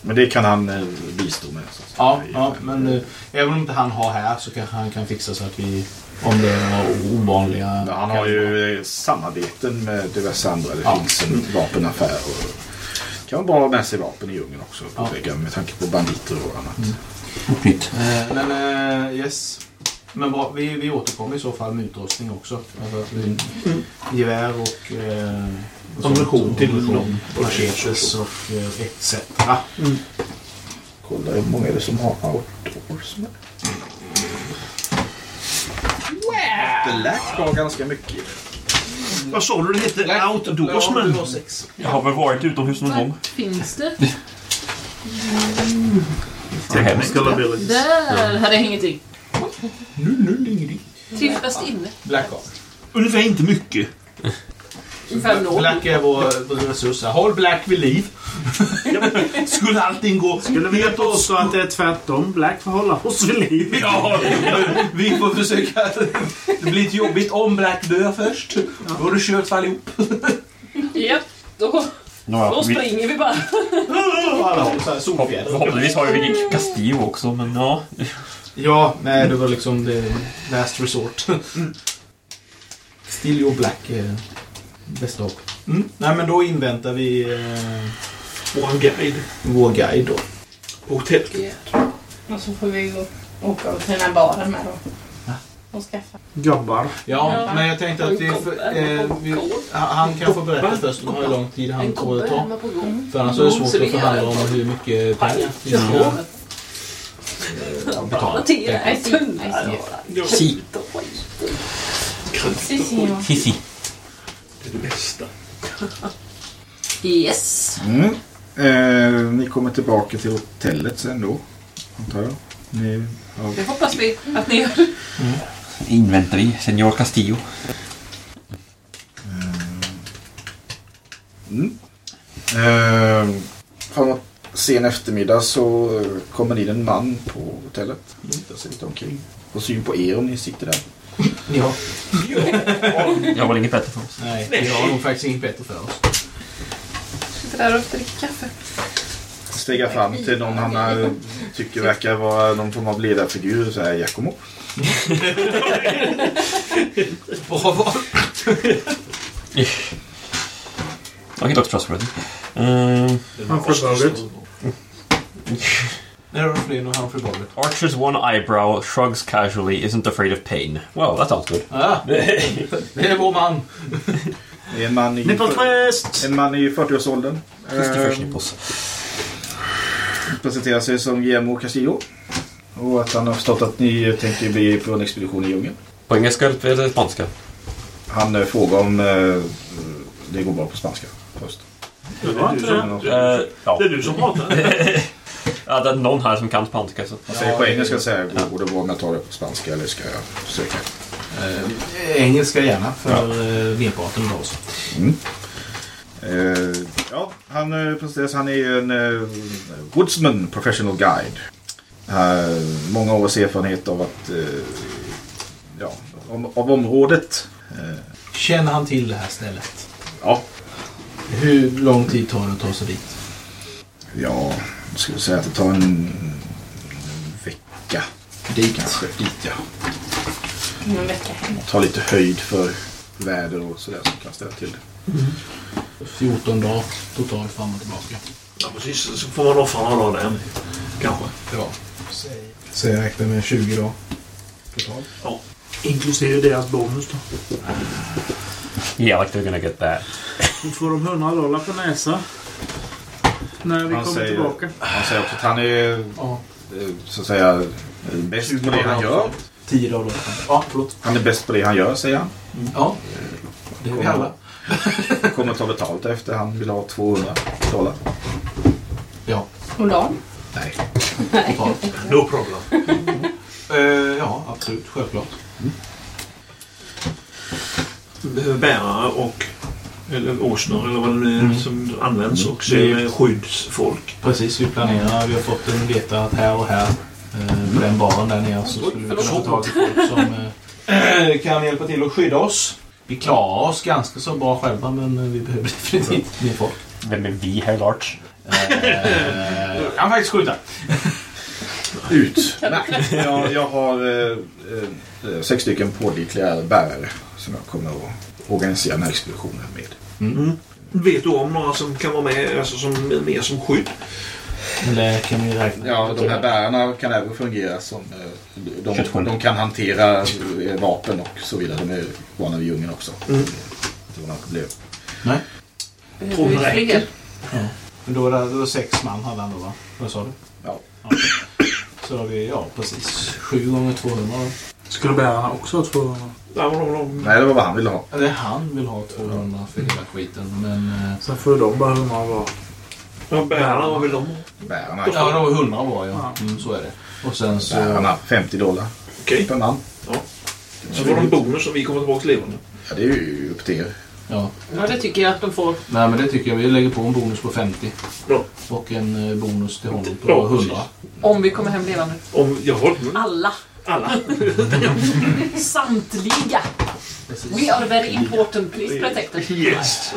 Men det kan han eh, bistå med. Så.
Ja, ja, men eh, även om inte han har här så kanske han kan fixa så att vi... Om det är några ovanliga...
Ja, Han har ju eh, samarbeten med diverse andra. Det
Ja.
finns en vapenaffär. Och kan vara bra att ha med sig vapen i djungeln också. På väggen, med tanke på banditer och annat.
Eh, Men eh, yes. Men bra, vi, vi återkommer i så fall med utrustning också. Alltså, att vi, Gevär och... Eh, och
Ammunition
sånt, och
till
ammunition,
någon.
Machetes och eh, etc.
Kolla hur många är det som har outdoors. Black har ganska mycket.
Vad sa du det hette? Outdoorsman?
Jag har väl varit utomhus någon gång.
Vad finns det?
Technical
abilities.
Där hade jag ingenting.
Mm,
Nu, nu, ingenting.
Tillfast inne.
Black Ops.
Ungefär inte mycket.
Ungefär noll.
Black är vår, vår resurs. här. Håll Black vid liv. Skulle allting gå...
Skulle vi påstå att det är tvärtom? Black får hålla oss vid liv.
Ja, vi får försöka... Det blir lite jobbigt om Black dör först. Då är det kört för allihop.
Japp, då,
Nåja,
då
vi-
springer vi bara.
Alla har så här solfjäder.
Förhoppningsvis har vi Castillo också, men ja.
Ja, nej, det var liksom the last resort. Still your black eh, bästa hopp. Mm. Nej, men då inväntar vi eh,
Våran guide.
vår guide då.
På hotellet.
Och så får vi gå, åka till den här baren med då. Och skaffa.
Jobbar.
Ja,
Ja.
men jag tänkte att vi, eh, vi, han kan få berätta först om hur lång tid han får ta.
på gång.
För annars är det svårt att förhandla om hur mycket pengar vi ska
Ja.
eh, betala.
Notera ett tunnel.
Si. Sissi.
Det är det bästa.
Yes.
Mm. Eh, ni kommer tillbaka till hotellet sen då. Antar jag. Ni, ja.
Det hoppas vi att ni gör.
Inväntar vi Senor Castillo.
Eh, framåt sen eftermiddag så eh, kommer in en man på hotellet. Tittar sig lite omkring. Får syn på er om ni sitter där.
Ja.
Jag har väl inget bättre för oss.
Nej, vi har nog faktiskt inget bättre för oss.
Sitter där och dricker kaffe.
Stiga fram till någon han eh, tycker verkar vara någon form av ledarfigur. Så här, Giacomo.
Bra val.
Jag kan dock trustworthy. Uh,
Hamfröborget.
När har du fler och han förborgat?
Archer's one eyebrow shrugs casually, isn't afraid of pain. Well, that sounds good.
Ja, det är vår man.
Det är en man i,
Nipple twist!
en man i 40-årsåldern.
Christopher
Um,
Eh,
Snippos.
presenterar sig som Guillermo Castillo. Och att han har förstått att ni tänker bli på en expedition i djungeln.
På engelska eller spanska?
Han eh, frågar om eh, det går bra på spanska först.
Det är du som,
Uh,
Eh, ja.
det är du som pratar.
ja, det är någon här som kan spanska. Så.
Han säger på engelska så här, går- går det bra om jag tar det på spanska eller ska jag försöka?
Eh, engelska gärna för ja. merparten av oss.
Eh, ja, han eh, presenteras, han är ju en eh, woodsman professional guide. Eh, många års erfarenhet av att, eh, ja, om, av området. Eh,
Känner han till det här stället?
ja,
Hur lång tid tar det att ta sig dit?
ja, jag skulle säga att det tar en, en vecka
Dit?
kanske dit ja.
Om en vecka.
Ta lite höjd för väder och sådär som kan ställa till det.
14 dagar totalt fram och tillbaka.
Ja, precis. Så får man offra några dagar där. Kanske.
Ja. Så jag räknar med 20 dagar totalt.
Inklusive deras bonus då.
Yeah, like they're gonna get that.
Då får de 100 dollar på näsa. När vi
Han
kommer
säger-
tillbaka.
Han säger också att han är
Ja.
eh, så att säga eh, bäst på det han gör.
10 dagar då. Ja, förlåt.
Han är bäst på det han gör säger han.
Ja. Det är vi alla.
Kommer ta betalt efter. Han vill ha 200 dollar.
Ja,
Om dagen.
totalt.
No problem.
Eh, ja, absolut. Självklart.
bärare och eller åsnor eller vad det nu är som används och så är det skyddsfolk.
Precis, vi planerar. Vi har fått en veta att här och här, eh, på den baren där nere, så skulle vi kunna få tag i folk som eh, kan hjälpa till att skydda oss. Vi klarar oss ganska så bra själva, men eh, vi behöver definitivt mer folk.
Vem är vi, herr Larch?
Eh, jag kan faktiskt skjuta.
Ut. Nej, jag, jag har eh, eh, sex stycken pålitliga bärare som jag kommer att organisera den här expeditionen med.
Mm. Vet du om några som kan vara med, alltså som är med som skydd?
Eller kan vi räkna?
Ja, de här bärarna kan även fungera som... eh, De, de, de kan hantera eh, vapen och så vidare. De är vana vid djungeln också.
Mm.
Det var några problem.
Nej.
Tror vi räcker.
Ja. Men då var det, det var sex man hade han då, va? Vad sa du?
Ja.
Så har vi, ja precis, sju gånger 200.
Skulle bärarna också ha 200?
Nej, det var vad han ville ha.
Ja, Det är han vill ha 200 för hela skiten, men... eh,
Sen får de bara 100 var.
Ja, bärarna, vad vill de ha?
Bärarna.
Ja, de var 100 var ja. Mm, så är det. Och sen så...
Bärarna, 50 dollar
Okej.
per man.
Ja. Så får Alltså, de bonus om vi kommer tillbaka levande.
Ja, det är ju upp till er.
Ja.
Ja, det tycker jag att de får.
Nej, men det tycker jag. Vi lägger på en bonus på 50.
Bra.
Och en eh, bonus till honom
Bra,
på 100.
Om vi kommer hem levande.
Om jag håller
Alla.
Alla.
Samtliga. We are very important. Please protect us.
Yes.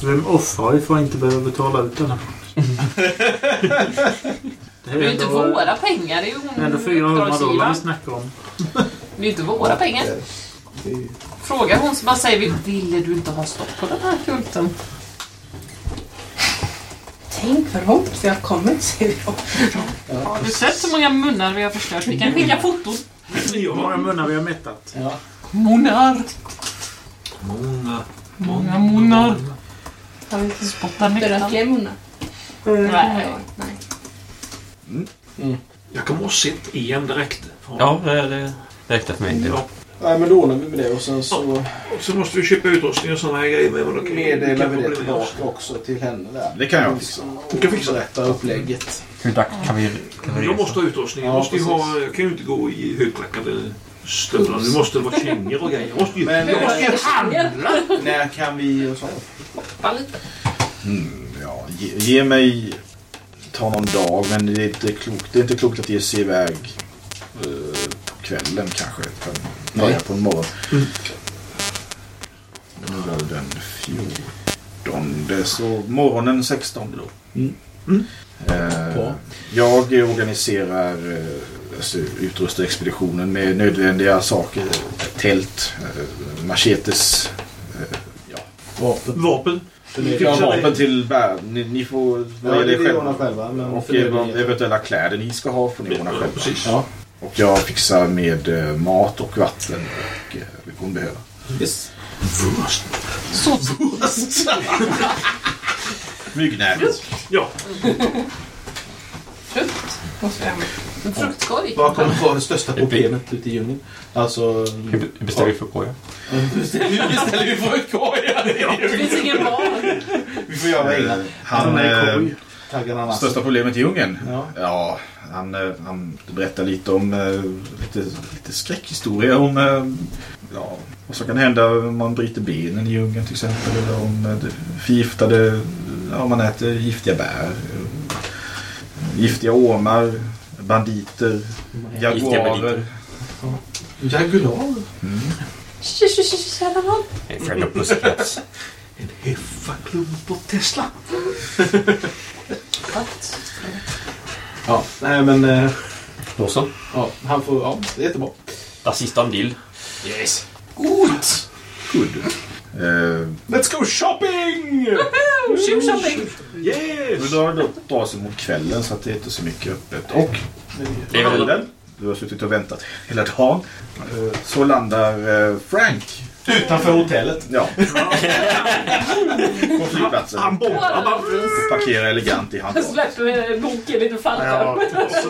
Vem offrar vi för att inte behöva betala ut den här?
Det är ju inte
ändå-
våra pengar. Det är ju
Det är ändå 400 dollar
uppdragsgivaren.
vi snackar om.
Det är ju inte våra pengar. Fråga hon som bara säger "Vill- Ville du inte ha stopp på den här kulten?
Tänk vad långt vi har kommit, säger jag.
Har du sett hur många munnar vi har förstört? Vi kan skilja foton.
Mm. Hur många munnar vi har mättat.
Ja.
Munnar.
Många.
Många munnar. Har vi inte spottat
Rökliga munnar.
Nej.
Nej.
Jag kommer ha sett en direkt.
Ja,
uh,
det, det, det räckte för mig.
Ja.
Nej, men då ordnar vi med det och sen så...
Och så måste vi köpa utrustning och sådana här grejer med. men då kan-
Meddelar
kan
vi det
problemet också.
tillbaka också till henne där. Liksom,
Det kan jag
fixa.
Du kan fixa
Berätta upplägget.
Hur dags kan vi... Kan vi
Jag
resa?
måste ha utrustning. Jag,
Ja,
måste ju
precis.
ha, jag kan ju inte gå i högklackade stövlar. Nu måste det vara kängor och grejer. Jag måste ju,
Men-
jag måste ju handla.
När kan vi... Och så?
Hoppa lite.
Mm, ja, ge, ge mig... Ta någon dag, men det är inte klokt, det är inte klokt att ge sig iväg eh, på kvällen kanske. För
Nej. Mm.
börja på en morgon. Nu var det den 14. Så morgonen 16 då.
Mm.
Eh,
Bra.
jag organiserar, eh, alltså, utrustar expeditionen med nödvändiga saker. Tält, eh, machetes,
Vapen.
Vapen.
Vi har vapen till bär. Ni, ni får välja
Ja, det
det
är vi
själva.
ordnar själva. Men
Och
för
eh, vad
det,
eventuella kläder ni ska ha får ni ordna själva.
Precis.
Ja.
Och jag fixar med eh, mat och vatten och eh, vi kommer behöva.
Yes.
Så
Myggnät.
Ja.
Frukt måste vi ha med. En fruktkorg.
Vad kommer vara det största problemet ute i djungeln? Alltså...
Hur beställer vi för koja?
Hur beställer vi fruktkorgar i
Det
djungeln?
finns ingen val.
Vi får göra egna.
Han, eh,
Taggar han alltså.
största problemet i djungeln?
Ja.
Ja, han, eh, han berättar lite om eh, lite, lite skräckhistoria om eh, ja, vad som kan hända om man bryter benen i djungeln till exempel. Eller om eh, det- förgiftade, ja, om man äter giftiga bär. eh, Giftiga ormar, banditer,
Giftiga
jaguarer.
banditer.
Jagular?
Mm.
En Fred och Pussycats.
En heffaklubb på Tesla.
Ja, nej men... eh,
Då så.
Ja, han får... Ja, det är jättebra.
Das ist ein Deal.
Yes. Good!
Eh,
Let's go shopping!
Tjuvtjapping.
Men
Yes!
då har det dras mot kvällen så att det är inte så mycket öppet. Och
Det är väl...
kvällen, du har suttit och väntat hela dagen. Eh, Så landar eh, Frank.
Utanför hotellet.
Ja. På flygplatsen.
Han bombade bara.
Parkerar elegant i
Jag
handtaget.
släpper eh, boken lite
Jag
fallskärm.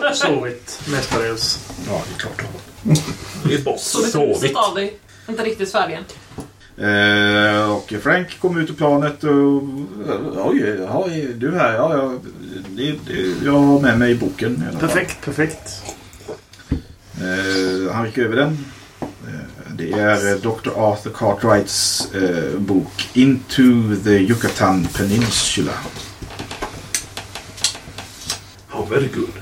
har sovit mestadels.
Ja, det är klart.
Det är boss.
Så det
Sovit.
sovit. av dig. Inte riktigt färgen.
Eh, och Frank kom ut ur planet och... Oj, ja, är du här? Ja, ja, det, det, jag har med mig boken. i alla fall.
Perfekt, perfekt.
Eh, han gick över den. Det är eh, Dr. Arthur Cartwrights eh, bok Into the Yucatan Peninsula.
Oh, very good.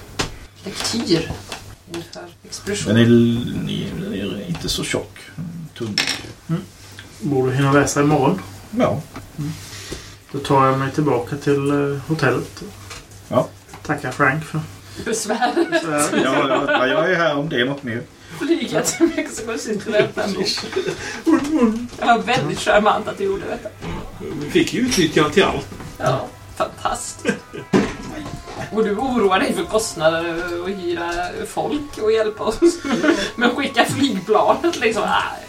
Lektyr. Inför expedition.
Den är, l- l- inte så tjock. Tunn.
Borde hinna läsa imorgon.
Ja.
Då tar jag mig tillbaka till eh, hotellet.
Ja.
Tackar Frank för...
Besväret.
Ja, ja, ja, jag är här om det är något mer.
Flyga till Mexiko City den ändå. Det var väldigt charmant att du gjorde detta.
Vi fick ju utnyttja den till allt.
Ja, fantastiskt. Och du oroar dig för kostnader och hyra folk och hjälpa oss. Men skicka flygplanet liksom. Nej,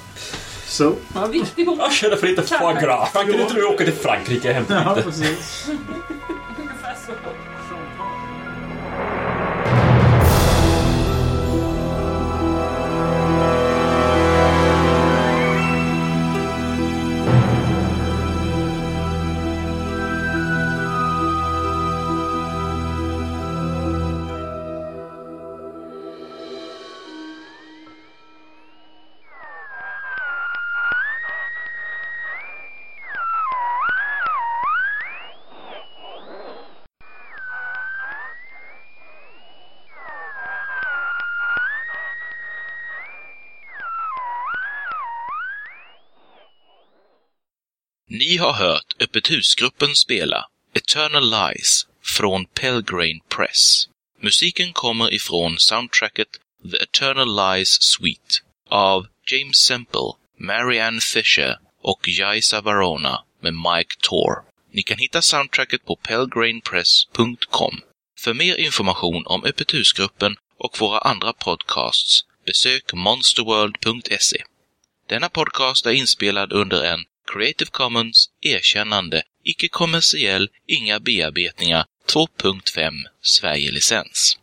Så.
det var viktigt. Jag
känner för lite foie gras. Kan inte du åka till Frankrike och hämta lite?
Ungefär så.
Ni har hört Öppet husgruppen spela Eternal Lies från Pelgrane Press. Musiken kommer ifrån soundtracket The Eternal Lies Suite av James Semple, Marianne Fisher och Jai Savarona med Mike Tor. Ni kan hitta soundtracket på pelgranepress.com. För mer information om Öppet husgruppen och våra andra podcasts besök monsterworld.se. Denna podcast är inspelad under en Creative Commons erkännande, icke-kommersiell, inga bearbetningar 2.5 Sverige-licens.